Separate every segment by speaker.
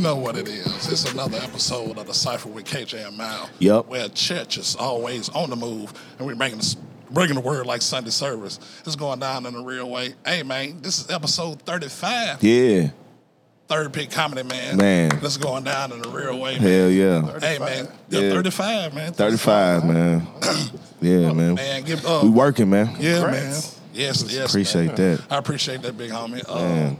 Speaker 1: know what it is. It's another episode of the Cipher with KJ and Mal.
Speaker 2: Yep.
Speaker 1: Where church is always on the move, and we're making this, bringing the word like Sunday service. It's going down in a real way. Hey man, this is episode thirty-five.
Speaker 2: Yeah.
Speaker 1: Third pick comedy man.
Speaker 2: Man.
Speaker 1: this is going down in a real way. Man.
Speaker 2: Hell yeah.
Speaker 1: Hey man, yeah,
Speaker 2: Yeah.
Speaker 1: thirty-five man.
Speaker 2: 35, man. Yeah, man.
Speaker 1: Man, give up.
Speaker 2: We working, man.
Speaker 1: Yeah,
Speaker 3: Congrats.
Speaker 1: man. Yes, yes.
Speaker 2: Appreciate
Speaker 1: man.
Speaker 2: that.
Speaker 1: I appreciate that, big homie. Uh,
Speaker 2: Man.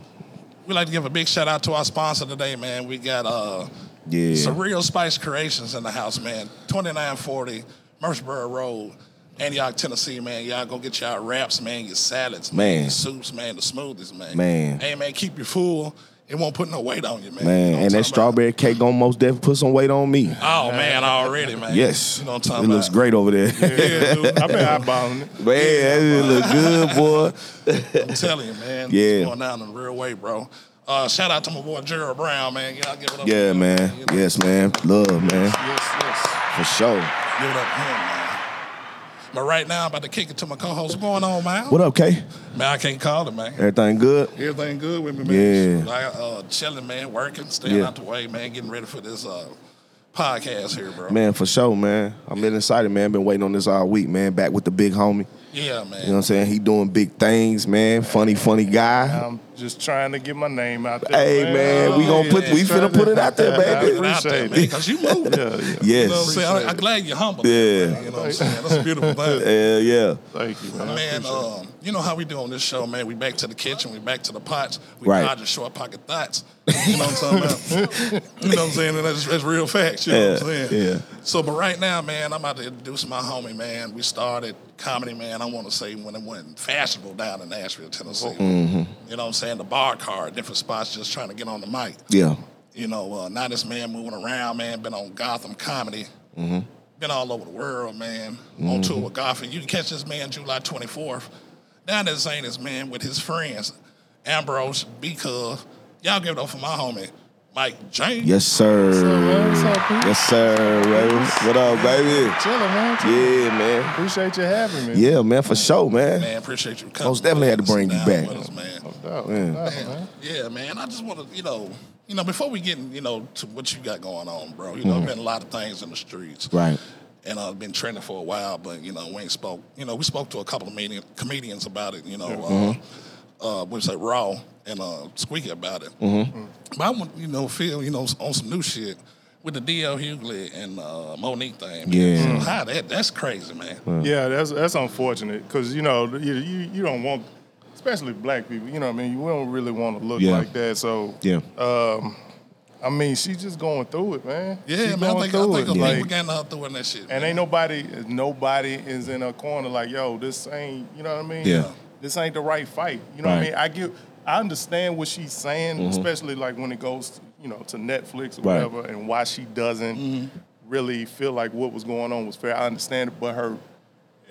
Speaker 1: we'd like to give a big shout out to our sponsor today, man. We got uh,
Speaker 2: Yeah.
Speaker 1: Surreal Spice Creations in the house, man. 2940 Murfreesboro Road, Antioch, Tennessee, man. Y'all go get y'all wraps, man, your salads, man,
Speaker 2: Man.
Speaker 1: your soups, man, the smoothies, man.
Speaker 2: Man.
Speaker 1: Hey, man, keep you full. It won't put no weight on you, man. You
Speaker 2: Man,
Speaker 1: know what I'm
Speaker 2: and that
Speaker 1: talking about?
Speaker 2: strawberry cake gonna most definitely put some weight on me.
Speaker 1: Oh, man, already, man.
Speaker 2: Yes.
Speaker 1: You know what I'm
Speaker 2: It
Speaker 1: talking about?
Speaker 2: looks great over there. Man,
Speaker 1: Yeah, dude.
Speaker 3: I've been eyeballing it.
Speaker 2: it look good, boy.
Speaker 1: I'm telling you, man.
Speaker 2: Yeah.
Speaker 1: It's going down in the real way, bro. Uh, shout out to my boy Gerald Brown, man. Y'all give it up.
Speaker 2: Yeah, man.
Speaker 1: You know,
Speaker 2: Yes, man. Love, man.
Speaker 3: Yes, yes.
Speaker 2: For sure.
Speaker 1: Give it up to him, man. But right now, I'm about to kick it to my co-host. What's going on, man?
Speaker 2: What up, K?
Speaker 1: Man, I can't call it, man.
Speaker 2: Everything good?
Speaker 1: Everything good with me, man?
Speaker 2: Yeah.
Speaker 1: Like, uh, chilling, man, working, staying
Speaker 2: Yeah.
Speaker 1: out the way, man, getting ready for this uh, podcast here, bro.
Speaker 2: Man, for sure, man. I'm been excited, man. Been waiting on this all week, man. Back with the big homie.
Speaker 1: Yeah, man.
Speaker 2: You know what I'm saying? He doing big things, man. Funny, funny guy.
Speaker 3: I'm just trying to get my name out there.
Speaker 2: Hey, man, we gonna put we finna put it out there, baby.
Speaker 1: Get out there,
Speaker 3: Appreciate
Speaker 1: man,
Speaker 3: it.
Speaker 1: 'cause you moving. You know what I'm
Speaker 2: Yes.
Speaker 1: saying? I- I'm glad you're humble.
Speaker 2: Yeah.
Speaker 1: man. You know what I'm saying? That's a beautiful thing.
Speaker 2: Hell yeah.
Speaker 3: Thank you, man. I
Speaker 1: Man,
Speaker 3: appreciate it.
Speaker 1: um, you know how we do on this show, man. We back to the kitchen, we back to the pots, we
Speaker 2: Right.
Speaker 1: dodge the short pocket thoughts. You know what I'm talking about? you know what I'm saying? And that's, that's real facts. You know what
Speaker 2: Yeah,
Speaker 1: I'm saying?
Speaker 2: yeah.
Speaker 1: So, but right now, man, I'm about to introduce my homie, man. We started comedy, man. I want to say when it went fashionable down in Nashville, Tennessee. You know what I'm saying? The bar card, different spots, just trying to get on the mic.
Speaker 2: Yeah.
Speaker 1: You know, uh, now this man moving around, man, been on Gotham comedy,
Speaker 2: Mm-hmm.
Speaker 1: been all over the world, man, on tour with Gotham. You can catch this man July 24th. Down there saying this man with his friends, Ambrose, B Cub. Y'all give it up for my homie, Mike James.
Speaker 2: Yes, sir.
Speaker 3: What's up, man?
Speaker 2: Yes, sir. Baby. What up, baby?
Speaker 3: Chilling, man.
Speaker 2: Yeah, man.
Speaker 3: Appreciate you having me.
Speaker 2: Yeah, man. For sure, man.
Speaker 1: Man, appreciate you coming.
Speaker 2: Most definitely had to
Speaker 1: Sit
Speaker 2: bring you
Speaker 1: down
Speaker 2: back.
Speaker 1: with us, man.
Speaker 3: No, doubt,
Speaker 2: Yeah.
Speaker 3: no doubt,
Speaker 1: Yeah,
Speaker 3: man.
Speaker 1: yeah, man. I just want to, you know, you know, before we get, in, you know, to what you got going on, bro. You know, been a lot of things in the streets,
Speaker 2: Mm-hmm. Right.
Speaker 1: And I've been trending for a while, but you know, we ain't spoke. You know, we spoke to a couple of media, comedians about it. You know,
Speaker 2: Mm-hmm.
Speaker 1: uh, uh, which like Raw and uh, Squeaky about it. But I want you know, feel you know on some new shit with the DL Hughley and uh, Monique thing. man.
Speaker 2: Yeah.
Speaker 1: So how that? That's crazy, man.
Speaker 3: Yeah, that's that's unfortunate because you know you, you you don't want, especially black people. You know, what I mean, we don't really want to look
Speaker 2: Yeah.
Speaker 3: like that. So
Speaker 2: Yeah.
Speaker 3: I mean, she's just going through it, man.
Speaker 1: Yeah,
Speaker 3: She
Speaker 1: man. I
Speaker 3: going
Speaker 1: think I
Speaker 3: through
Speaker 1: think a lot
Speaker 3: it,
Speaker 1: of
Speaker 3: like-
Speaker 1: people getting out through in that shit.
Speaker 3: and ain't nobody, nobody is in a corner like, yo, this ain't, you know what I mean?
Speaker 2: Yeah.
Speaker 3: This ain't the right fight. You know what I
Speaker 2: Right. Mm-hmm.
Speaker 3: mean? I get, I understand what she's saying, especially like when it goes, you know, to Netflix or
Speaker 2: Right. Mm-hmm.
Speaker 3: whatever, and why she doesn't really feel like what was going on was fair. I understand it, but her,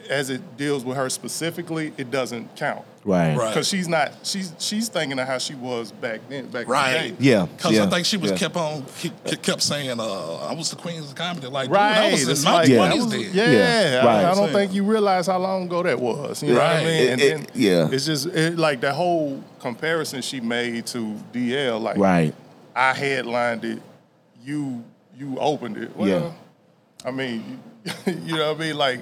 Speaker 3: as it deals with her specifically, it doesn't count.
Speaker 2: Right.
Speaker 1: Right.
Speaker 3: Because she's not, she's she's thinking of how she was back then, back in the
Speaker 1: Right.
Speaker 3: day.
Speaker 2: Yeah,
Speaker 1: Because
Speaker 2: yeah,
Speaker 1: I think she was
Speaker 2: yeah.
Speaker 1: kept on kept, kept saying, uh, "I was the queen of comedy." Like, dude,
Speaker 3: Right.
Speaker 1: I was in
Speaker 3: It's
Speaker 1: my
Speaker 3: like,
Speaker 2: Yeah.
Speaker 1: twenties
Speaker 3: that
Speaker 1: then.
Speaker 3: was- Yeah.
Speaker 2: Yeah,
Speaker 3: I-
Speaker 2: right.
Speaker 3: I, don't think you realize how long ago that was. You know what I
Speaker 1: Right.
Speaker 3: mean?
Speaker 2: It-
Speaker 3: and
Speaker 2: it-
Speaker 3: then
Speaker 2: yeah.
Speaker 3: It's just it, like the whole comparison she made to DL, like
Speaker 2: Right.
Speaker 3: I headlined it, you you opened it. Well, I mean, you know what I mean? Like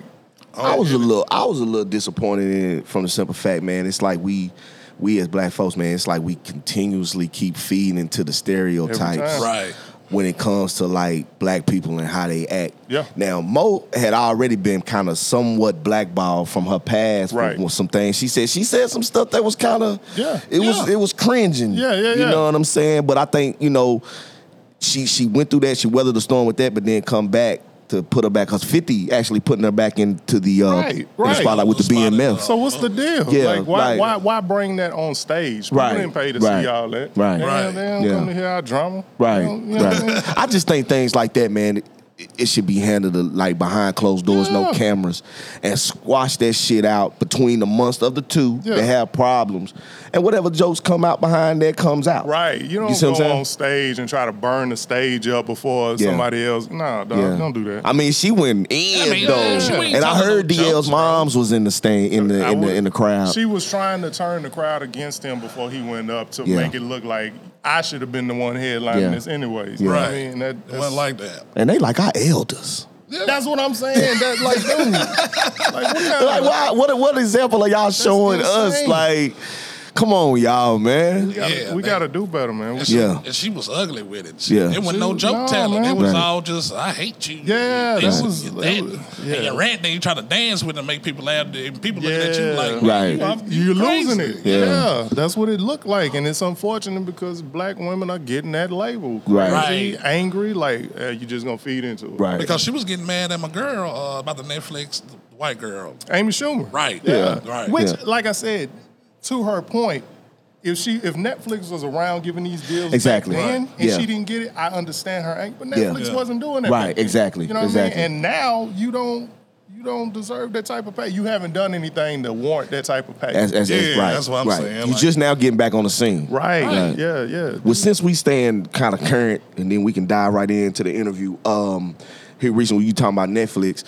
Speaker 2: I was a little I was a little disappointed in it from the simple fact, man. It's like we we as black folks, man, it's like we continuously keep feeding into the stereotypes.
Speaker 3: time.
Speaker 1: Right.
Speaker 2: When it comes to like black people and how they act.
Speaker 3: Yeah.
Speaker 2: Now Mo had already been kind of somewhat blackballed from her past
Speaker 3: Right.
Speaker 2: with, with some things. She said she said some stuff that was kind of
Speaker 3: Yeah.
Speaker 2: It was
Speaker 1: Yeah.
Speaker 2: it was cringing.
Speaker 3: Yeah, yeah,
Speaker 2: You
Speaker 3: yeah.
Speaker 2: know what I'm saying? But I think, you know, she she went through that. She weathered the storm with that, but then come back to put her back. Cause Fifty actually putting her back into the uh,
Speaker 3: Right,
Speaker 2: in the
Speaker 3: right.
Speaker 2: spotlight with the
Speaker 1: Spotlight,
Speaker 2: BMF.
Speaker 1: uh,
Speaker 3: so what's the deal?
Speaker 2: Yeah,
Speaker 3: like why
Speaker 2: like-
Speaker 3: why why bring that on stage? People
Speaker 2: Right,
Speaker 3: didn't pay to
Speaker 2: right,
Speaker 3: see all that.
Speaker 2: right.
Speaker 3: They don't- They don't
Speaker 2: Yeah.
Speaker 3: come to hear our drama.
Speaker 2: right,
Speaker 3: You know- you know what I mean?
Speaker 2: right. I just think things like that, man. It, it should be handled uh, like behind closed doors, no
Speaker 3: Yeah.
Speaker 2: cameras, and squash that shit out between the months of the two
Speaker 3: Yeah.
Speaker 2: that have problems, and whatever jokes come out behind that comes out.
Speaker 3: Right. You don't
Speaker 2: see what I'm
Speaker 3: go
Speaker 2: saying?
Speaker 3: on stage and try to burn the stage up before
Speaker 2: Yeah.
Speaker 3: somebody else. Nah, dog,
Speaker 2: Yeah.
Speaker 3: don't do that.
Speaker 2: I mean, she went in
Speaker 1: mean,
Speaker 2: though,
Speaker 1: she ain't
Speaker 2: and I
Speaker 1: talking
Speaker 2: heard
Speaker 1: no
Speaker 2: DL's
Speaker 1: jokes, bro.
Speaker 2: moms was in the stain in the
Speaker 3: I
Speaker 2: in the
Speaker 3: would-
Speaker 2: in the crowd.
Speaker 3: She was trying to turn the crowd against him before he went up to
Speaker 2: Yeah.
Speaker 3: make it look like I should have been the one headlining
Speaker 2: Yeah.
Speaker 3: this
Speaker 2: Yeah.
Speaker 3: anyways. You know what
Speaker 1: Right.
Speaker 3: I mean, that,
Speaker 1: It
Speaker 3: that's,
Speaker 1: wasn't like that.
Speaker 2: And they like our elders.
Speaker 3: that's what I'm saying. That like, dude, like what kind
Speaker 2: Like,
Speaker 3: of-
Speaker 2: why, what what example are y'all showing us?
Speaker 3: insane.
Speaker 2: Like, come on, y'all, man.
Speaker 3: we gotta,
Speaker 1: Yeah,
Speaker 3: we
Speaker 1: man.
Speaker 3: gotta do better, man. We-
Speaker 1: And she,
Speaker 2: Yeah.
Speaker 1: and she was ugly with it. She,
Speaker 2: Yeah.
Speaker 1: It wasn't
Speaker 3: She
Speaker 1: no
Speaker 3: was-
Speaker 1: joke
Speaker 3: no,
Speaker 1: talent.
Speaker 3: man.
Speaker 1: It was
Speaker 2: Right.
Speaker 1: all just I hate you.
Speaker 3: Yeah,
Speaker 1: this,
Speaker 3: that was-
Speaker 1: that.
Speaker 3: that was- yeah.
Speaker 1: And your rant then you try to dance with it and make people laugh. And people looking at you
Speaker 3: Yeah.
Speaker 1: like,
Speaker 2: Right.
Speaker 1: you, are- you
Speaker 3: You're losing
Speaker 1: crazy.
Speaker 3: it.
Speaker 2: Yeah.
Speaker 3: Yeah. that's what it looked like, and it's unfortunate because black women are getting that label.
Speaker 2: Right.
Speaker 3: Crazy, angry, like uh, you just gonna feed into it.
Speaker 2: Right.
Speaker 1: Because she was getting mad at my girl uh, about the Netflix the white girl.
Speaker 3: Amy Schumer.
Speaker 1: Right.
Speaker 2: Yeah.
Speaker 1: Right.
Speaker 3: Which,
Speaker 2: Yeah.
Speaker 3: like I said, to her point, if she if Netflix was around giving these deals back
Speaker 2: Exactly.
Speaker 3: then
Speaker 2: Right.
Speaker 3: and
Speaker 2: Yeah.
Speaker 3: she didn't get it, I understand her anger. But
Speaker 2: Yeah.
Speaker 3: Netflix
Speaker 2: Yeah.
Speaker 3: wasn't doing that.
Speaker 2: Right,
Speaker 3: back then.
Speaker 2: exactly,
Speaker 3: You know what
Speaker 2: exactly.
Speaker 3: I mean? And now you don't you don't deserve that type of pay. You haven't done anything to warrant that type of pay.
Speaker 2: That's, that's, that's
Speaker 1: Yeah,
Speaker 2: right.
Speaker 1: that's what I'm
Speaker 2: right.
Speaker 1: saying,
Speaker 2: You
Speaker 1: like-
Speaker 2: just now getting back on the scene.
Speaker 3: right.
Speaker 2: Right.
Speaker 3: Yeah, yeah.
Speaker 2: Well, since we stand kind of current, and then we can dive right into the interview. Um, here recently, you talking about Netflix.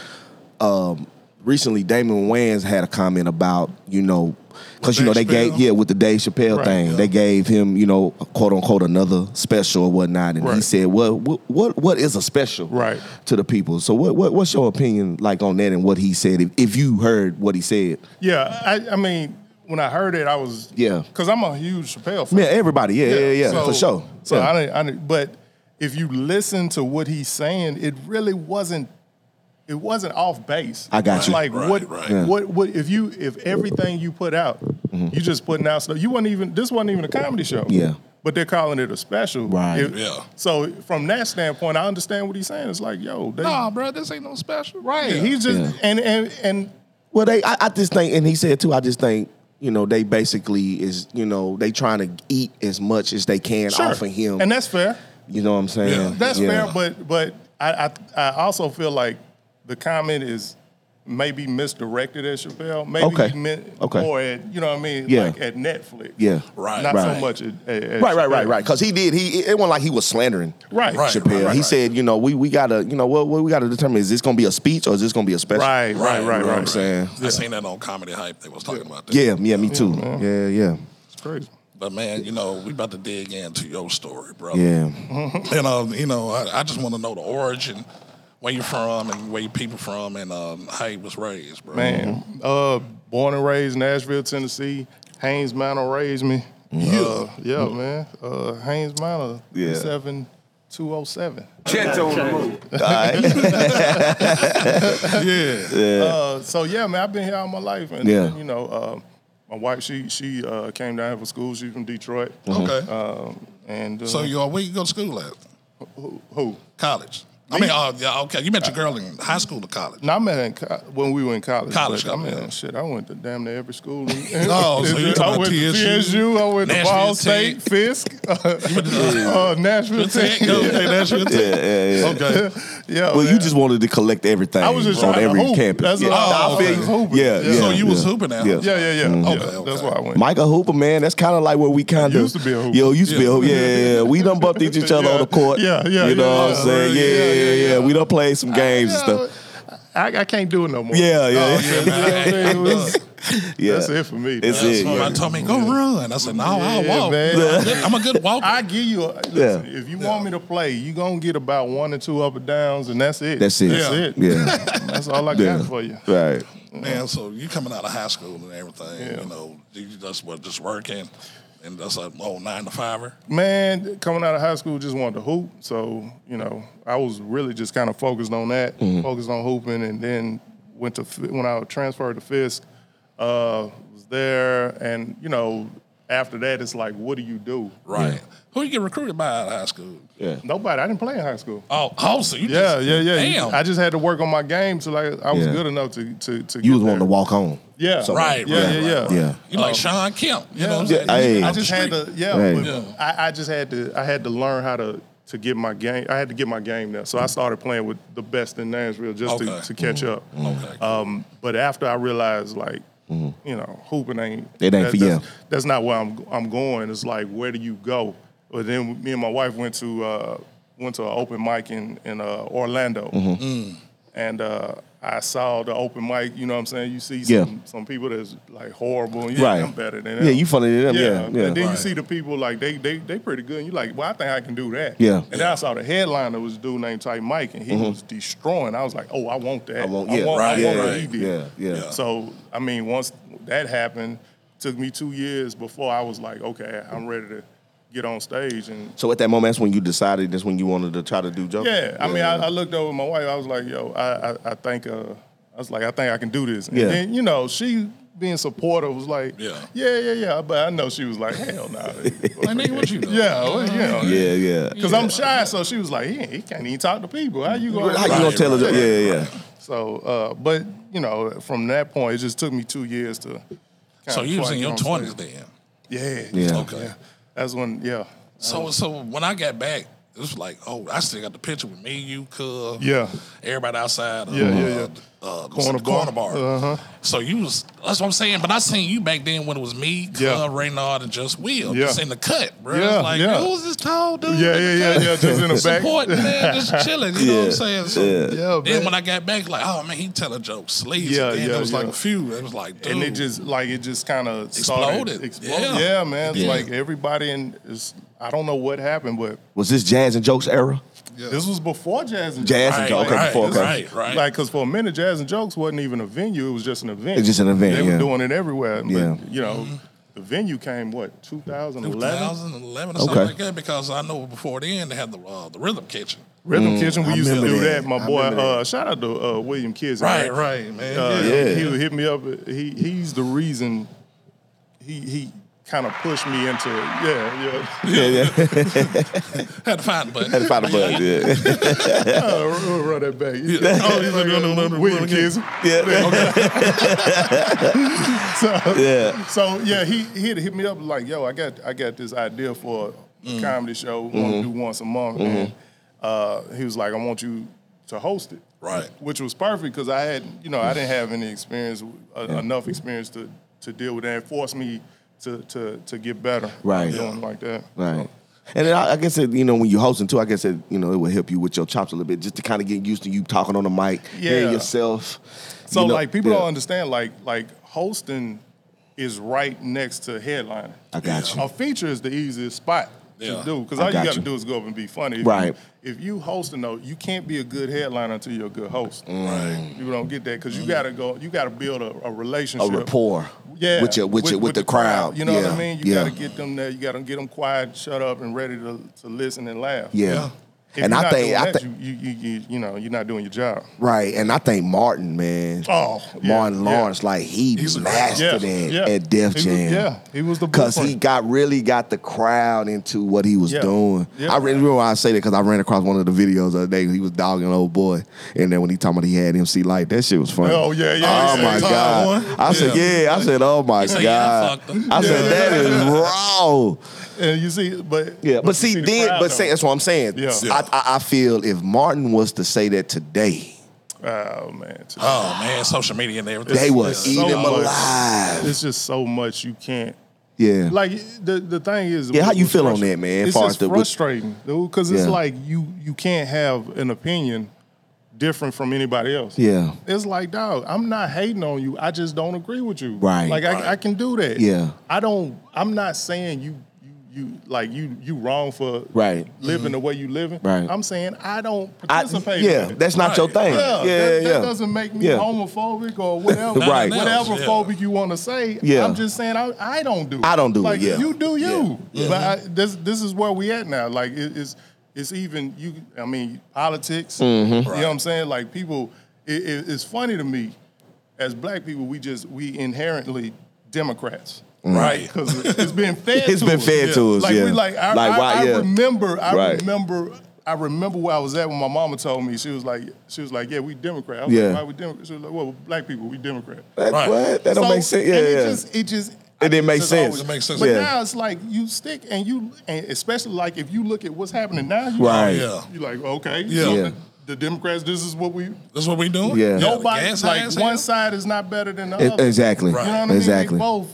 Speaker 2: Um, recently, Damon Wayans had a comment about you know, because you know
Speaker 1: With
Speaker 2: they
Speaker 1: Dave
Speaker 2: gave
Speaker 1: Chappelle?
Speaker 2: yeah with the Dave Chappelle
Speaker 3: Right,
Speaker 2: thing,
Speaker 3: yeah.
Speaker 2: they gave him you know quote unquote another special or whatnot, and he
Speaker 3: Right.
Speaker 2: said, well, what what what is a special
Speaker 3: Right.
Speaker 2: to the people? So what, what what's your opinion like on that and what he said if, if you heard what he said?
Speaker 3: Yeah. I, I mean, when I heard it, I was
Speaker 2: Yeah.
Speaker 3: Because I'm a huge Chappelle fan.
Speaker 2: Yeah, everybody, yeah, yeah, yeah,
Speaker 3: so-
Speaker 2: for sure.
Speaker 3: So
Speaker 2: yeah.
Speaker 3: I didn't, I didn't, but if you listen to what he's saying, it really wasn't. It wasn't off base.
Speaker 2: I got you.
Speaker 3: Like
Speaker 1: Right,
Speaker 3: what?
Speaker 1: right. Yeah.
Speaker 3: What? What? If you if everything you put out, you just putting out stuff. You wasn't even. This wasn't even a comedy show.
Speaker 2: Mm-hmm. Yeah.
Speaker 3: But they're calling it a special.
Speaker 2: Right.
Speaker 3: If-
Speaker 1: Yeah.
Speaker 3: So from that standpoint, I understand what he's saying. It's like, yo, they,
Speaker 1: Nah, bro, this ain't no special.
Speaker 3: right?
Speaker 1: Yeah.
Speaker 3: He's just
Speaker 2: Yeah.
Speaker 3: and and and
Speaker 2: Well, they, I, I just think, and he said too, I just think, you know, they basically is, you know, they trying to eat as much as they can
Speaker 3: sure.
Speaker 2: off of him.
Speaker 3: and that's fair.
Speaker 2: you know what I'm saying?
Speaker 1: Yeah,
Speaker 3: That's
Speaker 2: Yeah.
Speaker 3: fair, but but I, I I also feel like the comment is maybe misdirected at Chappelle. Maybe
Speaker 2: Okay.
Speaker 3: he meant
Speaker 2: Okay.
Speaker 3: more at you know what I mean,
Speaker 2: Yeah.
Speaker 3: like at Netflix.
Speaker 2: Yeah.
Speaker 1: Right.
Speaker 3: Not
Speaker 2: Right.
Speaker 3: so much at, at, at
Speaker 2: Right, right, right,
Speaker 3: Chappelle.
Speaker 2: right. Because he did. He it wasn't like he was slandering
Speaker 3: Right.
Speaker 1: Right.
Speaker 2: Chappelle. he
Speaker 1: right.
Speaker 2: said, you know, we we gotta, you know, what what we gotta determine is this gonna be a speech or is this gonna be a special?
Speaker 3: Right, right, right, right.
Speaker 2: You know what I'm saying?
Speaker 1: I seen that on Comedy Hype. They was talking about that.
Speaker 2: Yeah, yeah, me too. Yeah, yeah,
Speaker 3: It's crazy.
Speaker 1: But man, you know, we about to dig into your story, bro.
Speaker 2: yeah.
Speaker 1: And um, you know, I, I just want to know the origin, where you from, and where your people from, and um, how you was raised, bro.
Speaker 3: Man,
Speaker 2: Mm-hmm.
Speaker 3: uh, born and raised in Nashville, Tennessee. Haynes Manor raised me. Yeah, uh, yeah, man. Uh, Haynes Manor,
Speaker 2: Mm. Yeah.
Speaker 3: seven two oh seven.
Speaker 2: All right.
Speaker 3: Uh, so yeah, man, I've been here all my life, and
Speaker 2: Yeah.
Speaker 3: you know, uh, my wife she she uh, came down here for school. She's from Detroit,
Speaker 2: Uh-huh.
Speaker 1: Okay.
Speaker 3: um, and uh,
Speaker 1: so you are where you go to school at?
Speaker 3: who?
Speaker 1: College. I mean, oh yeah, okay. You met your girl in high school to college.
Speaker 3: No, I met her in co- when we were in college.
Speaker 1: College,
Speaker 3: but I mean,
Speaker 1: yeah.
Speaker 3: shit, I went to damn near every school.
Speaker 1: Oh, so you talking
Speaker 3: I
Speaker 1: about
Speaker 3: went to
Speaker 1: TSU,
Speaker 3: TSU. I went to Ball
Speaker 1: Nashville Tech.
Speaker 3: State, Fisk, uh, uh, Nashville Tech.
Speaker 1: Okay, okay, that's your
Speaker 2: yeah,
Speaker 1: thing.
Speaker 2: yeah, yeah.
Speaker 1: Okay.
Speaker 3: Yeah,
Speaker 2: Well, you
Speaker 3: man.
Speaker 2: just wanted to collect everything
Speaker 3: I was just
Speaker 2: on
Speaker 3: trying to
Speaker 2: every
Speaker 3: hoop.
Speaker 2: campus.
Speaker 3: That's
Speaker 2: yeah,
Speaker 3: what I-
Speaker 2: I
Speaker 3: I
Speaker 2: feel
Speaker 3: was
Speaker 2: you.
Speaker 3: hooping.
Speaker 2: Yeah, yeah.
Speaker 3: Yeah.
Speaker 1: Oh, So you was
Speaker 2: yeah.
Speaker 1: hooping out.
Speaker 2: Yeah.
Speaker 3: yeah, yeah, yeah.
Speaker 1: Okay,
Speaker 3: yeah.
Speaker 1: okay.
Speaker 3: That's why I went.
Speaker 2: Mike a hooper, man. That's kind of like where we kind of
Speaker 3: Used to be a hooper.
Speaker 2: Yo, used to be a hooper. Yeah, yeah, yeah. We done bumped each other on the court.
Speaker 3: Yeah, yeah,
Speaker 2: You know
Speaker 3: yeah,
Speaker 2: what I'm
Speaker 3: yeah,
Speaker 2: saying?
Speaker 3: yeah,
Speaker 2: Yeah, yeah,
Speaker 3: yeah,
Speaker 2: yeah,
Speaker 3: yeah.
Speaker 2: We done played some games and stuff.
Speaker 3: I, I can't do it no more. Oh,
Speaker 2: Yeah, yeah,
Speaker 1: Yeah, man, I had
Speaker 3: Yeah,
Speaker 1: to
Speaker 3: man.
Speaker 1: look.
Speaker 2: yeah.
Speaker 3: That's it for me.
Speaker 2: It's
Speaker 3: man.
Speaker 2: it.
Speaker 1: So
Speaker 2: yeah.
Speaker 1: I told me go run. I said no, I'll
Speaker 3: Yeah,
Speaker 1: walk.
Speaker 3: man.
Speaker 1: I'm a good- I'm a good walker.
Speaker 3: I give you. A, listen, If you want me to play, you gonna get about one or two up and downs, and that's it.
Speaker 2: That's it.
Speaker 3: That's
Speaker 1: Yeah.
Speaker 3: it.
Speaker 2: Yeah.
Speaker 3: That's all I got
Speaker 2: Yeah.
Speaker 3: for you.
Speaker 2: Right.
Speaker 1: Man, so you coming out of high school and everything,
Speaker 3: Yeah.
Speaker 1: you know, you just what just working, and that's like oh nine to fiver.
Speaker 3: Man, coming out of high school, just wanted to hoop. So you know, I was really just kind of focused on that,
Speaker 2: Mm-hmm.
Speaker 3: focused on hooping, and then went to Fi- when I transferred to Fisk, uh, was there, and you know, after that, it's like, what do you do?
Speaker 1: Right. Who you get recruited by out of high school?
Speaker 2: Yeah.
Speaker 3: Nobody. I didn't play in high school.
Speaker 1: Oh, oh, so you
Speaker 3: Yeah,
Speaker 1: just,
Speaker 3: yeah, yeah.
Speaker 1: Damn.
Speaker 3: I just had to work on my game so like I was
Speaker 2: Yeah.
Speaker 3: good enough to to to.
Speaker 2: You
Speaker 3: get
Speaker 2: was wanting
Speaker 3: there.
Speaker 2: to walk home.
Speaker 3: Yeah.
Speaker 2: So-
Speaker 1: right,
Speaker 3: Yeah,
Speaker 1: right,
Speaker 3: yeah,
Speaker 1: right,
Speaker 3: yeah.
Speaker 1: right.
Speaker 2: Yeah.
Speaker 1: You like Sean Kemp? You know what I'm
Speaker 3: Oh. Yeah,
Speaker 1: saying?
Speaker 2: Hey.
Speaker 3: I
Speaker 1: Out the
Speaker 3: just had
Speaker 1: street.
Speaker 3: to. Yeah,
Speaker 2: Hey.
Speaker 3: but
Speaker 1: Yeah.
Speaker 3: I, I just had to. I had to learn how to to get my game. I had to get my game now. So I started playing with the best in Nashville just
Speaker 1: Okay.
Speaker 3: to, to catch up.
Speaker 2: Mm-hmm.
Speaker 1: Okay.
Speaker 3: Um, but after I realized, like, you know, hooping ain't
Speaker 2: It ain't for you.
Speaker 3: that's, that's not where I'm I'm going. It's like, where do you go? But then me and my wife went
Speaker 2: Mm-hmm.
Speaker 3: to uh, went to an open mic in in uh, Orlando, Mm. and uh, I saw the open mic. You know what I'm saying? You see some,
Speaker 2: Yeah.
Speaker 3: some people that's like horrible. And you
Speaker 2: Right.
Speaker 3: right. I'm better than them.
Speaker 2: Yeah, you funny to them. Yeah,
Speaker 3: And
Speaker 2: yeah.
Speaker 3: then you
Speaker 1: Right.
Speaker 3: see the people like they they they pretty good. And you like, well, I think I can do that.
Speaker 2: Yeah. Mm-hmm.
Speaker 3: And then I saw the headliner was a dude named Ty Mike, and he was destroying. I was like, oh, I want that.
Speaker 2: I won't. Yeah,
Speaker 3: want,
Speaker 2: right.
Speaker 3: I
Speaker 2: Yeah,
Speaker 3: want what
Speaker 2: right.
Speaker 3: he did.
Speaker 2: yeah, yeah,
Speaker 1: Yeah.
Speaker 3: So I mean, once that happened, took me two years before I was like, okay, I'm ready to get on stage. And
Speaker 2: So at that moment, that's when you decided. That's when you wanted to try to do jokes.
Speaker 3: yeah, I mean, I, I looked over at my wife. I was like, yo, I, I, I think, uh, I was like, I think I can do this. And
Speaker 2: Yeah.
Speaker 3: then, you know, she being supportive was like,
Speaker 1: Yeah.
Speaker 3: yeah, yeah, yeah. But I know she was like, hell no.
Speaker 1: Like, nigga, what you doing?
Speaker 3: yeah, well, you know.
Speaker 2: yeah, yeah.
Speaker 3: Because I'm shy, so she was like, he, ain't- he can't even talk to people. How you going
Speaker 2: How you gonna
Speaker 1: Right,
Speaker 2: tell us?
Speaker 1: right,
Speaker 2: Yeah, yeah, yeah.
Speaker 3: So, uh, but, you know, from that point, it just took me two years to. kinda
Speaker 1: So you was
Speaker 3: fly
Speaker 1: in your
Speaker 3: on stage.
Speaker 1: twenties then.
Speaker 3: Yeah.
Speaker 2: Yeah.
Speaker 1: Okay.
Speaker 3: Yeah. That's when, yeah. Uh-huh.
Speaker 1: So so when I got back, it was like, oh, I still got the picture with me, you, Cub,
Speaker 3: Yeah.
Speaker 1: everybody outside. Of,
Speaker 3: Yeah, yeah, yeah.
Speaker 1: Uh, uh,
Speaker 3: Corner
Speaker 1: corner,
Speaker 3: bar.
Speaker 1: corner bar.
Speaker 3: Uh-huh.
Speaker 1: So you was that's what I'm saying. But I seen you back then when it was me, Cub,
Speaker 3: Yeah.
Speaker 1: Reynard, and just Will.
Speaker 3: Yeah.
Speaker 1: Just in the cut, bro.
Speaker 3: Yeah,
Speaker 1: like
Speaker 3: yeah.
Speaker 1: who's this tall dude? in
Speaker 3: Yeah,
Speaker 1: the
Speaker 3: yeah, yeah,
Speaker 1: cut?
Speaker 3: yeah. Just in the back.
Speaker 1: Supporting man, just chilling. You know what I'm saying? So
Speaker 3: Yeah,
Speaker 1: Then
Speaker 3: man.
Speaker 1: when I got back, like, oh man, he telling jokes, sleaze.
Speaker 3: Yeah,
Speaker 1: Yeah, yeah.
Speaker 3: yeah,
Speaker 1: There was like
Speaker 3: yeah.
Speaker 1: a few. It was like, dude.
Speaker 3: and it just like it just kind of started
Speaker 1: Exploded.
Speaker 3: exploded.
Speaker 1: Yeah.
Speaker 3: Yeah, man. It's
Speaker 2: Yeah.
Speaker 3: like everybody in is I don't know what happened, but
Speaker 2: Was this jazz and jokes era?
Speaker 3: this was before jazz and
Speaker 2: Jazz and
Speaker 3: jokes.
Speaker 1: Right,
Speaker 2: jokes. Okay,
Speaker 1: right,
Speaker 2: before, okay.
Speaker 1: right, right.
Speaker 3: Like, cause for a minute, jazz and jokes wasn't even a venue; it was just an event.
Speaker 2: It's just an event,
Speaker 3: They
Speaker 2: yeah.
Speaker 3: were doing it everywhere. But,
Speaker 2: Yeah.
Speaker 3: you know, the venue came what 2011.
Speaker 1: 2011 or something
Speaker 2: Okay.
Speaker 1: like that because I know before then they had the uh, the rhythm kitchen.
Speaker 3: Rhythm Kitchen. We
Speaker 2: Mm. I
Speaker 3: used to
Speaker 2: remember
Speaker 3: do
Speaker 2: that.
Speaker 3: that. My
Speaker 2: I
Speaker 3: boy,
Speaker 2: remember that.
Speaker 3: uh, shout out to uh, William Kids.
Speaker 1: right, man.
Speaker 3: Uh,
Speaker 1: yeah.
Speaker 2: Yeah.
Speaker 3: He would hit me up. He he's the reason. He he kind of pushed me into yeah yeah.
Speaker 2: Yeah, yeah.
Speaker 1: Had to find a
Speaker 2: Had
Speaker 1: button.
Speaker 2: to find a bug. Yeah,
Speaker 3: Uh, run, run that back. Oh, he's like,
Speaker 1: no, no, no, run
Speaker 3: William
Speaker 1: again.
Speaker 3: Kids.
Speaker 2: yeah,
Speaker 3: So,
Speaker 2: yeah.
Speaker 3: so yeah, he he had hit me up like, yo, I got I got this idea for a
Speaker 2: Mm.
Speaker 3: comedy show. We want to
Speaker 2: Mm-hmm.
Speaker 3: do once a month. And uh, he was like, I want you to host it.
Speaker 1: Right.
Speaker 3: Which was perfect because I had you know I didn't have any experience uh, enough experience to to deal with that. It forced me to to to get better.
Speaker 2: Right.
Speaker 3: Doing like that.
Speaker 2: Right. And then I, I guess it, you know when you hosting too, I guess it, you know it will help you with your chops a little bit, just to kind of get used to you talking on the mic, hearing
Speaker 3: Yeah.
Speaker 2: yourself.
Speaker 3: So
Speaker 2: you know,
Speaker 3: like people
Speaker 2: yeah.
Speaker 3: don't understand like like hosting is right next to headlining.
Speaker 2: I got you.
Speaker 3: A feature is the easiest spot
Speaker 1: Yeah.
Speaker 3: to do because
Speaker 2: I
Speaker 3: all you
Speaker 2: got
Speaker 3: got to
Speaker 2: you.
Speaker 3: do is go up and be funny. If you-
Speaker 2: Right.
Speaker 3: if you hosting though, you can't be a good headliner until you're a good host.
Speaker 1: Right.
Speaker 3: People don't get that because you gotta go. You gotta build a, a relationship,
Speaker 2: Mm. a rapport,
Speaker 3: yeah,
Speaker 2: with your with, your with the, crowd.
Speaker 3: You know
Speaker 2: yeah.
Speaker 3: what I mean? You
Speaker 2: yeah.
Speaker 3: gotta get them there. You gotta get them quiet, shut up, and ready to, to listen and laugh.
Speaker 2: Yeah.
Speaker 3: If
Speaker 2: and
Speaker 3: you're
Speaker 2: I
Speaker 3: not
Speaker 2: think
Speaker 3: doing
Speaker 2: I
Speaker 3: that,
Speaker 2: think
Speaker 3: you, you you you know you're not doing your job.
Speaker 2: right, and I think Martin, man.
Speaker 3: Oh, yeah,
Speaker 2: Martin
Speaker 3: yeah.
Speaker 2: Lawrence, like he
Speaker 1: He's a-
Speaker 2: mastered
Speaker 3: yeah,
Speaker 2: it
Speaker 3: yeah.
Speaker 2: at Def
Speaker 3: He was-
Speaker 2: Jam.
Speaker 3: yeah, he was the
Speaker 2: because he
Speaker 3: blueprint.
Speaker 2: got really got the crowd into what he was
Speaker 3: Yeah,
Speaker 2: doing.
Speaker 3: yeah.
Speaker 2: I really remember why I say that because I ran across one of the videos the other day. He was dogging an old boy, and then when he talking about he had MC Light, that shit was funny.
Speaker 3: Oh, yeah, yeah,
Speaker 2: Oh
Speaker 3: yeah,
Speaker 2: my
Speaker 3: yeah.
Speaker 2: god!
Speaker 1: Top one.
Speaker 2: I said yeah. I said oh my
Speaker 1: said, yeah, I
Speaker 2: god!
Speaker 1: fucked him.
Speaker 2: I said that is raw.
Speaker 3: And you see, but
Speaker 2: Yeah, but, see,
Speaker 3: you the
Speaker 2: then,
Speaker 3: crowd,
Speaker 2: but
Speaker 3: though.
Speaker 2: say, that's what I'm saying.
Speaker 3: Yeah.
Speaker 2: I, I, I feel if Martin was to say that today,
Speaker 3: oh man, t-
Speaker 1: Oh man, social media and everything.
Speaker 2: they would
Speaker 3: it's
Speaker 2: eat
Speaker 3: so
Speaker 2: him
Speaker 3: much.
Speaker 2: alive.
Speaker 3: it's just so much you can't.
Speaker 2: Yeah,
Speaker 3: Like the the thing is,
Speaker 2: Yeah, how you
Speaker 3: what's
Speaker 2: feel on
Speaker 3: frustra-
Speaker 2: that, man, as
Speaker 3: It's
Speaker 2: far as
Speaker 3: just
Speaker 2: the- what-
Speaker 3: frustrating, dude, because it's
Speaker 2: Yeah.
Speaker 3: like you you can't have an opinion different from anybody else.
Speaker 2: yeah,
Speaker 3: It's like, dog, I'm not hating on you. I just don't agree with you.
Speaker 2: Right.
Speaker 3: Like
Speaker 1: Right.
Speaker 3: I, I can do that.
Speaker 2: Yeah.
Speaker 3: I don't. I'm not saying you you you like you you wrong for
Speaker 2: Right.
Speaker 3: living the way you living.
Speaker 2: Right.
Speaker 3: I'm saying I don't
Speaker 2: I,
Speaker 3: participate.
Speaker 2: yeah.
Speaker 3: in it.
Speaker 2: That's not
Speaker 1: Right,
Speaker 2: your thing.
Speaker 1: right.
Speaker 2: Yeah,
Speaker 3: Yeah,
Speaker 2: yeah,
Speaker 3: that,
Speaker 2: yeah.
Speaker 3: that doesn't make me
Speaker 2: Yeah.
Speaker 3: homophobic or whatever.
Speaker 2: Right.
Speaker 3: Whatever
Speaker 1: Yeah.
Speaker 3: phobic you want to say.
Speaker 2: Yeah.
Speaker 3: I'm just saying I, I don't do. It.
Speaker 2: I don't do it,
Speaker 3: Like
Speaker 2: yeah.
Speaker 3: you do you. But I, this this is where we at now. Like it- it's it's even you. I mean politics.
Speaker 2: Mm-hmm.
Speaker 3: You know what I'm saying? Like people. It, it, it's funny to me. As black people, we just we inherently Democrats.
Speaker 1: Right.
Speaker 3: Because it's been fed.
Speaker 2: It's
Speaker 3: to
Speaker 2: been
Speaker 3: us.
Speaker 2: fed to us,
Speaker 3: Like
Speaker 2: yeah.
Speaker 3: we like I,
Speaker 2: Like,
Speaker 3: I,
Speaker 2: why-
Speaker 3: I
Speaker 2: yeah.
Speaker 3: remember. I
Speaker 2: Right.
Speaker 3: remember. I remember where I was at when my mama told me she was like she was like yeah we Democrat. I was
Speaker 2: Yeah.
Speaker 3: like, Why we Democrat? She was like well black people we Democrat.
Speaker 2: That,
Speaker 1: Right.
Speaker 2: What? That don't
Speaker 3: So-
Speaker 2: make sense. Yeah,
Speaker 3: and It
Speaker 2: yeah.
Speaker 3: just it just
Speaker 2: It didn't make
Speaker 3: just
Speaker 2: sense.
Speaker 3: always-
Speaker 1: It makes sense.
Speaker 3: But
Speaker 2: Yeah.
Speaker 3: now it's like you stick and you and especially like if you look at what's happening now. You
Speaker 2: Right.
Speaker 1: Yeah.
Speaker 3: You like okay
Speaker 1: Yeah.
Speaker 3: so
Speaker 2: Yeah.
Speaker 3: The Democrats, this is what we.
Speaker 1: That's what we doing.
Speaker 2: Yeah.
Speaker 3: Nobody,
Speaker 1: gas
Speaker 3: like
Speaker 1: high as
Speaker 3: one
Speaker 1: hell.
Speaker 3: side is not better than the
Speaker 2: E-
Speaker 3: other.
Speaker 2: exactly.
Speaker 3: You know what I mean? They
Speaker 2: Exactly.
Speaker 3: both.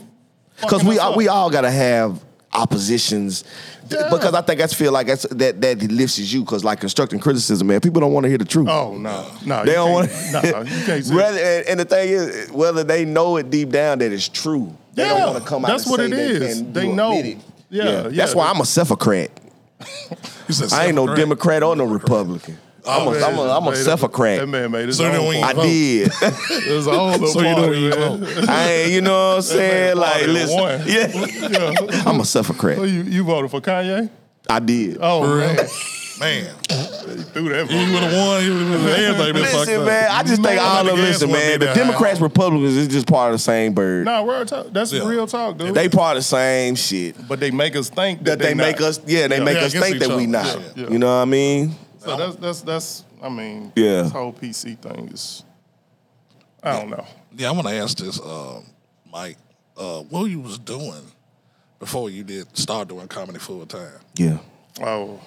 Speaker 2: Because
Speaker 3: fucking
Speaker 2: we
Speaker 3: us
Speaker 2: all,
Speaker 3: up.
Speaker 2: we all gotta have oppositions th- because I think that's feel like that's that that lifts you because like constructing criticism, man, people don't want to hear the truth.
Speaker 3: Oh no, no,
Speaker 2: They
Speaker 3: you
Speaker 2: don't want
Speaker 3: can't- No, you can't. say-
Speaker 2: Rather, and, and the thing is, whether they know it deep down that it's true, they
Speaker 3: Yeah,
Speaker 2: don't want to come out.
Speaker 3: that's
Speaker 2: and
Speaker 3: what
Speaker 2: say
Speaker 3: it
Speaker 2: that
Speaker 3: is.
Speaker 2: and
Speaker 3: They
Speaker 2: you
Speaker 3: know.
Speaker 2: admit it.
Speaker 3: Yeah,
Speaker 2: That's
Speaker 3: yeah.
Speaker 2: why I'm a Cephocrat.
Speaker 1: You said
Speaker 2: I ain't no
Speaker 1: seventh grade.
Speaker 2: Democrat or no Republican. I'm a,
Speaker 1: Oh,
Speaker 2: I'm a, I'm a
Speaker 3: Hey, that- That
Speaker 2: Cephocrat.
Speaker 3: man made his
Speaker 1: So
Speaker 3: own.
Speaker 1: then when you-
Speaker 2: I
Speaker 3: point.
Speaker 1: vote.
Speaker 2: did.
Speaker 3: His own little
Speaker 1: So you don't
Speaker 3: party,
Speaker 1: even
Speaker 3: man.
Speaker 1: vote.
Speaker 2: I ain't, you know what I'm saying? Like,
Speaker 3: party
Speaker 2: listen.
Speaker 3: one.
Speaker 2: Yeah.
Speaker 3: Yeah.
Speaker 2: I'm a
Speaker 3: So
Speaker 2: Cephocrat.
Speaker 3: you, you voted for Kanye?
Speaker 2: I did.
Speaker 3: Oh
Speaker 1: For real?
Speaker 3: man,
Speaker 1: Man,
Speaker 3: threw that.
Speaker 1: you
Speaker 3: vote.
Speaker 1: would have won. You would have everything. been fucked
Speaker 2: Listen,
Speaker 1: up.
Speaker 2: man, I just think
Speaker 1: Man,
Speaker 2: all
Speaker 1: the
Speaker 2: of
Speaker 1: gas
Speaker 2: listen,
Speaker 1: wouldn't
Speaker 2: man.
Speaker 1: be
Speaker 2: The
Speaker 1: that high.
Speaker 2: Democrats, Republicans is just part of the same bird.
Speaker 3: Nah, real talk. That's
Speaker 1: Yeah.
Speaker 3: real talk, dude.
Speaker 2: They part of the same shit.
Speaker 3: but they make us think
Speaker 2: That
Speaker 3: that,
Speaker 2: they, make
Speaker 3: not.
Speaker 2: us, yeah, they make
Speaker 1: Yeah,
Speaker 2: us
Speaker 1: against
Speaker 2: think
Speaker 1: each
Speaker 2: that we
Speaker 1: other.
Speaker 2: not.
Speaker 1: Yeah,
Speaker 3: yeah.
Speaker 2: You know what I mean?
Speaker 3: So that's that's that's. I mean,
Speaker 2: Yeah.
Speaker 3: This whole PC thing is. I don't know.
Speaker 1: Yeah, I want to ask this, um, Mike. Uh, what you was doing before you did start doing comedy full time?
Speaker 2: Yeah.
Speaker 3: Oh,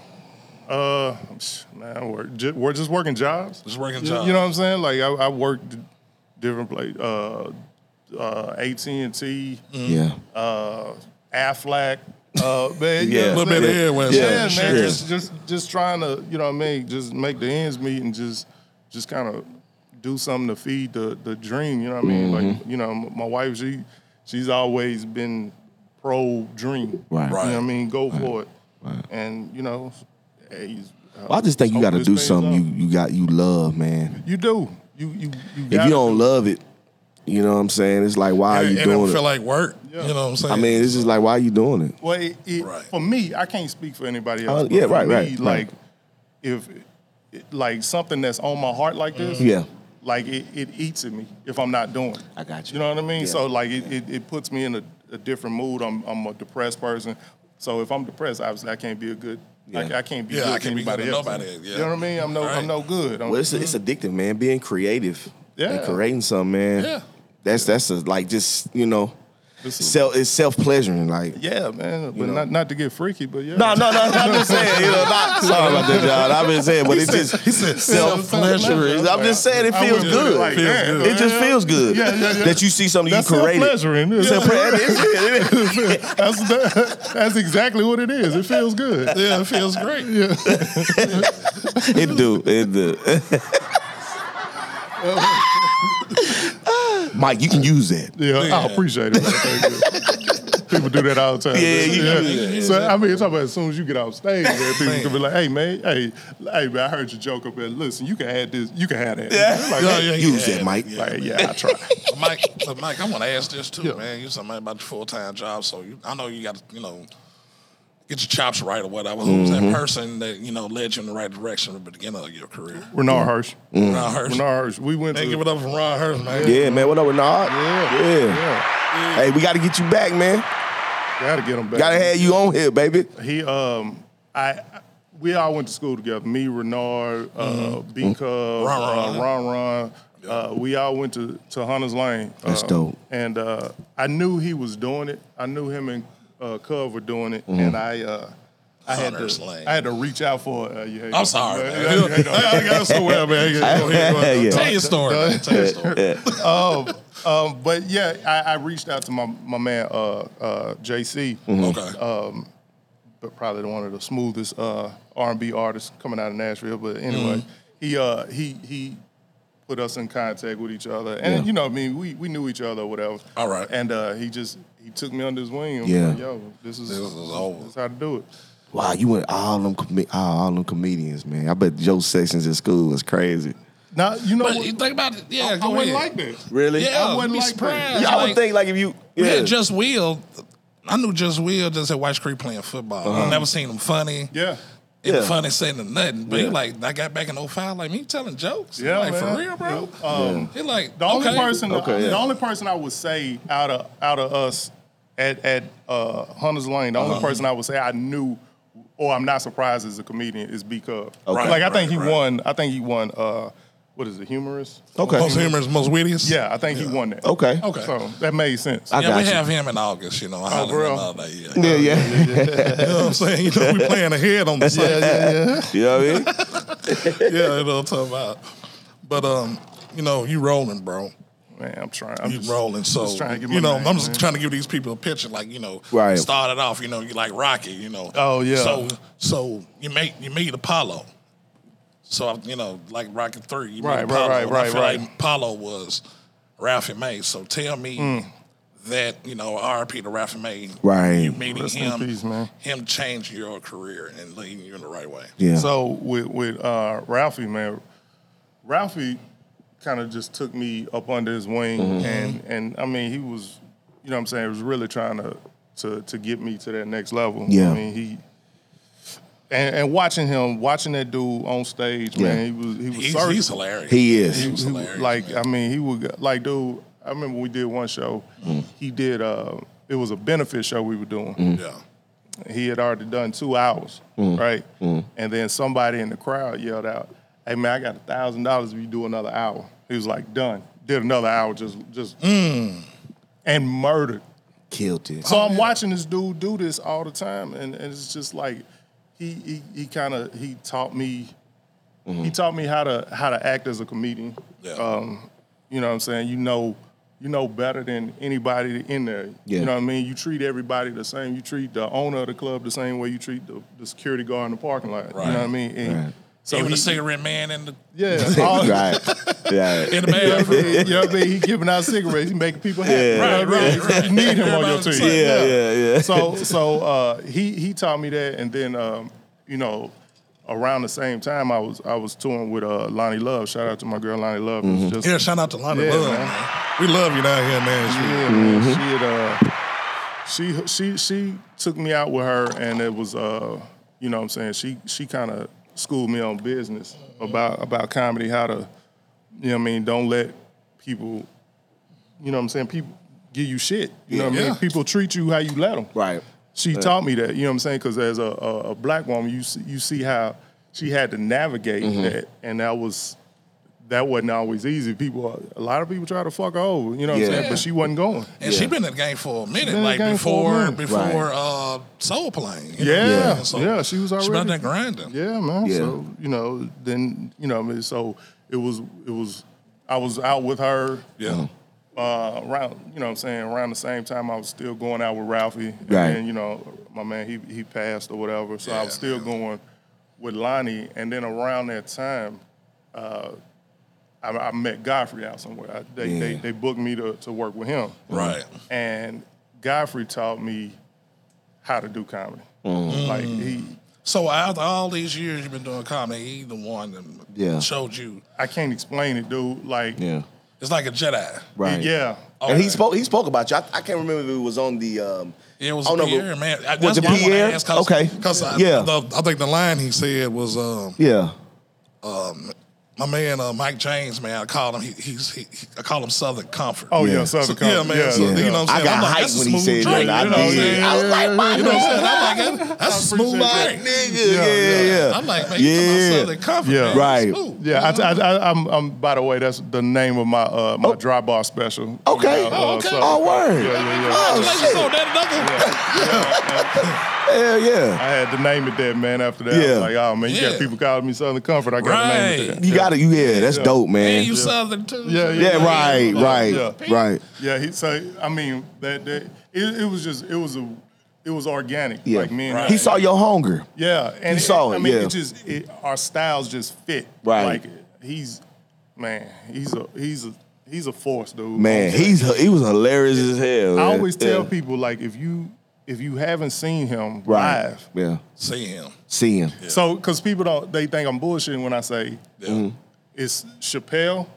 Speaker 3: uh, man, we're just, we're just working jobs.
Speaker 1: Just working
Speaker 3: You-
Speaker 1: jobs.
Speaker 3: You know what I'm saying? Like I, I worked different place. Uh, uh, AT and T,
Speaker 1: Mm-hmm.
Speaker 2: Yeah.
Speaker 3: uh, Aflac. Uh, man,
Speaker 2: Yeah.
Speaker 3: you know
Speaker 1: A little bit
Speaker 3: what I'm saying?
Speaker 1: of everywhere.
Speaker 2: Yeah,
Speaker 3: Yeah,
Speaker 2: sure.
Speaker 3: man,
Speaker 2: Yeah.
Speaker 3: just just just trying to, you know what I mean, just make the ends meet and just just kind of do something to feed the the dream, you know what I mean?
Speaker 2: Mm-hmm.
Speaker 3: Like, you know, m- my wife she she's always been pro dream.
Speaker 2: Right.
Speaker 1: Right.
Speaker 3: You know what I mean? Go for it. And, you know, hey,
Speaker 2: I just think you
Speaker 3: hope
Speaker 2: got to
Speaker 3: this
Speaker 2: do
Speaker 3: pays
Speaker 2: something
Speaker 3: off.
Speaker 2: you, you got you love, man.
Speaker 3: You do. You you you
Speaker 2: If
Speaker 3: gotta
Speaker 2: you don't love it, you know what I'm saying? It's like why are
Speaker 1: and,
Speaker 2: you
Speaker 1: and it
Speaker 2: doing
Speaker 1: feel
Speaker 2: it?
Speaker 1: like work. You know what I'm saying?
Speaker 2: I mean, it's just like why are you doing it?
Speaker 3: Well, it, it,
Speaker 1: Right.
Speaker 3: for me, I can't speak for anybody else.
Speaker 2: Uh,
Speaker 3: but
Speaker 2: yeah,
Speaker 3: for
Speaker 2: right,
Speaker 3: me,
Speaker 2: right, right.
Speaker 3: Like, if it, like something that's on my heart like this,
Speaker 2: Mm-hmm. Yeah.
Speaker 3: like it, it eats at me if I'm not doing. it.
Speaker 2: I got you.
Speaker 3: You know what I mean?
Speaker 2: Yeah.
Speaker 3: So like it, it, it puts me in a, a different mood. I'm I'm a depressed person. So if I'm depressed, obviously I can't be a good. Like
Speaker 2: Yeah.
Speaker 3: I can't be
Speaker 1: Yeah,
Speaker 3: good
Speaker 1: I
Speaker 3: to
Speaker 1: can't be good
Speaker 3: anybody
Speaker 1: to
Speaker 3: else.
Speaker 1: nobody, yeah.
Speaker 3: You know what I mean? I'm no
Speaker 1: Right.
Speaker 3: I'm no good. I'm-
Speaker 2: Well, it's, it's addictive, man. Being creative and
Speaker 3: Yeah.
Speaker 2: creating something, man.
Speaker 1: Yeah.
Speaker 2: That's that's a, like just you know,
Speaker 3: This is-
Speaker 2: self it's self pleasuring. Like
Speaker 3: yeah, man. But not not to get freaky, but yeah.
Speaker 2: no, no, no. I'm just saying. You know, not, sorry about that, John. I've been saying, but it's just
Speaker 1: he said
Speaker 2: self pleasuring. I'm just saying it
Speaker 3: I
Speaker 2: feels
Speaker 3: wouldn't put it
Speaker 2: good.
Speaker 3: like
Speaker 2: It,
Speaker 3: that.
Speaker 1: Feels
Speaker 2: just feels good
Speaker 3: Yeah, yeah, yeah.
Speaker 2: that you see something
Speaker 3: That's
Speaker 2: you created.
Speaker 3: self-pleasuring. Yeah.
Speaker 2: Self- it is.
Speaker 3: That's that, that's exactly what it is. It feels good.
Speaker 1: yeah, it feels great.
Speaker 2: It do. It do. Mike, you can use that.
Speaker 3: Yeah, I appreciate it. man. Thank you. people do that all the time.
Speaker 2: Yeah, you do that.
Speaker 3: So I mean, talk about as soon as you get off stage, man, people can be like, "Hey, man, hey, hey, man, I heard your joke up there. Listen, you can add this, you can add that."
Speaker 2: Yeah.
Speaker 3: like,
Speaker 1: Yeah,
Speaker 3: hey,
Speaker 1: yeah,
Speaker 2: Use
Speaker 1: yeah.
Speaker 2: that, Mike.
Speaker 3: like, yeah, I try.
Speaker 1: But Mike, but Mike, I want to ask this too,
Speaker 3: Yeah.
Speaker 1: man. You something about your full time job, so you, I know you got to, you know, get your chops right or whatever. Who was that person that you know led you in the right direction at the beginning of your career?
Speaker 3: Renard Hirsch.
Speaker 1: Ron Hurst.
Speaker 3: Renard Hirsch. We went
Speaker 1: Man,
Speaker 3: to
Speaker 1: give it up for Ron Hurst, man.
Speaker 2: Yeah, man. What up, Renard?
Speaker 3: Yeah.
Speaker 2: yeah.
Speaker 3: yeah.
Speaker 2: Hey, we got to get you back, man.
Speaker 3: Gotta get him back.
Speaker 2: Got to have you on here, baby.
Speaker 3: He um I we all went to school together. Me, Renard, uh,
Speaker 2: Mm-hmm.
Speaker 3: B
Speaker 1: Ron
Speaker 3: Cub,
Speaker 1: Ron.
Speaker 3: uh, Ron Ron. Uh, we all went to, to Hunter's Lane.
Speaker 2: That's
Speaker 3: uh,
Speaker 2: dope.
Speaker 3: And uh, I knew he was doing it. I knew him and uh, Cub were doing it.
Speaker 2: Mm-hmm.
Speaker 3: And I uh, I had
Speaker 1: Hunter's
Speaker 3: to
Speaker 1: Lane.
Speaker 3: I had to reach out for. Uh, you hate
Speaker 1: I'm
Speaker 3: on-
Speaker 1: sorry, man.
Speaker 3: you hate on- I got somewhere, man. You hate on- you hate on-
Speaker 2: Yeah.
Speaker 1: Tell your story. man. Tell your story.
Speaker 3: um, um, but yeah, I, I reached out to my my man uh, uh, JC,
Speaker 2: Mm-hmm.
Speaker 1: Okay.
Speaker 3: but probably one of the smoothest uh, R&B artists coming out of Nashville. But anyway,
Speaker 1: Mm-hmm.
Speaker 3: he uh, he he put us in contact with each other, and
Speaker 2: Yeah.
Speaker 3: you know, I mean, we, we knew each other or whatever.
Speaker 1: All right.
Speaker 3: and uh, he just he took me under his wing. and was
Speaker 2: Yeah.
Speaker 3: like, yo, this is
Speaker 1: This is over.
Speaker 3: This is how to do it.
Speaker 2: Wow, you went all them com- all them comedians, man. I bet Joe Sessions in school was crazy.
Speaker 3: Now you know
Speaker 1: but
Speaker 3: what?
Speaker 1: you think about it. Yeah,
Speaker 3: I,
Speaker 1: go
Speaker 3: I wouldn't
Speaker 1: ahead.
Speaker 3: like that.
Speaker 2: Really?
Speaker 1: Yeah,
Speaker 3: I wouldn't
Speaker 1: be
Speaker 3: like that.
Speaker 1: surprised.
Speaker 2: Yeah, I would
Speaker 1: Like,
Speaker 2: think like if you yeah,
Speaker 1: Yeah, Just Will. I knew Just Will just at White Creek playing football. I never seen him funny.
Speaker 3: Yeah.
Speaker 1: Ain't
Speaker 2: Uh-huh. Yeah.
Speaker 1: funny saying nothing. But
Speaker 2: Yeah.
Speaker 1: he like, I got back in 05, like me telling jokes.
Speaker 3: Yeah,
Speaker 1: like
Speaker 3: man.
Speaker 1: for real, bro.
Speaker 3: Yeah. Um,
Speaker 1: He like
Speaker 3: The only
Speaker 1: okay.
Speaker 3: person,
Speaker 2: Okay, yeah.
Speaker 3: the only person I would say out of out of us at at uh, Hunter's Lane, the only person I would say I knew or I'm not surprised as a comedian is B Cub.
Speaker 2: Okay.
Speaker 3: Like I think he
Speaker 1: Right, right.
Speaker 3: won. I think he won. Uh, what is it? Humorous.
Speaker 2: Okay.
Speaker 1: Most humorous, most wittiest.
Speaker 3: Yeah, I think he won that.
Speaker 2: Okay.
Speaker 1: Oh, Okay.
Speaker 3: So that made sense.
Speaker 2: I-
Speaker 1: yeah,
Speaker 2: got
Speaker 1: we
Speaker 2: you.
Speaker 1: have him in August, you know. I hollered
Speaker 3: bro.
Speaker 1: him out that year.
Speaker 2: Yeah, yeah.
Speaker 1: You know what I'm saying? You know, we playing ahead on the side. Yeah,
Speaker 2: you know what I mean?
Speaker 1: yeah, you know what I'm talking about. But um, you know, you rolling, bro.
Speaker 3: man, I'm trying. I'm
Speaker 1: you
Speaker 3: just
Speaker 1: rolling. So
Speaker 3: just trying to get my
Speaker 1: you know,
Speaker 3: name,
Speaker 1: I'm just
Speaker 3: man.
Speaker 1: trying to give these people a picture. Like you know,
Speaker 2: Right.
Speaker 1: started off, you know, you like Rocky, you know.
Speaker 3: Oh, yeah.
Speaker 1: So so you made you made Apollo. So you know, like Rocky Three, you
Speaker 3: Right,
Speaker 1: made
Speaker 3: right,
Speaker 1: Apollo.
Speaker 3: right,
Speaker 1: And I
Speaker 3: right,
Speaker 1: feel
Speaker 3: right.
Speaker 1: Like Apollo was Ralphie May. So tell me
Speaker 3: Hmm.
Speaker 1: that you know, R.P. to Ralphie May.
Speaker 2: Right.
Speaker 1: You meeting
Speaker 3: Rest in
Speaker 1: him,
Speaker 3: peace, man.
Speaker 1: him change your career and leading you in the right way.
Speaker 2: Yeah.
Speaker 3: So with with uh, Ralphie, man, Ralphie kind of just took me up under his wing,
Speaker 2: Mm-hmm.
Speaker 3: and and I mean he was, you know, what I'm saying, he was really trying to to to get me to that next level.
Speaker 2: Yeah.
Speaker 3: I mean he. And, and watching him, watching that dude on stage,
Speaker 2: Yeah.
Speaker 3: man, he was he was
Speaker 1: He's,
Speaker 3: surging.
Speaker 1: he's hilarious.
Speaker 2: He is.
Speaker 1: He was
Speaker 3: He-
Speaker 1: hilarious.
Speaker 3: like I mean, he would go- like dude. I remember we did one show.
Speaker 2: Mm.
Speaker 3: He did. Uh, it was a benefit show we were doing.
Speaker 1: yeah.
Speaker 3: He had already done two hours, right? And then somebody in the crowd yelled out, "Hey man, I got a thousand dollars if you do another hour." He was like, "Done." Did another hour, just just and murdered.
Speaker 2: Killed it.
Speaker 3: So I'm watching this dude do this all the time, and, and it's just like he he, he kind of he taught me he taught me how to how to act as a comedian.
Speaker 1: Yeah.
Speaker 3: Um, you know what I'm saying? You know you know better than anybody in there.
Speaker 2: Yeah.
Speaker 3: You know what I mean? You treat everybody the same. You treat the owner of the club the same way you treat the, the security guard in the parking lot. You
Speaker 1: Right.
Speaker 3: know what I mean? And
Speaker 2: Right.
Speaker 3: So
Speaker 1: Even
Speaker 3: he-
Speaker 1: the cigarette man in the
Speaker 3: yeah, all-
Speaker 2: right. Yeah.
Speaker 1: in the bathroom.
Speaker 3: you know what I mean? He giving out cigaretes, he making people happy.
Speaker 2: Yeah.
Speaker 3: You know what I mean?
Speaker 1: Right, right, right.
Speaker 3: You need him on your
Speaker 1: Everybody was
Speaker 3: team.
Speaker 1: like,
Speaker 2: Yeah, yeah, yeah.
Speaker 3: So so uh, he he taught me that, and then um, you know around the same time I was I was touring with uh, Lonnie Love. Shout out to my girl Lonnie Love.
Speaker 2: Mm-hmm.
Speaker 3: It was just-
Speaker 1: Yeah, shout out to Lonnie
Speaker 3: Yeah,
Speaker 1: Love.
Speaker 3: man.
Speaker 1: man. We love you down here, man.
Speaker 3: yeah, man. She had uh, she she she took me out with her, and it was uh, you know what I'm saying she she kind of schooled me on business about about comedy, how to you know what I mean. Don't let people, you know what I'm saying. People give you shit. You know what I
Speaker 1: Yeah.
Speaker 3: mean. People treat you how you let them.
Speaker 2: Right.
Speaker 3: She taught me that, you know what I'm saying? Because as a, a, a black woman, you see, you see how she had to navigate
Speaker 2: Mm-hmm.
Speaker 3: that, and that was that wasn't always easy. People, a lot of people try to fuck her over, you know what
Speaker 2: Yeah.
Speaker 3: I'm saying? But she wasn't going.
Speaker 1: And she been in the game for a minute,
Speaker 3: in the
Speaker 1: like
Speaker 3: game for
Speaker 1: before
Speaker 3: a minute.
Speaker 1: before
Speaker 2: Right.
Speaker 1: uh, Soul Plane. you know?
Speaker 3: Yeah, yeah,
Speaker 1: So
Speaker 3: she was
Speaker 1: She been
Speaker 3: already.
Speaker 1: out there grinding.
Speaker 3: yeah, man.
Speaker 2: Yeah.
Speaker 3: So you know, then you know, I mean, so it was it was I was out with her.
Speaker 1: Yeah.
Speaker 3: uh, around you know what I'm saying around the same time I was still going out with Ralphie and
Speaker 2: Right.
Speaker 3: then, you know my man he he passed or whatever so I was
Speaker 1: Yeah,
Speaker 3: still going with Lonnie and then around that time uh, I, I met Godfrey out somewhere I, they, they
Speaker 2: Yeah.
Speaker 3: they booked me to, to work with him
Speaker 1: Right.
Speaker 3: and Godfrey taught me how to do comedy
Speaker 2: Mm.
Speaker 3: like he
Speaker 1: So after all these years you've been doing comedy, he the one that
Speaker 2: Yeah.
Speaker 1: showed you.
Speaker 3: I can't explain it dude like
Speaker 2: Yeah.
Speaker 1: It's like a Jedi.
Speaker 2: Right.
Speaker 3: yeah
Speaker 2: And he
Speaker 1: Okay.
Speaker 2: spoke. He spoke about you. I, I can't remember if it was on the. Um,
Speaker 1: It was
Speaker 2: I
Speaker 3: Oh,
Speaker 2: don't know,
Speaker 1: Pierre,
Speaker 2: but-
Speaker 1: man. I,
Speaker 2: Was
Speaker 1: that's
Speaker 2: it
Speaker 1: why I wanna
Speaker 2: Pierre?
Speaker 1: ask, 'cause-
Speaker 2: Okay.
Speaker 1: 'cause I,
Speaker 2: Yeah.
Speaker 1: the- I think the line he said was, um,
Speaker 2: Yeah.
Speaker 1: my man uh, Mike James, man. I call him. He, he's he, I call him Southern Comfort.
Speaker 3: oh yeah,
Speaker 2: Yeah.
Speaker 3: Southern
Speaker 1: So,
Speaker 3: Comfort.
Speaker 1: yeah, man. So,
Speaker 2: Yeah.
Speaker 1: You know what I'm
Speaker 2: I
Speaker 1: saying?
Speaker 2: got
Speaker 1: I'm like,
Speaker 2: hyped
Speaker 1: that's a
Speaker 2: when he
Speaker 1: smooth
Speaker 2: said that.
Speaker 1: drink,
Speaker 2: I
Speaker 1: you know what I'm
Speaker 2: did.
Speaker 1: saying?
Speaker 2: I was like, my
Speaker 1: You know what I'm saying? I'm like, that- that's a
Speaker 3: I appreciate
Speaker 1: smooth
Speaker 3: that.
Speaker 1: drink.
Speaker 2: nigga.
Speaker 3: Yeah,
Speaker 2: Yeah. Yeah.
Speaker 1: I'm like, man,
Speaker 2: Yeah.
Speaker 1: you talking about Southern Comfort.
Speaker 3: Yeah.
Speaker 1: man.
Speaker 2: Right.
Speaker 1: It's smooth.
Speaker 3: Yeah, I, I, I, I'm, I'm. By the way, that's the name of my uh, my dry bar special.
Speaker 2: Oh. Okay.
Speaker 3: You know,
Speaker 1: Oh, okay.
Speaker 3: so-
Speaker 2: Oh, word.
Speaker 3: Yeah, yeah, yeah.
Speaker 2: Oh
Speaker 1: Congratulations
Speaker 2: shit.
Speaker 1: on that,
Speaker 2: Hell yeah.
Speaker 3: I had to name it that, man. After that, I
Speaker 2: Yeah.
Speaker 3: was like, oh man, you
Speaker 1: Yeah.
Speaker 3: got people calling me Southern Comfort. I got to name it
Speaker 1: Right.
Speaker 3: that.
Speaker 2: You got it. You yeah. That's dope,
Speaker 1: nigga. And
Speaker 2: man.
Speaker 1: you Southern too.
Speaker 3: Yeah, yeah,
Speaker 2: Yeah. Right.
Speaker 3: Yeah.
Speaker 2: Right. Right.
Speaker 3: Yeah, he so I mean that, that it, it was just it was a it was organic.
Speaker 2: Yeah.
Speaker 3: Like me and
Speaker 2: He saw your hunger.
Speaker 3: Yeah, and
Speaker 2: He saw it,
Speaker 3: I mean,
Speaker 2: yeah.
Speaker 3: it just it, our styles just fit.
Speaker 2: Right.
Speaker 3: Like he's man, he's a he's a he's a force, dude.
Speaker 2: Man, he's he was hilarious as hell.
Speaker 3: I
Speaker 2: man.
Speaker 3: always tell
Speaker 2: Yeah.
Speaker 3: people like if you if you haven't seen him
Speaker 2: Right.
Speaker 3: live,
Speaker 2: Yeah.
Speaker 1: See him.
Speaker 2: See him.
Speaker 3: so because people don't they think I'm bullshitting when I say
Speaker 1: Yeah.
Speaker 2: Mm.
Speaker 3: it's Chappelle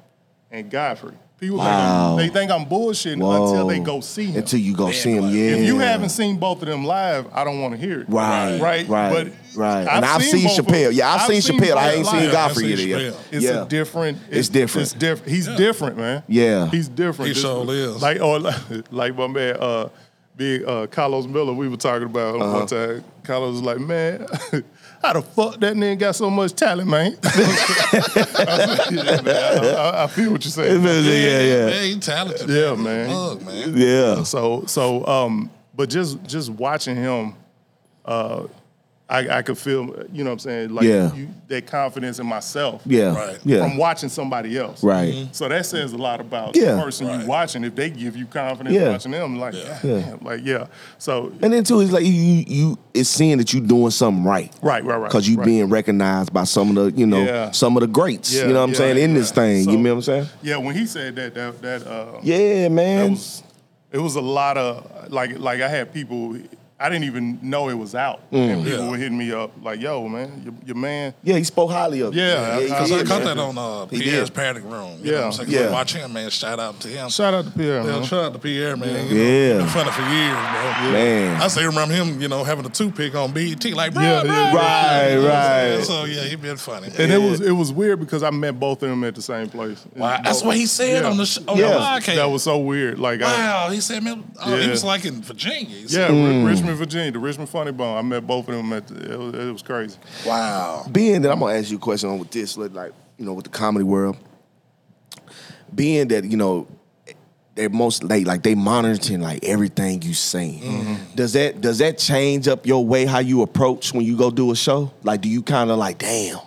Speaker 3: and Godfrey. People
Speaker 2: Wow.
Speaker 3: think I'm, they think I'm bullshitting until they go see him.
Speaker 2: Until you go
Speaker 1: Man,
Speaker 2: see him.
Speaker 1: like,
Speaker 2: yeah.
Speaker 3: if you haven't seen both of them live, I don't want to hear it.
Speaker 2: Right,
Speaker 3: right,
Speaker 2: right,
Speaker 3: But
Speaker 2: right. And I've seen
Speaker 3: both of
Speaker 2: Chappelle.
Speaker 3: them.
Speaker 2: Yeah, I've seen Chappelle. I
Speaker 3: both
Speaker 2: ain't seen
Speaker 3: live.
Speaker 1: Yeah, I've
Speaker 2: Godfrey
Speaker 1: seen
Speaker 2: yet.
Speaker 1: Chappelle.
Speaker 3: It's
Speaker 2: yeah.
Speaker 3: a different. It's,
Speaker 2: different.
Speaker 3: It's different. He's different, man.
Speaker 2: Yeah.
Speaker 3: he's different.
Speaker 1: He
Speaker 3: This-
Speaker 1: sure is.
Speaker 3: Like or like, like my man, uh, big uh, Carlos Miller. We were talking about him
Speaker 2: Uh-huh.
Speaker 3: one time. Carlos was like, man. How the fuck that nigga got so much talent, man? I, said, "Yeah, man, I- I- I feel what you're saying.
Speaker 2: Yeah. Yeah.
Speaker 1: Yeah, he talented.
Speaker 3: Yeah,
Speaker 1: man.
Speaker 3: man.
Speaker 1: Look, man.
Speaker 2: Yeah.
Speaker 3: So so um, but just just watching him, uh, I, I could feel, you know what I'm saying? Like
Speaker 2: Yeah.
Speaker 3: you, that confidence in myself.
Speaker 2: Yeah.
Speaker 1: Right.
Speaker 2: Yeah.
Speaker 3: From watching somebody else.
Speaker 2: Right.
Speaker 3: So that says a lot about
Speaker 2: Yeah.
Speaker 3: the person
Speaker 1: Right.
Speaker 3: you watching. If they give you confidence
Speaker 2: Yeah.
Speaker 3: watching them, like, yeah.
Speaker 2: Yeah.
Speaker 3: like, yeah. So,
Speaker 2: And then too, it's like you you you- it's seeing that you doing something right.
Speaker 3: right, right, right.
Speaker 2: Cause you
Speaker 3: right.
Speaker 2: being recognized by some of the, you know,
Speaker 3: Yeah.
Speaker 2: some of the greats.
Speaker 3: Yeah,
Speaker 2: you know what I'm
Speaker 3: yeah,
Speaker 2: saying in this
Speaker 3: yeah.
Speaker 2: thing.
Speaker 3: So-
Speaker 2: you know what I'm saying?
Speaker 3: Yeah, when he said that, that, that, uh,
Speaker 2: Yeah,
Speaker 3: It
Speaker 2: man.
Speaker 3: was it was a lot of like like I had people I didn't even know it was out,
Speaker 2: Mm.
Speaker 3: and people
Speaker 1: Yeah.
Speaker 3: were hitting me up like, "Yo, man, your, your man."
Speaker 2: yeah, he spoke highly of. you.
Speaker 3: Yeah,
Speaker 2: he
Speaker 3: I-
Speaker 1: Because
Speaker 2: did,
Speaker 1: I caught
Speaker 2: man.
Speaker 1: that on uh,
Speaker 2: He
Speaker 1: Pierre's
Speaker 2: did.
Speaker 1: panic room. You
Speaker 3: Yeah.
Speaker 1: know what I'm saying?
Speaker 2: Yeah.
Speaker 1: Watch him, man. Shout out to him.
Speaker 3: Shout out to Pierre,
Speaker 1: Yeah,
Speaker 3: man.
Speaker 1: shout out to Pierre, man. You
Speaker 2: Yeah.
Speaker 1: know, been a friend for years, bro.
Speaker 2: Man.
Speaker 1: I still remember him, you know, having a toothpick on BET, like, bro,
Speaker 3: Yeah,
Speaker 1: bro,
Speaker 3: yeah.
Speaker 2: Right,
Speaker 1: You know what I'm saying?
Speaker 2: right.
Speaker 1: So yeah, he been funny.
Speaker 3: and it was it was weird because I met both of them at the same place.
Speaker 1: Wow, that's what he said
Speaker 3: Yeah.
Speaker 1: on the sh- on
Speaker 2: Yeah.
Speaker 1: the podcast.
Speaker 3: That was so weird. Like, I,
Speaker 1: wow, he said, man, oh, he
Speaker 3: Yeah.
Speaker 1: was like in Virginia. He
Speaker 3: yeah,
Speaker 1: said,
Speaker 3: Ri- Richmond, Virginia, the Richmond Funny Bone. I met both of them at the, it, was, it was crazy.
Speaker 1: wow,
Speaker 2: being that I'm gonna ask you a question on with this, like, like you know, with the comedy world, being that you know they're most like like they monitoring like everything you saying.
Speaker 1: Mm-hmm.
Speaker 2: Does that does that change up your way how you approach when you go do a show? Like, do you kind of like, damn,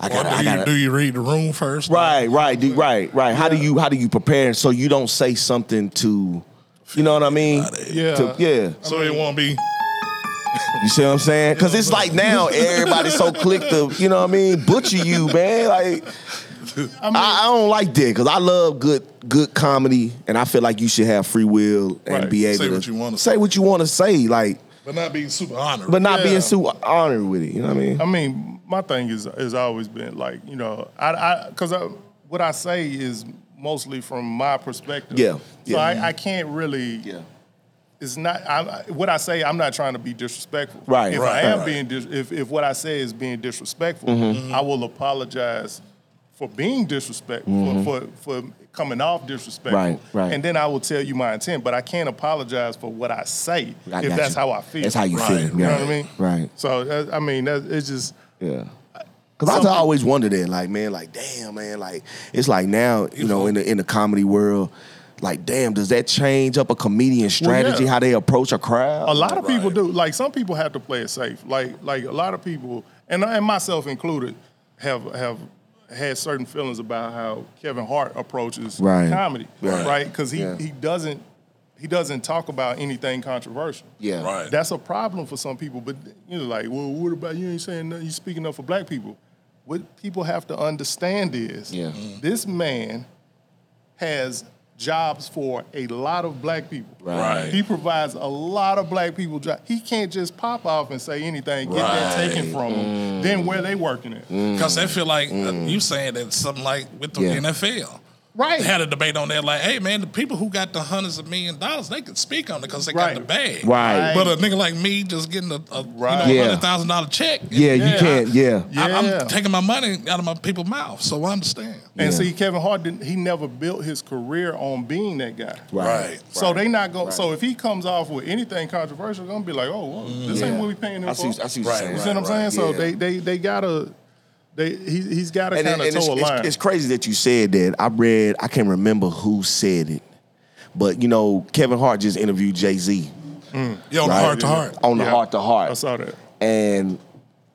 Speaker 2: I
Speaker 1: Or
Speaker 2: gotta, I
Speaker 1: do, you,
Speaker 2: gotta.
Speaker 1: do you read the room first?
Speaker 2: Right, right, do, right, right. How do you how do you prepare so you don't say something to, you know what I mean?
Speaker 3: Yeah.
Speaker 2: To- yeah.
Speaker 1: So it won't be.
Speaker 2: You see what I'm saying? Because it's like now everybody's so click to, you know what I mean, butcher you, man. Like, I, I don't like that because I love good good comedy, and I feel like you should have free will and
Speaker 3: Right.
Speaker 2: be able
Speaker 1: Say
Speaker 2: to
Speaker 1: what you wanna
Speaker 2: say
Speaker 1: say.
Speaker 2: what you want to say, like,
Speaker 1: But not being super honored.
Speaker 2: but not
Speaker 3: Yeah.
Speaker 2: being too honored with it. You know what I mean?
Speaker 3: I mean, my thing is has always been like you know, I I because I, what I say is mostly from my perspective.
Speaker 2: Yeah,
Speaker 3: So
Speaker 2: yeah.
Speaker 3: I, I can't really. It's not I, I- what I say. I'm not trying to be disrespectful.
Speaker 2: Right,
Speaker 3: If I
Speaker 2: right, Mm-hmm.
Speaker 3: am
Speaker 2: right.
Speaker 3: being dis- if if what I say is being disrespectful, I will apologize for being disrespectful for, for for coming off disrespectful.
Speaker 2: Mm-hmm. Right, right.
Speaker 3: And then I will tell you my intent, but I can't apologize for what I say
Speaker 2: I
Speaker 3: if
Speaker 2: got
Speaker 3: that's
Speaker 2: you.
Speaker 3: how I feel.
Speaker 2: That's how you
Speaker 1: Right,
Speaker 2: feel.
Speaker 1: you
Speaker 2: right,
Speaker 3: You know what I mean?
Speaker 2: Right.
Speaker 3: So that, I mean, that, it's just.
Speaker 2: Yeah. Cause I just always wonder that, like, man, like, damn, man, like, it's like now, you know, in the in the comedy world, like, damn, does that change up a comedian's
Speaker 3: Well, yeah.
Speaker 2: strategy, how they approach a crowd?
Speaker 3: A lot of people
Speaker 1: Right.
Speaker 3: do. Like some people have to play it safe. Like like a lot of people, and and myself included, have have had certain feelings about how Kevin Hart approaches
Speaker 2: Right.
Speaker 3: comedy,
Speaker 2: Right.
Speaker 3: right? Because he
Speaker 2: Yeah.
Speaker 3: he doesn't he doesn't talk about anything controversial.
Speaker 2: Yeah.
Speaker 1: Right.
Speaker 3: That's a problem for some people. But you know, like, well, what about you? Ain't saying nothing. You speaking up for black people. What people have to understand is,
Speaker 2: Yeah.
Speaker 1: Mm-hmm.
Speaker 2: Mhm.
Speaker 3: this man has jobs for a lot of black people.
Speaker 2: Right.
Speaker 3: He provides a lot of black people jobs. He can't just pop off and say anything, get that
Speaker 1: Right.
Speaker 3: taken from him.
Speaker 2: Mm.
Speaker 3: Then where they working at?
Speaker 1: Because they feel like uh, you saying that something like with the
Speaker 2: Yeah.
Speaker 1: NFL.
Speaker 3: Right.
Speaker 1: They had a debate on that, like, hey, man, the people who got the hundreds of million dollars, they could speak on it because they
Speaker 3: Right.
Speaker 1: got the bag.
Speaker 2: Right.
Speaker 1: But a nigga like me just getting a, a
Speaker 3: Right.
Speaker 1: you
Speaker 2: Yeah.
Speaker 1: know, $100,000 check.
Speaker 2: Yeah, you
Speaker 3: Yeah.
Speaker 2: can't, yeah.
Speaker 1: I,
Speaker 3: Yeah.
Speaker 1: I'm taking my money out of my people's mouth, so I understand.
Speaker 3: And
Speaker 2: Yeah.
Speaker 3: see, Kevin Hart didn't. He never built his career on being that guy.
Speaker 1: Right.
Speaker 3: So they not going. to So if he comes off with anything controversial, they're gonna be like, "Oh, whoa, this ain't what we paying him
Speaker 2: Mm-hmm. I
Speaker 3: for."
Speaker 2: see, I see what
Speaker 1: Right,
Speaker 2: you're saying.
Speaker 3: you see what I'm
Speaker 2: right,
Speaker 3: saying? So
Speaker 2: yeah.
Speaker 3: they they they gotta. They he he's gotta
Speaker 2: And, it-
Speaker 3: kind of
Speaker 2: and it's,
Speaker 3: toe a
Speaker 2: it's-
Speaker 3: line.
Speaker 2: it's crazy that you said that. I read, I can't remember who said it, but you know, Kevin Hart just interviewed Jay Z
Speaker 1: Yo,
Speaker 2: Right.
Speaker 1: heart to heart.
Speaker 2: on the
Speaker 3: Yeah.
Speaker 2: Heart to Heart.
Speaker 3: I saw that.
Speaker 2: and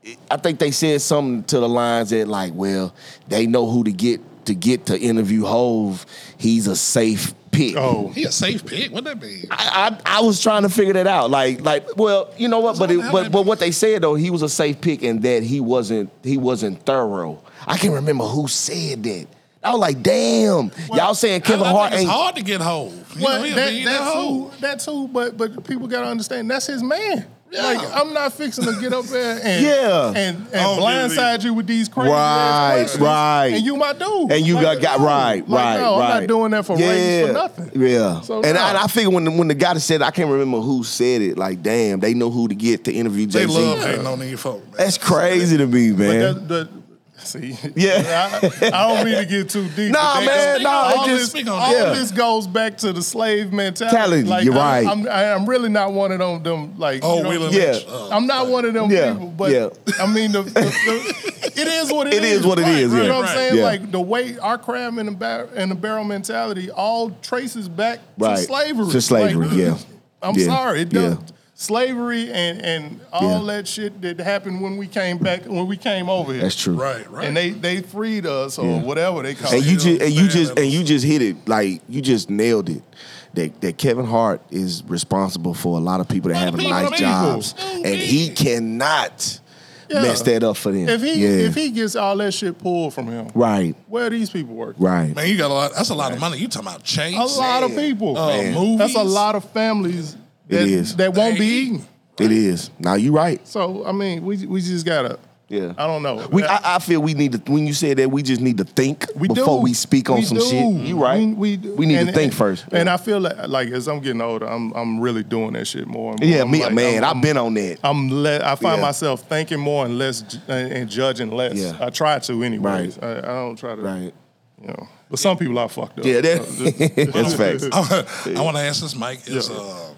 Speaker 2: it- I think they said something to the lines that like, well, they know who to get to get to interview Hove. He's a safe pick.
Speaker 3: Oh,
Speaker 1: He a safe pick. What that mean?
Speaker 2: I, I I was trying to figure that out. Like like well, you know what? But it, but but what they said though, he was a safe pick and that he wasn't he wasn't thorough. I can't remember who said that. I was like, damn, y'all saying Kevin
Speaker 1: I, I
Speaker 2: Hart
Speaker 1: think
Speaker 2: ain't
Speaker 1: it's hard to get hold. You
Speaker 3: Well,
Speaker 1: know, he'll
Speaker 3: that,
Speaker 1: be that
Speaker 3: that too,
Speaker 1: hole.
Speaker 3: that too, but but people gotta understand that's his man. Like I'm not fixing to get up there and
Speaker 2: Yeah.
Speaker 3: and, and
Speaker 1: don't
Speaker 3: blindside
Speaker 1: believe
Speaker 3: you with these crazy
Speaker 2: Right,
Speaker 3: ass questions,
Speaker 2: right.
Speaker 3: and you my dude,
Speaker 2: And you got got
Speaker 3: no.
Speaker 2: right,
Speaker 3: Like,
Speaker 2: right,
Speaker 3: no,
Speaker 2: right.
Speaker 3: I'm not doing that for ratings for nothing.
Speaker 2: Yeah,
Speaker 3: So,
Speaker 2: and, I,
Speaker 3: nah.
Speaker 2: and I figure when the, when the guy said, I can't remember who said it. Like, damn, they know who to get to interview
Speaker 1: They
Speaker 2: Jay
Speaker 1: love
Speaker 2: Z.
Speaker 1: hating on these folk, man.
Speaker 2: That's crazy to me,
Speaker 3: But
Speaker 2: man.
Speaker 3: that, the, see,
Speaker 2: Yeah.
Speaker 3: I, I don't mean to get too deep.
Speaker 2: Nah,
Speaker 3: but that
Speaker 2: man,
Speaker 3: goes-
Speaker 2: nah,
Speaker 3: all
Speaker 2: it
Speaker 3: this,
Speaker 2: just-
Speaker 3: all
Speaker 2: yeah.
Speaker 3: this goes back to the slave mentality.
Speaker 2: Mentality, you're
Speaker 3: I'm,
Speaker 2: right.
Speaker 3: I'm, I- I'm really not one of them. Them like,
Speaker 1: Oh,
Speaker 3: you know,
Speaker 1: Wheeler
Speaker 2: Yeah.
Speaker 1: Lynch. Uh,
Speaker 3: I'm not one of them
Speaker 2: Yeah,
Speaker 3: people, but
Speaker 2: yeah.
Speaker 3: I mean, the, the, the, it is what it is.
Speaker 2: It is what it
Speaker 3: it
Speaker 2: is,
Speaker 3: is. You
Speaker 2: yeah.
Speaker 3: know what I'm
Speaker 1: Right.
Speaker 3: saying?
Speaker 2: Yeah.
Speaker 3: Like the way our crab and the, bar- and the barrel mentality all traces back
Speaker 2: Right.
Speaker 3: to slavery.
Speaker 2: To slavery,
Speaker 3: Like, mm,
Speaker 2: yeah.
Speaker 3: I'm
Speaker 2: Yeah.
Speaker 3: sorry, it does.
Speaker 2: Yeah.
Speaker 3: slavery and, and all that shit that happened when we came back when we came over here.
Speaker 2: That's true.
Speaker 1: Right, right.
Speaker 3: And they, they freed us or
Speaker 2: Yeah.
Speaker 3: whatever they call
Speaker 2: And
Speaker 3: it.
Speaker 2: you just and you
Speaker 1: Man,
Speaker 2: just
Speaker 1: that
Speaker 2: and
Speaker 1: was-
Speaker 2: you just hit it like you just nailed it. That, that Kevin Hart is responsible for a lot of people that have
Speaker 1: people,
Speaker 2: nice
Speaker 1: people.
Speaker 2: jobs, and he cannot mess that up for them.
Speaker 3: if he
Speaker 2: yeah.
Speaker 3: if he gets all that shit pulled from him,
Speaker 2: right,
Speaker 3: where are these people working?
Speaker 2: right,
Speaker 1: Man, you got a lot. That's a lot of money. You talking about chase?
Speaker 3: A lot of
Speaker 2: Man.
Speaker 3: people.
Speaker 1: Uh, Man. movies.
Speaker 3: That's a lot of families that,
Speaker 2: is.
Speaker 3: that won't be
Speaker 1: They-
Speaker 3: eating.
Speaker 2: it is. Now you right.
Speaker 3: So I mean, we we just gotta.
Speaker 2: Yeah.
Speaker 3: I don't know.
Speaker 2: We, I, I feel we need to. When you said that, we just need to think
Speaker 3: We
Speaker 2: before
Speaker 3: do.
Speaker 2: we speak on
Speaker 3: We
Speaker 2: some
Speaker 3: do.
Speaker 2: shit. You right.
Speaker 3: We, we, do.
Speaker 2: We need to think
Speaker 3: and,
Speaker 2: first.
Speaker 3: And I feel like, like as I'm getting older, I'm I'm really doing that shit more. And more.
Speaker 2: yeah,
Speaker 3: I'm
Speaker 2: me,
Speaker 3: like,
Speaker 2: man.
Speaker 3: I'm,
Speaker 2: I've been on that.
Speaker 3: I'm le- I find
Speaker 2: Yeah.
Speaker 3: myself thinking more and less ju- and, and judging less.
Speaker 2: Yeah.
Speaker 3: I try to anyways.
Speaker 2: Right.
Speaker 3: I, I don't try to.
Speaker 2: right.
Speaker 3: You know, but some people are fucked up.
Speaker 2: Yeah, that, that's facts.
Speaker 1: I want to ask this, Mike. Is
Speaker 3: Yeah.
Speaker 1: um,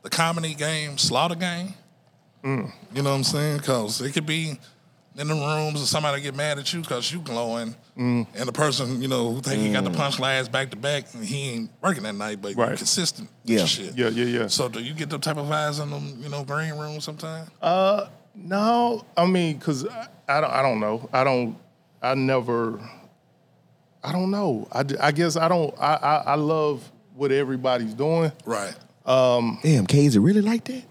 Speaker 1: the comedy game slaughter game?
Speaker 3: Mm.
Speaker 1: You know what I'm saying? Because it could be in the rooms and somebody get mad at you because you glowing,
Speaker 3: Mm.
Speaker 1: and the person you know who think he got the punchlines back to back, and he ain't working that night, but
Speaker 3: Right.
Speaker 1: consistent.
Speaker 2: Yeah.
Speaker 1: shit.
Speaker 3: Yeah, yeah, yeah.
Speaker 1: So do you get them type of vibes in them, you know, green room sometimes?
Speaker 3: Uh, No, I mean, cause I, I don't, I don't know. I don't, I never, I don't know. I, d- I guess I don't. I, I, I love what everybody's doing.
Speaker 1: right.
Speaker 2: Damn, K, is it really like that?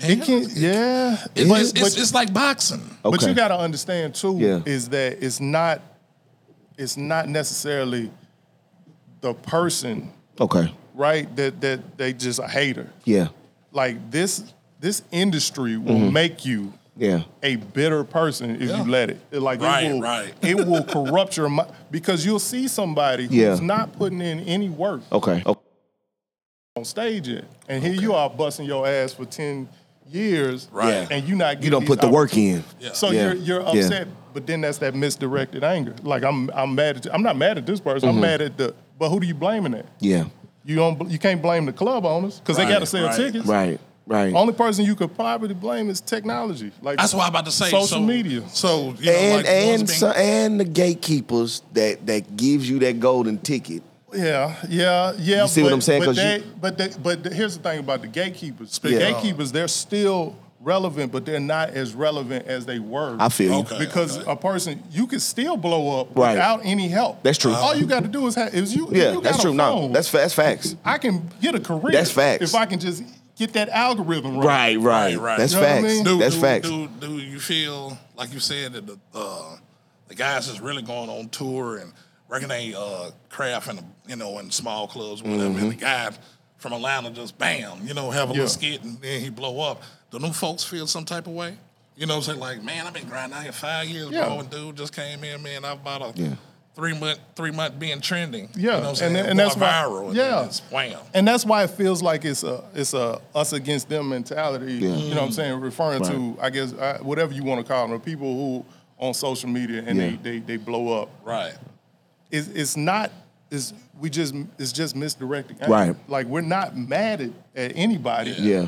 Speaker 1: Man,
Speaker 3: It can, yeah.
Speaker 1: it's,
Speaker 3: but,
Speaker 1: it's,
Speaker 3: but,
Speaker 1: it's, it's like boxing.
Speaker 3: but
Speaker 2: Okay.
Speaker 3: you got to understand too
Speaker 2: Yeah.
Speaker 3: is that it's not, it's not necessarily the person,
Speaker 2: Okay.
Speaker 3: right? That that they just a hater.
Speaker 2: Yeah.
Speaker 3: Like this, this industry will make you
Speaker 2: Yeah.
Speaker 3: a bitter person if
Speaker 1: Yeah.
Speaker 3: you let it. It- Like
Speaker 1: Right,
Speaker 3: it will,
Speaker 1: right.
Speaker 3: it will corrupt your mind because you'll see somebody
Speaker 2: Yeah.
Speaker 3: who's not putting in any work
Speaker 2: Okay. Oh,
Speaker 3: on stage yet, and here you are busting your ass for ten years,
Speaker 1: Right.
Speaker 3: And you not
Speaker 2: you don't
Speaker 3: these
Speaker 2: put the work
Speaker 3: opportunities.
Speaker 2: in.
Speaker 1: Yeah.
Speaker 3: So
Speaker 2: Yeah.
Speaker 3: you're you're
Speaker 2: Yeah.
Speaker 3: upset, but then that's that misdirected anger. Like I'm I'm mad at you. I'm not mad at this person.
Speaker 2: Mm-hmm.
Speaker 3: I'm mad at the. But who do you blaming at?
Speaker 2: Yeah.
Speaker 3: You don't you can't blame the club owners because
Speaker 1: Right,
Speaker 3: they got to sell
Speaker 1: right.
Speaker 3: tickets.
Speaker 2: Right. Right.
Speaker 3: Only person you could probably blame is technology. Like
Speaker 1: That's what I'm about to say.
Speaker 3: Social
Speaker 1: so,
Speaker 3: media.
Speaker 1: So you know,
Speaker 2: and
Speaker 1: like the ones being-
Speaker 2: and so, and the gatekeepers that that gives you that golden ticket.
Speaker 3: Yeah, yeah, yeah.
Speaker 2: You see what
Speaker 3: but-
Speaker 2: I'm saying?
Speaker 3: But
Speaker 2: 'Cause you-
Speaker 3: they, but they, but the- here's the thing about the gatekeepers. The
Speaker 2: Yeah.
Speaker 3: gatekeepers, they're still relevant, but they're not as relevant as they were.
Speaker 2: I feel
Speaker 1: Okay.
Speaker 2: you.
Speaker 3: because
Speaker 1: okay.
Speaker 3: a person you could still blow up
Speaker 2: Right.
Speaker 3: without any help.
Speaker 2: That's true.
Speaker 3: All you got to do is have is you. if
Speaker 2: Yeah,
Speaker 3: you
Speaker 2: that's
Speaker 3: got
Speaker 2: true.
Speaker 3: A
Speaker 2: No,
Speaker 3: phone,
Speaker 2: that's fa- that's facts.
Speaker 3: I can get a career.
Speaker 2: That's facts.
Speaker 3: If I can just get that algorithm
Speaker 2: Right.
Speaker 3: right.
Speaker 2: Right.
Speaker 1: Right, right.
Speaker 2: That's
Speaker 3: You know what I
Speaker 2: facts.
Speaker 3: mean?
Speaker 1: do,
Speaker 2: That's
Speaker 1: do,
Speaker 2: facts.
Speaker 1: Do, do you feel like you said that the uh, the guys is really going on tour and working their uh, craft in the, you know in small clubs or whatever, and the guy from Atlanta just bam, you know, have a
Speaker 3: Mm-hmm. Yeah.
Speaker 1: little skit and then he blow up. Do them folks feel some type of way? You know, what I'm saying like, man, I've been grinding out here five years,
Speaker 3: Yeah.
Speaker 1: bro, and dude just came in, man. I've bought a
Speaker 2: Yeah.
Speaker 1: three month three month being trending.
Speaker 3: Yeah,
Speaker 1: you know what I'm saying?
Speaker 3: and then-
Speaker 1: It
Speaker 3: and
Speaker 1: went
Speaker 3: that's why-
Speaker 1: viral. and then
Speaker 3: yeah.
Speaker 1: it's wham.
Speaker 3: And that's why it feels like it's a it's a us against them mentality.
Speaker 2: Yeah.
Speaker 3: You know what I'm saying? Referring to I guess uh, whatever you want to call them, people who on social media and
Speaker 2: Yeah.
Speaker 3: they, they they blow up.
Speaker 1: Right.
Speaker 3: It's, it's not is we just it's just misdirected. anger.
Speaker 2: Right.
Speaker 3: Like we're not mad at, at anybody.
Speaker 2: Yeah.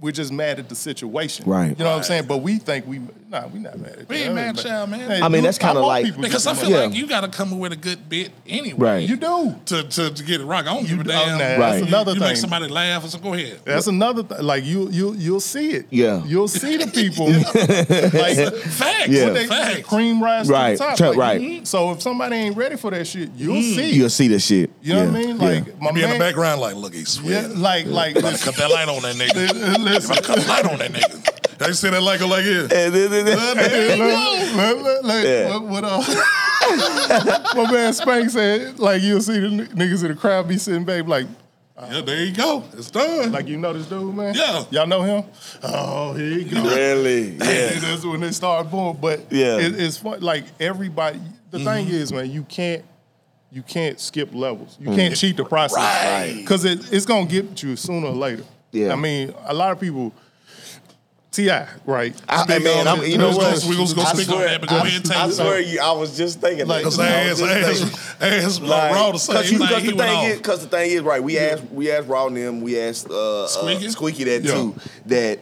Speaker 3: We're just mad at the situation.
Speaker 2: Right.
Speaker 3: You know what I'm saying? But we think we nah we not mad at
Speaker 1: We ain't
Speaker 3: them.
Speaker 1: mad, child, man.
Speaker 2: I mean, that's
Speaker 3: you- I
Speaker 2: kinda
Speaker 3: want
Speaker 2: like-
Speaker 3: people to
Speaker 1: Because I
Speaker 3: be
Speaker 1: feel
Speaker 3: mad.
Speaker 2: Yeah.
Speaker 1: like you got to come with a good bit anyway.
Speaker 2: Right.
Speaker 3: you do.
Speaker 1: to, to, to get it rock. I don't give a
Speaker 3: You-
Speaker 1: damn.
Speaker 3: oh, nah, that's
Speaker 2: Right.
Speaker 3: another
Speaker 1: you, You make
Speaker 3: thing.
Speaker 1: somebody laugh or something. Go ahead.
Speaker 3: That's another thing. Like you, you, you'll see it.
Speaker 2: Yeah.
Speaker 3: you'll see the people. like
Speaker 1: Facts.
Speaker 2: Yeah.
Speaker 1: Yeah.
Speaker 3: they
Speaker 1: Facts.
Speaker 3: cream rise
Speaker 2: Right,
Speaker 3: to the top.
Speaker 2: tra-
Speaker 3: Like,
Speaker 2: right. Mm.
Speaker 3: mhm. So if somebody ain't ready for that shit, you'll see.
Speaker 2: You'll
Speaker 3: You
Speaker 2: see this shit.
Speaker 3: know
Speaker 2: yeah.
Speaker 3: what I mean? Like my
Speaker 1: Be in the
Speaker 3: man,
Speaker 1: background like, look, he's
Speaker 3: yeah,
Speaker 1: sweating.
Speaker 3: like like
Speaker 1: About to cut that light on that nigga.
Speaker 3: listen,
Speaker 1: About to cut the light on that nigga. They say that like a like yeah.
Speaker 2: Yeah.
Speaker 3: Like, like, like,
Speaker 2: Yeah.
Speaker 3: what, what, uh, my man Spank said, like you'll see the n- niggas in the crowd be sitting back, like,
Speaker 1: Yeah, there you go. It's done.
Speaker 3: like you know this dude, man.
Speaker 1: Yeah.
Speaker 3: y'all know him. Oh, here he go.
Speaker 2: really?
Speaker 3: And that's when they start boom. But
Speaker 2: Yeah. Mm-hmm.
Speaker 3: it, it's fun. Like everybody, the thing is, man, you can't you can't skip levels.
Speaker 2: Mm.
Speaker 3: You can't cheat the process
Speaker 1: Right.
Speaker 3: because it, it's gonna get you sooner or later.
Speaker 2: Yeah.
Speaker 3: I mean, a lot of people. Ti right.
Speaker 2: I, I
Speaker 3: Speak
Speaker 2: mean,
Speaker 3: on
Speaker 2: I'm,
Speaker 3: it.
Speaker 2: you know
Speaker 1: We're
Speaker 2: what?
Speaker 1: just gonna- we're just gonna
Speaker 2: I
Speaker 1: speak on
Speaker 2: swear-
Speaker 1: that, but go
Speaker 2: I-
Speaker 1: ahead and take
Speaker 2: I
Speaker 1: it.
Speaker 2: swear, you, I was just thinking that.
Speaker 3: Like,
Speaker 1: Cause ass,
Speaker 2: I was just
Speaker 1: ass,
Speaker 2: thinking-
Speaker 1: ass, raw the same
Speaker 2: cause you-
Speaker 1: thing.
Speaker 2: cause
Speaker 1: he
Speaker 2: the
Speaker 1: went
Speaker 2: thing is,
Speaker 1: off.
Speaker 2: cause the thing is, right? We asked, we asked Raw and them, we asked uh, uh,
Speaker 1: Squeaky?
Speaker 2: Squeaky that
Speaker 3: Yeah.
Speaker 2: too. That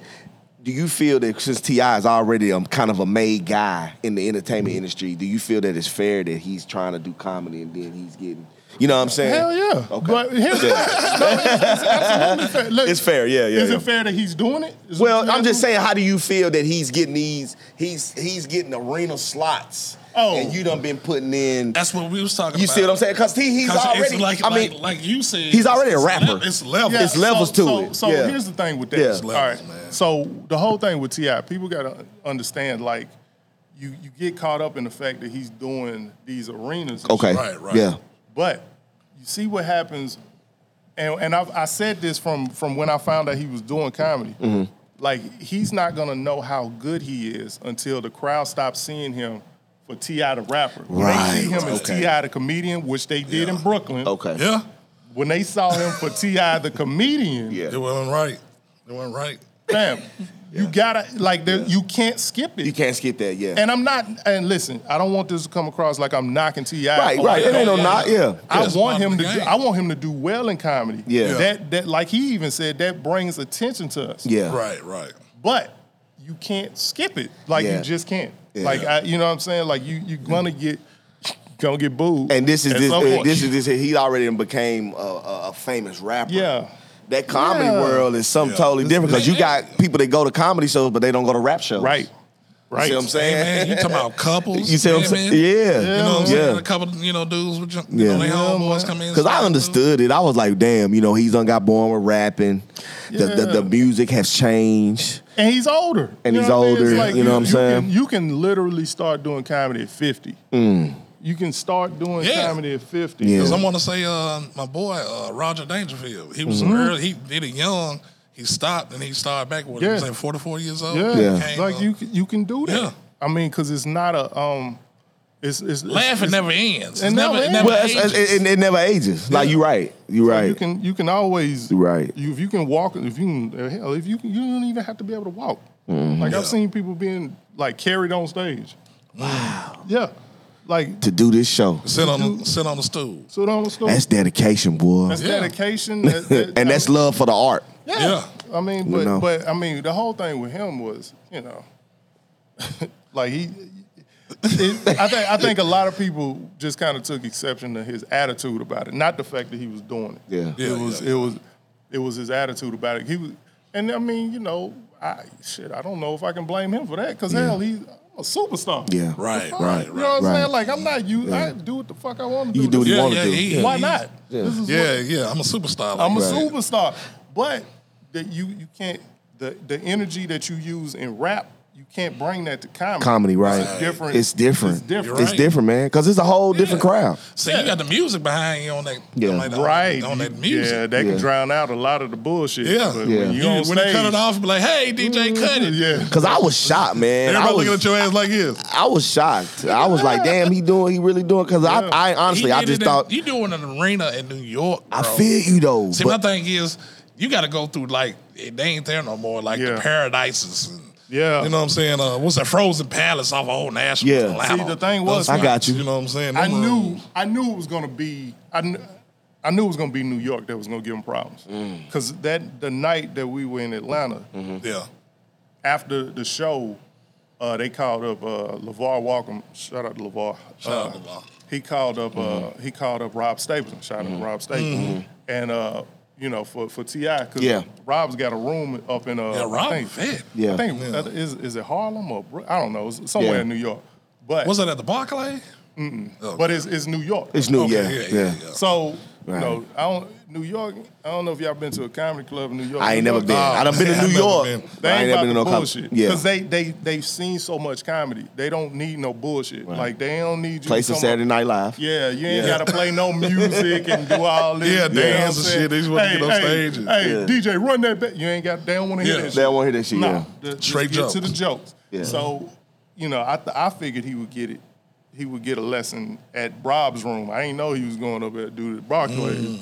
Speaker 2: do you feel that since Ti is already um, kind of a made guy in the
Speaker 1: Mm-hmm.
Speaker 2: entertainment industry, do you feel that it's fair that he's trying to do comedy and then he's getting, you know what I'm saying?
Speaker 3: Hell yeah.
Speaker 2: Okay.
Speaker 3: But here's no, it's, it's absolutely fair. Look,
Speaker 2: It's fair, yeah, yeah,
Speaker 3: Is
Speaker 2: yeah.
Speaker 3: it fair that he's doing it? Is it
Speaker 2: Well,
Speaker 3: fair
Speaker 2: I'm just
Speaker 3: to-
Speaker 2: saying, how do you feel that he's getting these? He's he's getting arena slots,
Speaker 3: Oh.
Speaker 2: and you done been putting in.
Speaker 1: That's what we was talking
Speaker 2: You
Speaker 1: about.
Speaker 2: see what I'm saying? Because he, he's
Speaker 1: 'Cause
Speaker 2: already.
Speaker 1: it's like,
Speaker 2: I mean,
Speaker 1: like, like you said,
Speaker 2: he's already a
Speaker 1: it's le-
Speaker 2: rapper.
Speaker 1: it's level.
Speaker 3: Yeah,
Speaker 2: It's levels
Speaker 3: so-
Speaker 2: to
Speaker 3: so-
Speaker 2: it.
Speaker 3: So
Speaker 2: Yeah.
Speaker 3: here's the thing with that.
Speaker 2: Yeah.
Speaker 1: It's levels,
Speaker 3: All right.
Speaker 1: man.
Speaker 3: So the whole thing with Ti, people got to understand like you you get caught up in the fact that he's doing these arenas. and
Speaker 2: okay,
Speaker 3: shit.
Speaker 1: Right, right.
Speaker 2: yeah,
Speaker 3: But you see what happens, and and I've, I said this from from when I found out he was doing comedy.
Speaker 2: Mm-hmm.
Speaker 3: Like he's not gonna know how good he is until the crowd stops seeing him for Ti the rapper. When
Speaker 2: Right,
Speaker 3: They see him as
Speaker 2: okay.
Speaker 3: Ti the comedian, which they did in Brooklyn.
Speaker 2: okay,
Speaker 1: Yeah,
Speaker 3: When they saw him for Ti the comedian,
Speaker 2: Yeah.
Speaker 1: it wasn't right. It wasn't right.
Speaker 3: fam, you gotta like there, you can't skip it.
Speaker 2: You can't skip that, yeah.
Speaker 3: And I'm not. And listen, I don't want this to come across like I'm knocking Ti.
Speaker 2: right, right. It ain't no knock, yeah.
Speaker 3: I
Speaker 1: That's
Speaker 3: want
Speaker 1: part of
Speaker 3: him to.
Speaker 1: the
Speaker 3: Do,
Speaker 1: game.
Speaker 3: I want him to do well in comedy.
Speaker 2: Yeah.
Speaker 3: That that like he even said that brings attention to us.
Speaker 2: yeah,
Speaker 1: Right, right.
Speaker 3: But you can't skip it. Like
Speaker 2: Yeah.
Speaker 3: you just can't.
Speaker 2: Yeah.
Speaker 3: Like I, you know what I'm saying. Like you you gonna get gonna get booed.
Speaker 2: And this is
Speaker 3: at
Speaker 2: this,
Speaker 3: some
Speaker 2: uh,
Speaker 3: point.
Speaker 2: this is this. He already done became a, a, a famous rapper.
Speaker 3: Yeah.
Speaker 2: That comedy
Speaker 3: Yeah.
Speaker 2: world is something
Speaker 1: Yeah.
Speaker 2: totally different because you got people that go to comedy shows but they don't go to rap shows.
Speaker 3: right. Right.
Speaker 2: You see what I'm
Speaker 1: Hey,
Speaker 2: saying?
Speaker 1: man, you talking about couples?
Speaker 2: You see what I'm
Speaker 1: man,
Speaker 2: saying?
Speaker 1: man?
Speaker 2: Yeah.
Speaker 1: You know what I'm
Speaker 2: yeah.
Speaker 1: saying? A couple, you know, dudes with you
Speaker 2: Yeah.
Speaker 1: know, they
Speaker 2: Yeah,
Speaker 1: homeboys come in. and
Speaker 2: Cause I
Speaker 1: stuff.
Speaker 2: understood it. I was like, damn, you know, he's done got born with rapping. The, the
Speaker 3: Yeah.
Speaker 2: the music has changed.
Speaker 3: And he's older.
Speaker 2: And
Speaker 3: You
Speaker 2: he's
Speaker 3: know what I mean? It's
Speaker 2: older, you know what I'm saying?
Speaker 3: Can, you can literally start doing comedy at 50. You can start doing
Speaker 1: Yeah.
Speaker 3: comedy at 50.
Speaker 2: Mm. Yeah.
Speaker 1: Cause I want to say, uh, my boy uh, Roger Dangerfield. He was
Speaker 3: Mm-hmm.
Speaker 1: an early. He did it young. He stopped and he started back. What
Speaker 3: Yeah.
Speaker 1: he was like 44 years old.
Speaker 3: Yeah,
Speaker 2: Yeah.
Speaker 1: Came,
Speaker 3: like
Speaker 1: uh,
Speaker 3: you can- you can do that.
Speaker 1: Yeah.
Speaker 3: I mean, because it's not a um, it's it's
Speaker 1: Laughing
Speaker 3: it's,
Speaker 1: never ends. It's
Speaker 3: It never
Speaker 1: never, it
Speaker 3: ends.
Speaker 1: never
Speaker 2: Well, it's,
Speaker 1: ages.
Speaker 2: it's, it, it never ages. Like you right. You right.
Speaker 3: You can you can always
Speaker 2: Right.
Speaker 3: You, if you can walk, if you can hell, if you can, you don't even have to be able to walk.
Speaker 2: Mm-hmm.
Speaker 3: Like I've seen people being like carried on stage. Wow. Yeah, like
Speaker 2: to do this show.
Speaker 1: sit on sit on the stool.
Speaker 3: so don't stop.
Speaker 2: That's dedication, boy.
Speaker 3: That's
Speaker 1: Yeah.
Speaker 3: dedication. that- that-
Speaker 2: and that's love for the art.
Speaker 3: yeah. I mean, but
Speaker 2: know.
Speaker 3: but I mean, the whole thing with him was you know, like he. it, I think I think a lot of people just kind of took exception to his attitude about it, not the fact that he was doing it.
Speaker 2: Yeah.
Speaker 1: Yeah,
Speaker 3: it was
Speaker 1: yeah,
Speaker 3: it was it was his attitude about it. He was, and I mean, you know, I shit, I don't know if I can blame him for that because hell, he's a superstar.
Speaker 2: Yeah.
Speaker 1: Right,
Speaker 3: Fuck,
Speaker 1: right,
Speaker 3: You know
Speaker 1: right.
Speaker 3: what I'm
Speaker 2: right.
Speaker 3: saying? Like I'm not you. I do what the fuck I want to do.
Speaker 2: You do what you
Speaker 1: Yeah,
Speaker 2: want to
Speaker 1: yeah,
Speaker 2: do.
Speaker 1: he-
Speaker 3: Why
Speaker 1: he's-
Speaker 3: not?
Speaker 2: Yeah.
Speaker 3: This is what-
Speaker 1: Yeah, yeah. I'm a superstar. Like
Speaker 3: I'm a
Speaker 1: that.
Speaker 3: superstar. But that you you can't the the energy that you use in rap, you can't bring that to comedy.
Speaker 2: Comedy, right?
Speaker 3: It's different.
Speaker 2: It's different.
Speaker 3: It's different.
Speaker 1: You're
Speaker 2: It's
Speaker 1: right.
Speaker 2: different, man. Cause it's a whole different crowd.
Speaker 1: See, you got the music behind you on that.
Speaker 2: Yeah.
Speaker 1: on that-
Speaker 3: Right.
Speaker 1: on that
Speaker 3: Yeah,
Speaker 1: music.
Speaker 3: they
Speaker 2: Yeah.
Speaker 3: can drown out a lot of the bullshit.
Speaker 1: Yeah.
Speaker 3: But
Speaker 2: Yeah.
Speaker 3: when you
Speaker 1: You-
Speaker 3: on
Speaker 1: when they cut
Speaker 3: stage-
Speaker 1: it off, be like, "Hey, DJ, cut it."
Speaker 3: Yeah.
Speaker 2: Cause I was shocked, man. I
Speaker 1: Everybody
Speaker 2: was,
Speaker 1: looking at your ass like this.
Speaker 2: I was shocked. I was like, damn, he doing, he really doing. Cause I, I honestly,
Speaker 1: He
Speaker 2: I
Speaker 1: did
Speaker 2: just
Speaker 1: it in-
Speaker 2: thought,
Speaker 1: you doing an arena in New York.
Speaker 2: I
Speaker 1: bro.
Speaker 2: feel you though.
Speaker 1: See,
Speaker 2: but
Speaker 1: my thing is, you got to go through like they ain't there no more, like
Speaker 3: Yeah.
Speaker 1: the paradises and
Speaker 3: Yeah.
Speaker 1: you know what I'm saying. Uh, what's that Frozen Palace off of Old National?
Speaker 2: Yeah.
Speaker 1: Atlanta.
Speaker 3: See, the thing was-
Speaker 1: Those
Speaker 2: I got
Speaker 1: spots,
Speaker 2: you.
Speaker 1: You know what I'm saying.
Speaker 3: I
Speaker 1: Them
Speaker 3: knew
Speaker 1: rooms.
Speaker 3: I knew it was gonna be I knew, I knew it was gonna be New York that was gonna give them problems.
Speaker 2: Mm.
Speaker 3: Cause that the night that we were in Atlanta,
Speaker 2: Mm-hmm.
Speaker 1: Yeah.
Speaker 3: after the show, uh, they called up uh, LeVar Walker. Shout out to LeVar.
Speaker 1: Shout out
Speaker 3: Uh,
Speaker 1: LeVar.
Speaker 3: He called up.
Speaker 2: Mm-hmm.
Speaker 3: Uh, he called up Rob Stapleton. Shout out to Rob Stapleton. And uh, you know, for for Ti, because
Speaker 2: Yeah.
Speaker 3: Rob's got a room up in uh,
Speaker 1: Yeah,
Speaker 3: I
Speaker 1: Rob
Speaker 3: think,
Speaker 1: Fett.
Speaker 2: Yeah.
Speaker 3: I think
Speaker 1: Yeah.
Speaker 3: uh, is is it Harlem or Bro- I don't know, it's somewhere
Speaker 2: Yeah.
Speaker 3: in New York. But
Speaker 1: Was it at the Barclay? Mm-mm.
Speaker 3: but it's it's New York.
Speaker 2: it's new,
Speaker 1: Okay,
Speaker 2: yeah,
Speaker 1: yeah,
Speaker 2: yeah,
Speaker 1: yeah, yeah.
Speaker 3: So,
Speaker 2: Right.
Speaker 3: you know, I don't New York. I don't know if y'all been to a comedy club in New York.
Speaker 2: I ain't
Speaker 3: New
Speaker 1: Oh,
Speaker 2: never
Speaker 3: York-
Speaker 2: been. I done been to
Speaker 1: I
Speaker 2: New
Speaker 1: never
Speaker 2: York.
Speaker 1: been.
Speaker 3: They
Speaker 2: I
Speaker 3: ain't,
Speaker 2: ain't never been to
Speaker 3: about the
Speaker 2: no cop-
Speaker 3: bullshit.
Speaker 2: Yeah.
Speaker 3: Cause they they they've seen so much comedy. They don't need no bullshit. Like they don't need you.
Speaker 2: Play
Speaker 3: to
Speaker 2: some
Speaker 3: come
Speaker 2: Saturday
Speaker 3: up-
Speaker 2: Night Live.
Speaker 3: Yeah, you ain't
Speaker 2: Yeah.
Speaker 3: gotta play no music and do all this.
Speaker 1: Yeah,
Speaker 3: you know what
Speaker 1: dance
Speaker 3: I'm
Speaker 1: and
Speaker 3: saying?
Speaker 1: shit. They just wanna get on
Speaker 3: hey,
Speaker 1: stage and-
Speaker 2: Yeah.
Speaker 3: Hey, DJ, run that. Ba- you ain't got. They don't want to
Speaker 1: Yeah.
Speaker 3: hear that.
Speaker 2: They
Speaker 3: shit.
Speaker 2: don't wanna hear that shit,
Speaker 3: Nah,
Speaker 2: yeah.
Speaker 3: the- just
Speaker 1: Straight
Speaker 3: get
Speaker 1: jokes.
Speaker 3: to the jokes.
Speaker 2: Yeah.
Speaker 3: So, you know, I th- I figured he would get it. He would get a lesson at Rob's room. I ain't know he was going up there to do the Barclays.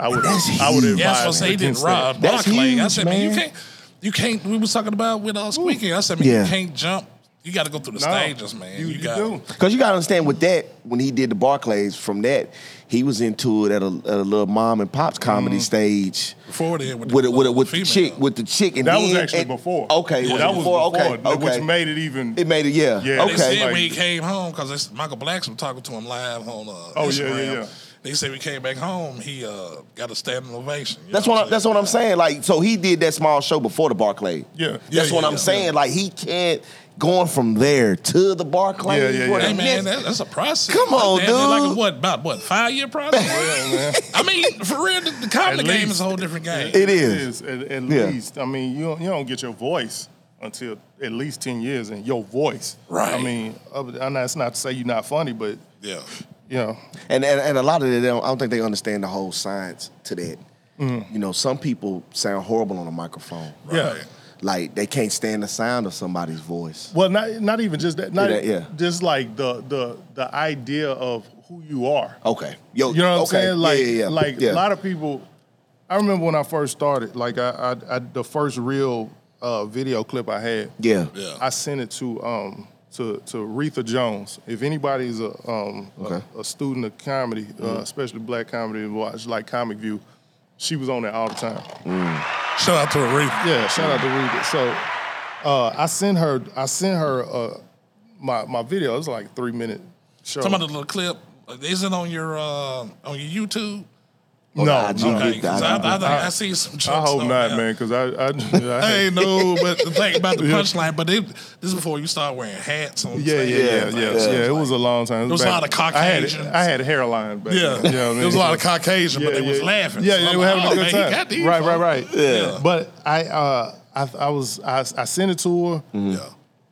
Speaker 3: I would.
Speaker 2: That's
Speaker 3: I would
Speaker 2: huge.
Speaker 3: advise.
Speaker 1: Yeah, that's what I say. He did
Speaker 3: against
Speaker 1: Rob
Speaker 2: That's
Speaker 1: Barclay. I
Speaker 2: huge,
Speaker 1: said, man, you
Speaker 2: man.
Speaker 1: can't, you can't. We was talking about with us weekend. I said, man,
Speaker 2: Yeah.
Speaker 1: you can't jump You got to go through the
Speaker 3: No,
Speaker 1: stages, man.
Speaker 3: You, you,
Speaker 1: got
Speaker 3: do.
Speaker 2: Because you got to understand with that, when he did the Barclays, from that, he was into it at a, at a little mom and pop's comedy
Speaker 1: Mm-hmm.
Speaker 2: stage.
Speaker 1: before then with,
Speaker 2: With it, with it,
Speaker 1: uh,
Speaker 2: with the
Speaker 1: female.
Speaker 2: chick, with the chick, and
Speaker 3: That
Speaker 2: then,
Speaker 3: was actually
Speaker 2: and-
Speaker 3: before.
Speaker 2: Okay,
Speaker 3: Yeah,
Speaker 2: was
Speaker 3: that
Speaker 2: it
Speaker 3: was
Speaker 2: before.
Speaker 3: before,
Speaker 2: okay, okay.
Speaker 3: which made it even.
Speaker 2: it made it, yeah.
Speaker 3: Yeah,
Speaker 1: They said
Speaker 2: okay,
Speaker 3: Like-
Speaker 1: when he came home because Michael Blackson talking to him live on uh,
Speaker 3: Oh, yeah, yeah,
Speaker 1: Instagram.
Speaker 3: yeah.
Speaker 1: They said when he came back home, he uh, got a standing ovation. You
Speaker 2: that's
Speaker 1: know
Speaker 2: what I, that's
Speaker 1: saying?
Speaker 2: what I'm saying. Like, so he did that small show before the Barclay.
Speaker 3: Yeah. Yeah,
Speaker 2: that's what
Speaker 1: yeah,
Speaker 2: I'm
Speaker 1: yeah.
Speaker 2: saying. Like, he can't going from there to the Barclay.
Speaker 3: Yeah, yeah,
Speaker 2: for the
Speaker 3: yeah.
Speaker 1: Hey man,
Speaker 2: next-
Speaker 1: that, that's a process.
Speaker 2: Come on,
Speaker 1: Like, damn, they're Like a,
Speaker 2: dude.
Speaker 1: what about what five year process?
Speaker 3: Yeah, man.
Speaker 1: I mean, for real, the, the comedy
Speaker 3: At
Speaker 1: game
Speaker 3: least.
Speaker 1: is a whole different game.
Speaker 2: It is.
Speaker 3: at, at
Speaker 2: Yeah.
Speaker 3: least. I mean, you don't, you don't get your voice until at least ten years, and your voice.
Speaker 1: Right.
Speaker 3: I mean, other than- and that's not to say you're not funny, but
Speaker 1: yeah,
Speaker 3: you know,
Speaker 2: and and, and a lot of it, they don't, I don't think they understand the whole science to that.
Speaker 3: Mm.
Speaker 2: You know, some people sound horrible on a microphone.
Speaker 3: yeah.
Speaker 1: Right.
Speaker 2: Like they can't stand the sound of somebody's voice.
Speaker 3: Well, not not even just that. Not
Speaker 2: that, yeah.
Speaker 3: Just like the the the idea of who you are.
Speaker 2: Okay, yo,
Speaker 3: You know what
Speaker 2: Oh, okay.
Speaker 3: I'm saying? Like,
Speaker 2: yeah, yeah, yeah.
Speaker 3: like
Speaker 2: yeah.
Speaker 3: a lot of people. I remember when I first started. Like, I, I, I the first real uh, video clip I had.
Speaker 2: yeah,
Speaker 1: yeah.
Speaker 3: I sent it to um to to Aretha Jones. If anybody's a um a-
Speaker 2: Okay.
Speaker 3: a, student of comedy, uh, especially black comedy, and watch like Comic View, she was on there all the time.
Speaker 1: Shout out to Aretha.
Speaker 3: Yeah, shout out to Aretha. So uh, I sent her I sent her uh, my my video. It was like a three minute show.
Speaker 1: Some of the little clip is it on your uh, on your YouTube?
Speaker 3: no,
Speaker 2: Nah,
Speaker 3: no.
Speaker 2: Oh, I
Speaker 1: Okay,
Speaker 2: did-
Speaker 1: 'cause
Speaker 2: I
Speaker 1: I,
Speaker 2: did
Speaker 1: I,
Speaker 3: that.
Speaker 1: I, see some. Jokes
Speaker 3: I hope
Speaker 1: on
Speaker 3: not,
Speaker 1: there.
Speaker 3: man, because I I, I,
Speaker 1: I ain't know, but the thing about the punchline, but it, this is before you start wearing hats. On
Speaker 3: Yeah, yeah, yeah, yeah, yeah.
Speaker 2: yeah.
Speaker 3: It was a long time. There
Speaker 1: was a lot of
Speaker 3: I
Speaker 1: Caucasians.
Speaker 3: had, I had a hairline back
Speaker 1: yeah.
Speaker 3: then. You know what I mean?
Speaker 1: There was a lot of Caucasian, but they was
Speaker 3: yeah.
Speaker 1: laughing.
Speaker 3: Yeah,
Speaker 1: So
Speaker 3: they
Speaker 1: I'm
Speaker 3: were
Speaker 1: like,
Speaker 3: having a
Speaker 1: oh,
Speaker 3: good
Speaker 1: man,
Speaker 3: time.
Speaker 1: He got these
Speaker 3: right,
Speaker 1: folks.
Speaker 3: right, right,
Speaker 1: Yeah.
Speaker 3: But I, uh, I, I was, I, I sent it to her,
Speaker 1: Yeah.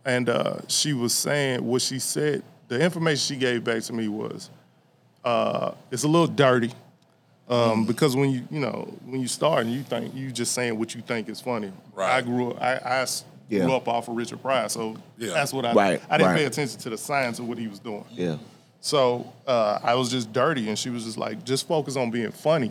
Speaker 3: and uh, she was saying what she said. The information she gave back to me was, uh, it's a little dirty, um, because when you, you know, when you start and you think you just saying what you think is funny.
Speaker 1: Right.
Speaker 3: I grew up. I, I s-
Speaker 2: Yeah.
Speaker 3: grew up off of Richard Pryor, so
Speaker 1: Yeah.
Speaker 3: that's what I.
Speaker 2: Right,
Speaker 3: I didn't
Speaker 2: right.
Speaker 3: pay attention to the science of what he was doing.
Speaker 2: yeah.
Speaker 3: So uh, I was just dirty, and she was just like, just focus on being funny.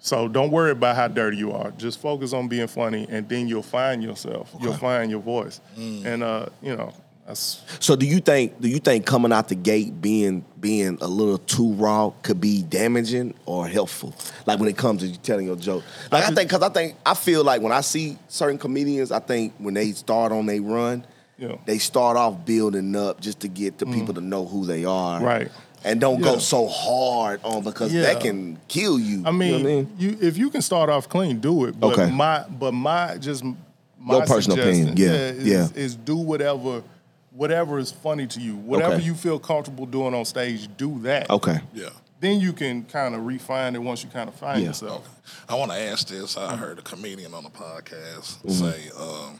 Speaker 3: So don't worry about how dirty you are. Just focus on being funny, and then you'll find yourself. You'll find your voice,
Speaker 2: Mm.
Speaker 3: and uh, you know that's
Speaker 2: So do you think do you think coming out the gate being being a little too raw could be damaging or helpful? Like when it comes to you telling your joke. Like I, think because I think I feel like when I see certain comedians, I think when they start on they run,
Speaker 3: Yeah. Mm.
Speaker 2: they start off building up just to get the people to know who they are,
Speaker 3: Right.
Speaker 2: And don't go
Speaker 3: Yeah.
Speaker 2: so hard on because
Speaker 3: Yeah.
Speaker 2: that can kill you.
Speaker 3: I mean,
Speaker 2: you
Speaker 3: you,
Speaker 2: know what I mean?
Speaker 3: if you can start off clean, do it. But
Speaker 2: Okay.
Speaker 3: my but my just my
Speaker 2: Your personal opinion,
Speaker 3: suggestion,
Speaker 2: yeah,
Speaker 3: is,
Speaker 2: yeah.
Speaker 3: is do whatever whatever is funny to you. Whatever
Speaker 2: Okay.
Speaker 3: you feel comfortable doing on stage, do that.
Speaker 2: okay,
Speaker 1: Yeah.
Speaker 3: Then you can kind of refine it once you kind of find
Speaker 2: Yeah.
Speaker 3: yourself.
Speaker 1: I want to ask this. I
Speaker 3: Mm.
Speaker 1: heard a comedian on a podcast say um,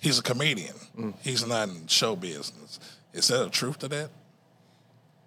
Speaker 1: he's a comedian.
Speaker 3: Mm.
Speaker 1: He's not in show business. Is that a truth to that?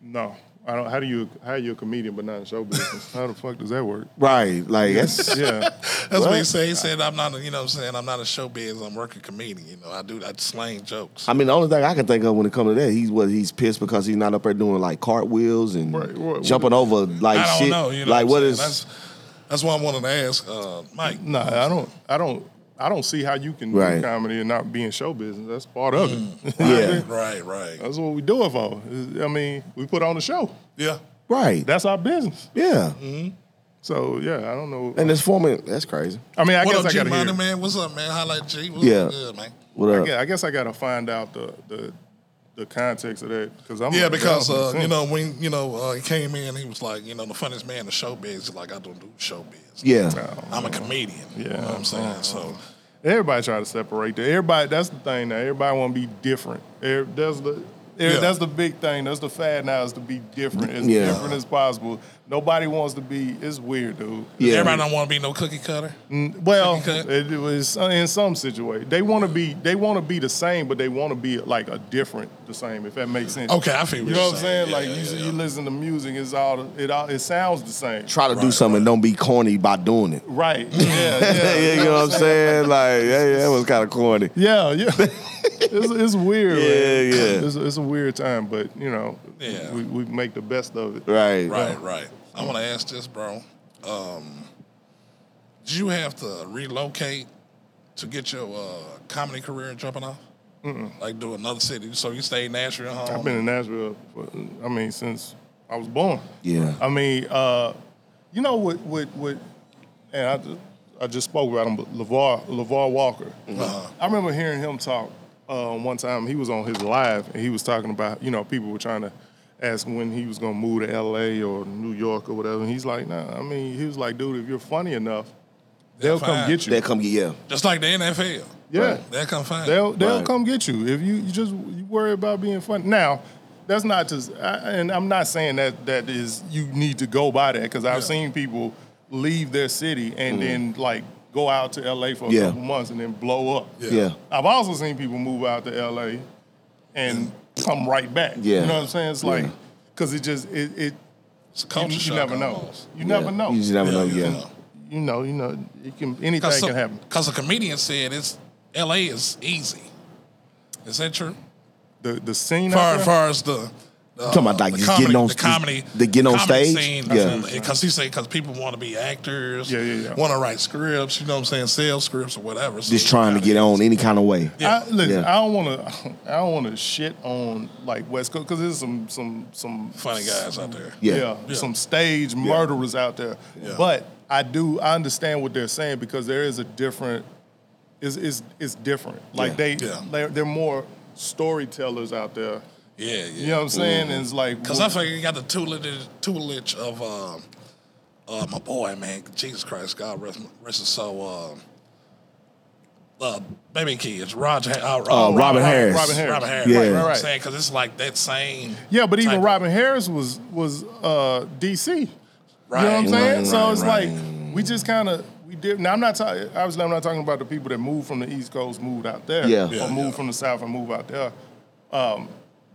Speaker 3: No, I don't. How do you how you a comedian but not in show business? how the fuck does that work?
Speaker 2: right? Like that's
Speaker 3: Yeah,
Speaker 1: That's what, he said. He said, "I'm not. A, you know, what I'm saying I'm not a show biz. I'm a working comedian. You know, I do. I slang jokes.
Speaker 2: I mean, the only thing I can think of when it comes to that, he's what he's pissed because he's not up there doing like cartwheels and
Speaker 3: Right, right,
Speaker 2: jumping over like
Speaker 1: I don't
Speaker 2: shit.
Speaker 1: know. You know,
Speaker 2: like
Speaker 1: what
Speaker 2: what
Speaker 1: I'm
Speaker 2: is?
Speaker 1: saying? That's, that's why I wanted to ask uh, Mike.
Speaker 3: no, I don't. I don't. I don't see how you can
Speaker 2: Right.
Speaker 3: do comedy and not be in show business. That's part of it.
Speaker 2: yeah,
Speaker 1: Right, right.
Speaker 2: Oh.
Speaker 3: That's what we do it for. Is- I mean, we put on the show.
Speaker 1: Yeah,
Speaker 2: right.
Speaker 3: That's our business.
Speaker 2: yeah,
Speaker 3: So yeah, I don't know.
Speaker 2: and it's forming. That's crazy.
Speaker 3: I mean, I
Speaker 1: what
Speaker 3: guess
Speaker 1: up,
Speaker 3: I
Speaker 1: G
Speaker 3: gotta
Speaker 1: Money
Speaker 3: hear.
Speaker 1: man? What's up, man? Highlight G. What's
Speaker 2: Yeah.
Speaker 1: up, good, man?
Speaker 2: What up?
Speaker 3: Yeah, I guess I gotta find out the the, the context of that because I'm
Speaker 1: Yeah,
Speaker 3: like,
Speaker 1: because
Speaker 3: that don't
Speaker 1: uh,
Speaker 3: make
Speaker 1: you
Speaker 3: sense.
Speaker 1: know when you know uh, he came in, he was like, you know, the funniest man in showbiz. He's Like I don't do showbiz.
Speaker 2: Yeah,
Speaker 1: I'm a comedian. you know what I'm saying. So
Speaker 3: Everybody try to separate that. Everybody, that's the thing now. Everybody want to be different. Every, that's the every-
Speaker 1: Yeah.
Speaker 3: that's the big thing. That's the fad now is to be different, as
Speaker 2: Yeah.
Speaker 3: different as possible. Nobody wants to be. It's weird, dude.
Speaker 2: Yeah.
Speaker 1: everybody don't want to be no cookie cutter.
Speaker 3: Well,
Speaker 1: Okay.
Speaker 3: it, it was uh, in some situation they want to be they want to be the same, but they want to be like a different the same. If that makes sense.
Speaker 1: Okay, I feel
Speaker 3: You
Speaker 1: what
Speaker 3: know
Speaker 1: you're
Speaker 3: what I'm saying?
Speaker 1: Yeah,
Speaker 3: like
Speaker 1: yeah,
Speaker 3: you, see
Speaker 1: yeah.
Speaker 3: you listen to music, it's all it all it sounds the same.
Speaker 2: try to do something. and Don't be corny by doing it.
Speaker 3: Right? Yeah. Yeah.
Speaker 2: yeah, you know what I'm saying? Like yeah, that was kind of corny.
Speaker 3: Yeah, yeah. it's, it's weird. man.
Speaker 2: Yeah, yeah.
Speaker 3: It's, it's a weird time, but you know,
Speaker 1: Yeah.
Speaker 3: we, we make the best of it.
Speaker 2: Right.
Speaker 1: Right, right. I want to ask this, bro. Um, did you have to relocate to get your uh, comedy career jumping off? Like do another city. So you stayed in Nashville, home.
Speaker 3: I've been in Nashville. For, I mean, since I was born.
Speaker 2: Yeah.
Speaker 3: I mean, uh, you know what? What? What? And I, ju- I just spoke about him, but Levar Levar Walker. I remember hearing him talk uh, one time. He was on his live, and he was talking about you know people were trying to ask him when he was going to move to L.A. or New York or whatever. And he's like, Nah. I mean, he was like, Dude, if you're funny enough, they'll
Speaker 1: fine.
Speaker 3: come get you.
Speaker 2: That come yeah.
Speaker 1: just like the NFL.
Speaker 3: yeah.
Speaker 1: That come fine.
Speaker 3: They'll they'll
Speaker 2: Right.
Speaker 3: come get you if you, you just you worry about being funny. Now, that's not just, I, and I'm not saying that that is you need to go by that because I've
Speaker 1: Yeah.
Speaker 3: seen people leave their city and then like go out to L.A. for a
Speaker 2: Mm. Yeah.
Speaker 3: couple months and then blow up.
Speaker 1: Yeah.
Speaker 2: Yeah.
Speaker 3: I've also seen people move out to L.A. and come right back.
Speaker 2: Mm. Yeah.
Speaker 3: you know what I'm saying? It's
Speaker 2: Yeah.
Speaker 3: like because it just it, it
Speaker 1: it's a
Speaker 3: you,
Speaker 1: culture
Speaker 3: you
Speaker 1: shock
Speaker 3: never know.
Speaker 1: almost.
Speaker 3: You never know.
Speaker 2: You just never know.
Speaker 1: you
Speaker 2: Yeah.
Speaker 1: know.
Speaker 3: you know. You know. It can anything
Speaker 1: Cause
Speaker 3: can happen.
Speaker 1: Because a comedian said it's L.A. is easy. Is that true?
Speaker 3: The the scene
Speaker 1: Far
Speaker 3: out there,
Speaker 1: far as the. the,
Speaker 2: talking about,
Speaker 1: uh,
Speaker 2: like,
Speaker 1: the
Speaker 2: just
Speaker 1: comedy,
Speaker 2: getting on-
Speaker 1: the comedy,
Speaker 2: the getting on
Speaker 1: comedy
Speaker 2: stage?
Speaker 1: Scene,
Speaker 2: Yeah.
Speaker 1: because he said because people want to be actors,
Speaker 3: Yeah, yeah, yeah.
Speaker 1: want to write scripts, you know what I'm saying, sell scripts or whatever. So
Speaker 2: Just trying to get on any kind of way.
Speaker 1: Yeah.
Speaker 3: I, listen,
Speaker 2: Yeah.
Speaker 3: I don't want to. I don't want to shit on like West Coast because there's some some some
Speaker 1: funny guys out there.
Speaker 2: Yeah.
Speaker 3: Yeah,
Speaker 1: Yeah.
Speaker 3: some stage murderers out there.
Speaker 1: Yeah.
Speaker 3: But I do. I understand what they're saying because there is a different. Is is is different. Like
Speaker 2: Yeah.
Speaker 3: they
Speaker 1: Yeah.
Speaker 3: they're, they're more storytellers out there.
Speaker 1: yeah, yeah.
Speaker 3: You know what I'm
Speaker 2: Mm-hmm.
Speaker 3: saying? And it's like
Speaker 1: Cause I figure you got the tutelage, tutelage of um, uh, my boy, man. Jesus Christ, God rest, rest his soul. Um, uh, baby kids, Roger, uh, uh,
Speaker 2: Robin Harris.
Speaker 1: Robin Harris,
Speaker 3: Robin
Speaker 2: Oh, Yeah.
Speaker 1: right, right,
Speaker 3: Right,
Speaker 1: right.
Speaker 3: right.
Speaker 1: Saying because it's like that same.
Speaker 3: yeah, but even
Speaker 1: type of-
Speaker 3: Robin Harris was was uh, DC.
Speaker 1: Right.
Speaker 3: You know what I'm saying?
Speaker 2: Right,
Speaker 3: so
Speaker 2: right,
Speaker 3: it's
Speaker 2: right.
Speaker 3: like we just kind of we did. Now I'm not talking. Obviously, I'm not talking about the people that moved from the East Coast, moved out there,
Speaker 2: Yeah.
Speaker 3: or
Speaker 2: Yeah,
Speaker 3: moved
Speaker 1: yeah.
Speaker 3: from the South and moved out there. Um,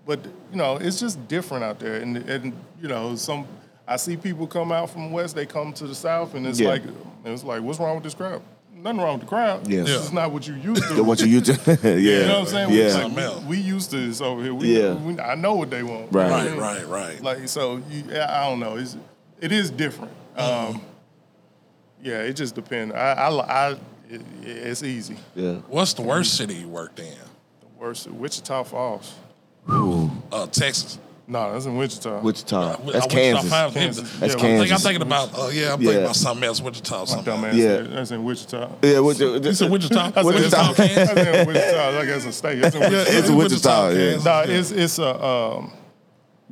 Speaker 3: but you know, it's just different out there, and and you know, some I see people come out from West, they come to the South, and it's
Speaker 2: Yeah.
Speaker 3: like it's like, what's wrong with this crowd? Nothing wrong with the crowd.
Speaker 2: Yeah.
Speaker 3: It's just not what you used to.
Speaker 2: What you used to, yeah,
Speaker 3: You know what I'm saying?
Speaker 2: yeah,
Speaker 3: It's
Speaker 1: Something else.
Speaker 3: Like, we, we used to this over here. We,
Speaker 2: Yeah.
Speaker 3: we- I know what they want.
Speaker 2: Right.
Speaker 1: Right, right, right.
Speaker 3: Like so, you, I I don't know. It's, it is different. Um, yeah, it just depends. I, I, li- I it, it's easy.
Speaker 2: yeah.
Speaker 1: What's the worst city you worked in?
Speaker 3: The worst, Wichita Falls.
Speaker 2: Ooh,
Speaker 1: Uh, Texas.
Speaker 3: No, that's in
Speaker 1: Uh,
Speaker 3: Wichita.
Speaker 2: Wichita,
Speaker 1: I-
Speaker 2: that's
Speaker 1: I- Wichita
Speaker 2: Kansas.
Speaker 1: Falls,
Speaker 3: Kansas.
Speaker 1: Kansas.
Speaker 2: That's
Speaker 1: I think I'm
Speaker 2: Kansas.
Speaker 1: thinking about. Uh, yeah, I'm
Speaker 2: Yeah.
Speaker 1: thinking about something else. Wichita.
Speaker 3: My
Speaker 1: Something.
Speaker 3: dumb
Speaker 1: else.
Speaker 3: ass.
Speaker 2: Yeah.
Speaker 3: That's in Wichita.
Speaker 2: Yeah, Wichita.
Speaker 1: You said Wichita.
Speaker 3: That's in
Speaker 1: Wichita, Kansas.
Speaker 3: That's in Wichita. Like that's a state. That's in Wichita.
Speaker 2: It's Wichita, yeah.
Speaker 1: Kansas.
Speaker 3: No, it's it's a um,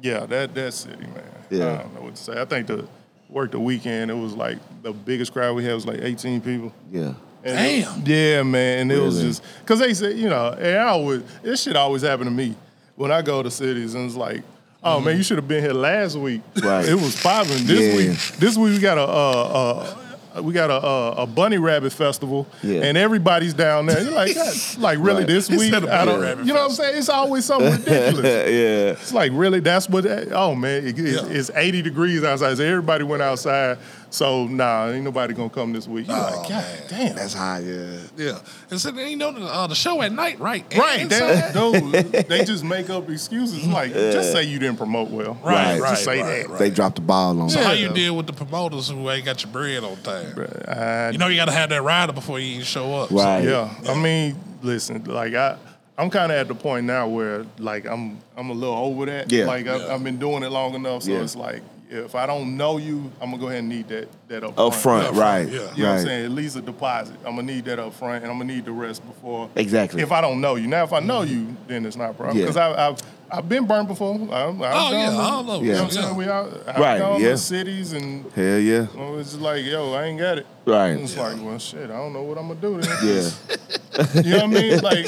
Speaker 3: yeah, that that city, man.
Speaker 2: Yeah.
Speaker 3: I don't know what to say. I think the work the weekend, it was like the biggest crowd we had was like 18 people.
Speaker 2: Yeah,
Speaker 3: And it-
Speaker 1: Damn.
Speaker 3: yeah, man. And it was
Speaker 2: Really?
Speaker 3: just because they said, you know, and I always this shit always happened to me when I go to cities and it's like, oh man, you should have been here last week.
Speaker 2: Right.
Speaker 3: It was popping. This
Speaker 2: Yeah.
Speaker 3: week, this week we got a uh, uh we got a, uh, a bunny rabbit festival,
Speaker 2: Yeah.
Speaker 3: and everybody's down there. You're like, God, like really
Speaker 2: Right.
Speaker 3: this
Speaker 1: He
Speaker 3: week?
Speaker 1: said a
Speaker 3: I
Speaker 1: bunny
Speaker 3: don't-
Speaker 1: rabbit
Speaker 3: you know what I'm saying? It's always something ridiculous.
Speaker 2: yeah.
Speaker 3: It's like really, that's what. Oh man, it, it's,
Speaker 1: Yeah.
Speaker 3: it's eighty degrees outside. So everybody went outside. So nah, ain't nobody gonna come this week. You're
Speaker 1: Oh,
Speaker 3: like, God
Speaker 1: man.
Speaker 3: damn.
Speaker 2: That's high. Yeah,
Speaker 1: Yeah, and so then you know the, uh, the show at night, right? And
Speaker 3: Right, they,
Speaker 1: inside?
Speaker 3: dude, they just make up excuses. Like, just say you didn't promote well.
Speaker 1: Right,
Speaker 2: Right.
Speaker 1: right,
Speaker 3: Just say
Speaker 1: right,
Speaker 3: that.
Speaker 1: right.
Speaker 2: they dropped the ball on.
Speaker 1: So how you
Speaker 2: Yeah.
Speaker 1: deal with the promoters who ain't got your bread on time?
Speaker 3: I-
Speaker 1: You know you got to have that rider before you even show up. so-
Speaker 2: Right.
Speaker 3: yeah, I mean, listen, like I, I'm kind of at the point now where like I'm, I'm a little over that.
Speaker 2: Yeah.
Speaker 3: like I,
Speaker 1: Yeah.
Speaker 3: I've been doing it long enough, so
Speaker 2: Yeah.
Speaker 3: it's like if I don't know you, I'm gonna go ahead and need that, that up,
Speaker 2: Up front,
Speaker 1: Yeah,
Speaker 2: right?
Speaker 1: yeah.
Speaker 3: You know what I'm
Speaker 2: Right.
Speaker 3: saying? At least a deposit. I'm gonna need that up front, and I'm gonna need the rest before.
Speaker 2: Exactly.
Speaker 3: If I don't know you, now if I know you, then it's not a problem.
Speaker 2: Yeah.
Speaker 3: Because I've, I've been burnt before. I'm, I've
Speaker 1: Oh
Speaker 3: done
Speaker 1: yeah,
Speaker 3: it.
Speaker 1: all over.
Speaker 2: Yeah.
Speaker 3: You
Speaker 1: Yeah.
Speaker 3: know what I'm saying? We out, out
Speaker 2: Right,
Speaker 3: down
Speaker 2: yeah.
Speaker 3: in cities and
Speaker 2: Hell yeah.
Speaker 3: you know, it's just like, yo, I ain't got it.
Speaker 2: Right.
Speaker 3: It's like, well, shit, I don't know what I'm gonna do then.
Speaker 2: Yeah.
Speaker 3: You know what I mean? Like,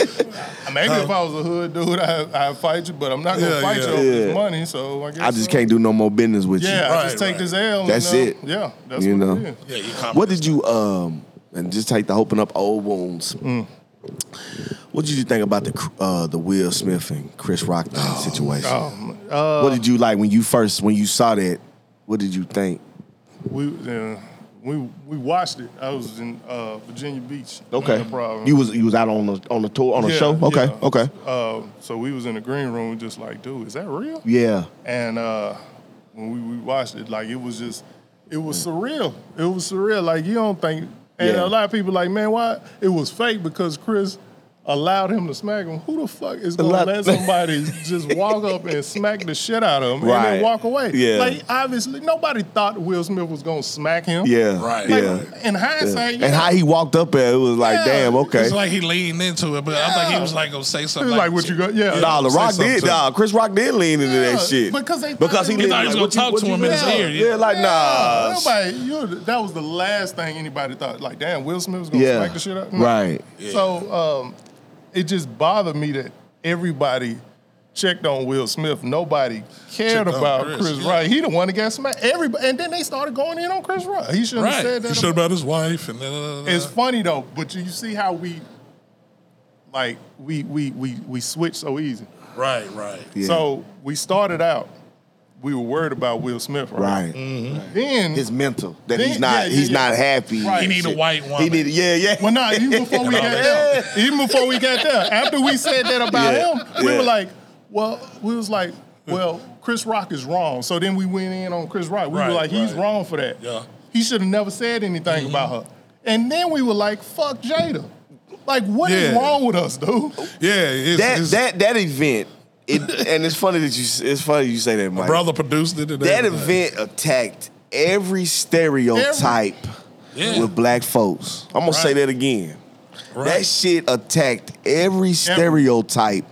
Speaker 3: maybe if I was a hood dude, I, I'd fight you, but I'm not gonna
Speaker 1: Yeah,
Speaker 3: fight
Speaker 1: yeah.
Speaker 3: you over this
Speaker 2: Yeah.
Speaker 3: money. So I guess
Speaker 2: I just
Speaker 3: uh,
Speaker 2: can't do no more business with you.
Speaker 3: Yeah, I
Speaker 1: Right,
Speaker 3: just take
Speaker 1: right.
Speaker 3: this L. and,
Speaker 2: That's
Speaker 3: uh,
Speaker 2: it.
Speaker 3: Yeah, that's
Speaker 2: You
Speaker 3: what
Speaker 2: know.
Speaker 3: It is.
Speaker 1: Yeah, you come.
Speaker 2: What did you um and just take the open up old wounds? What did you think about the uh, the Will Smith and Chris Rock thing situation?
Speaker 3: Um, uh,
Speaker 2: what did you like when you first when you saw that? What did you think?
Speaker 3: we uh, we we watched it. I was in uh, Virginia Beach. No problem.
Speaker 2: you was you was out on the on the tour on the
Speaker 3: Yeah,
Speaker 2: show. Okay,
Speaker 3: yeah.
Speaker 2: okay,
Speaker 3: Uh, so we was in the green room, just like, dude, is that real?
Speaker 2: yeah,
Speaker 3: And uh, when we, we watched it, like it was just, it was surreal. It was surreal. Like you don't think, and
Speaker 2: Mm. Yeah.
Speaker 3: a lot of people like, man, why? It was fake because Chris, allowed him to smack him, who the fuck is going
Speaker 2: Allow-
Speaker 3: to let somebody just walk up and smack the shit out of him and
Speaker 2: Right.
Speaker 3: then walk away?
Speaker 2: Yeah.
Speaker 3: Like, obviously, nobody thought Will Smith was going to smack him.
Speaker 2: Yeah.
Speaker 1: Right.
Speaker 2: Yeah.
Speaker 1: Like,
Speaker 3: In hindsight, you
Speaker 2: And
Speaker 3: know,
Speaker 2: how he walked up at it, it was like,
Speaker 3: Yeah.
Speaker 2: damn, okay.
Speaker 1: It's like he leaned into it, but I think he
Speaker 3: Yeah.
Speaker 1: was like gonna say something.
Speaker 3: It's like what you got. Yeah.
Speaker 2: Nah, The
Speaker 1: Say
Speaker 2: Rock
Speaker 1: something
Speaker 2: did.
Speaker 1: to him.
Speaker 2: Nah, Chris Rock did lean into
Speaker 3: Yeah,
Speaker 2: that shit
Speaker 3: because they
Speaker 2: because
Speaker 3: thought-
Speaker 2: he
Speaker 3: They
Speaker 2: leaned
Speaker 1: thought he
Speaker 2: like,
Speaker 1: was
Speaker 2: what
Speaker 1: gonna
Speaker 2: you-
Speaker 1: talk
Speaker 2: what
Speaker 1: to
Speaker 2: you
Speaker 1: him in his
Speaker 2: doing?
Speaker 1: ear,
Speaker 2: Yeah,
Speaker 1: yeah.
Speaker 2: like nah.
Speaker 3: Nobody, you, that was the last thing anybody thought. Like, damn, Will Smith was gonna
Speaker 2: Yeah.
Speaker 3: smack the shit up. Mm.
Speaker 2: Right.
Speaker 3: So um, it just bothered me that everybody checked on Will Smith. Nobody cared
Speaker 1: Checked on
Speaker 3: about
Speaker 1: Chris,
Speaker 3: Chris,
Speaker 1: yeah.
Speaker 3: Rock. He the one that got smacked. Everybody, and then they started going in on Chris Rock. He shouldn't have
Speaker 1: Right.
Speaker 3: said
Speaker 1: He uh,
Speaker 3: that.
Speaker 1: showed
Speaker 3: about-
Speaker 1: about his wife and da, da, da, da.
Speaker 3: it's funny though, but you, you see how we, like, we we we we switch so easy.
Speaker 1: right, right.
Speaker 3: So we started out, we were worried about Will Smith, right?
Speaker 2: Right.
Speaker 1: Mm.
Speaker 3: Then
Speaker 2: His mental that
Speaker 3: Then-
Speaker 2: he's not
Speaker 3: yeah, yeah,
Speaker 2: he's
Speaker 3: yeah.
Speaker 2: not happy.
Speaker 3: Right.
Speaker 1: He
Speaker 2: and
Speaker 1: need a
Speaker 2: shit.
Speaker 1: white
Speaker 2: He
Speaker 1: woman.
Speaker 2: need yeah yeah.
Speaker 3: Well, nah, even before we got there, even before we got there, after we said that about
Speaker 2: Yeah,
Speaker 3: him, we
Speaker 2: yeah.
Speaker 3: were like, well, we was like, well, Chris Rock is wrong. So then we went in on Chris Rock. We
Speaker 1: Right,
Speaker 3: were like, he's
Speaker 1: right.
Speaker 3: wrong for that.
Speaker 1: Yeah. Mm-hmm.
Speaker 3: He should have never said anything about her. And then we were like, fuck Jada. Like, what is
Speaker 1: Yeah.
Speaker 3: wrong with us, dude?
Speaker 1: Yeah, it's,
Speaker 2: that
Speaker 1: it's-
Speaker 2: that that event. It, and it's funny that you it's funny you say that, Mike.
Speaker 1: brother produced it. and
Speaker 2: that
Speaker 1: everything.
Speaker 2: event attacked every stereotype
Speaker 1: Yeah.
Speaker 2: with black folks. I'm gonna say
Speaker 1: Right.
Speaker 2: that again. That
Speaker 1: Right.
Speaker 2: shit attacked every stereotype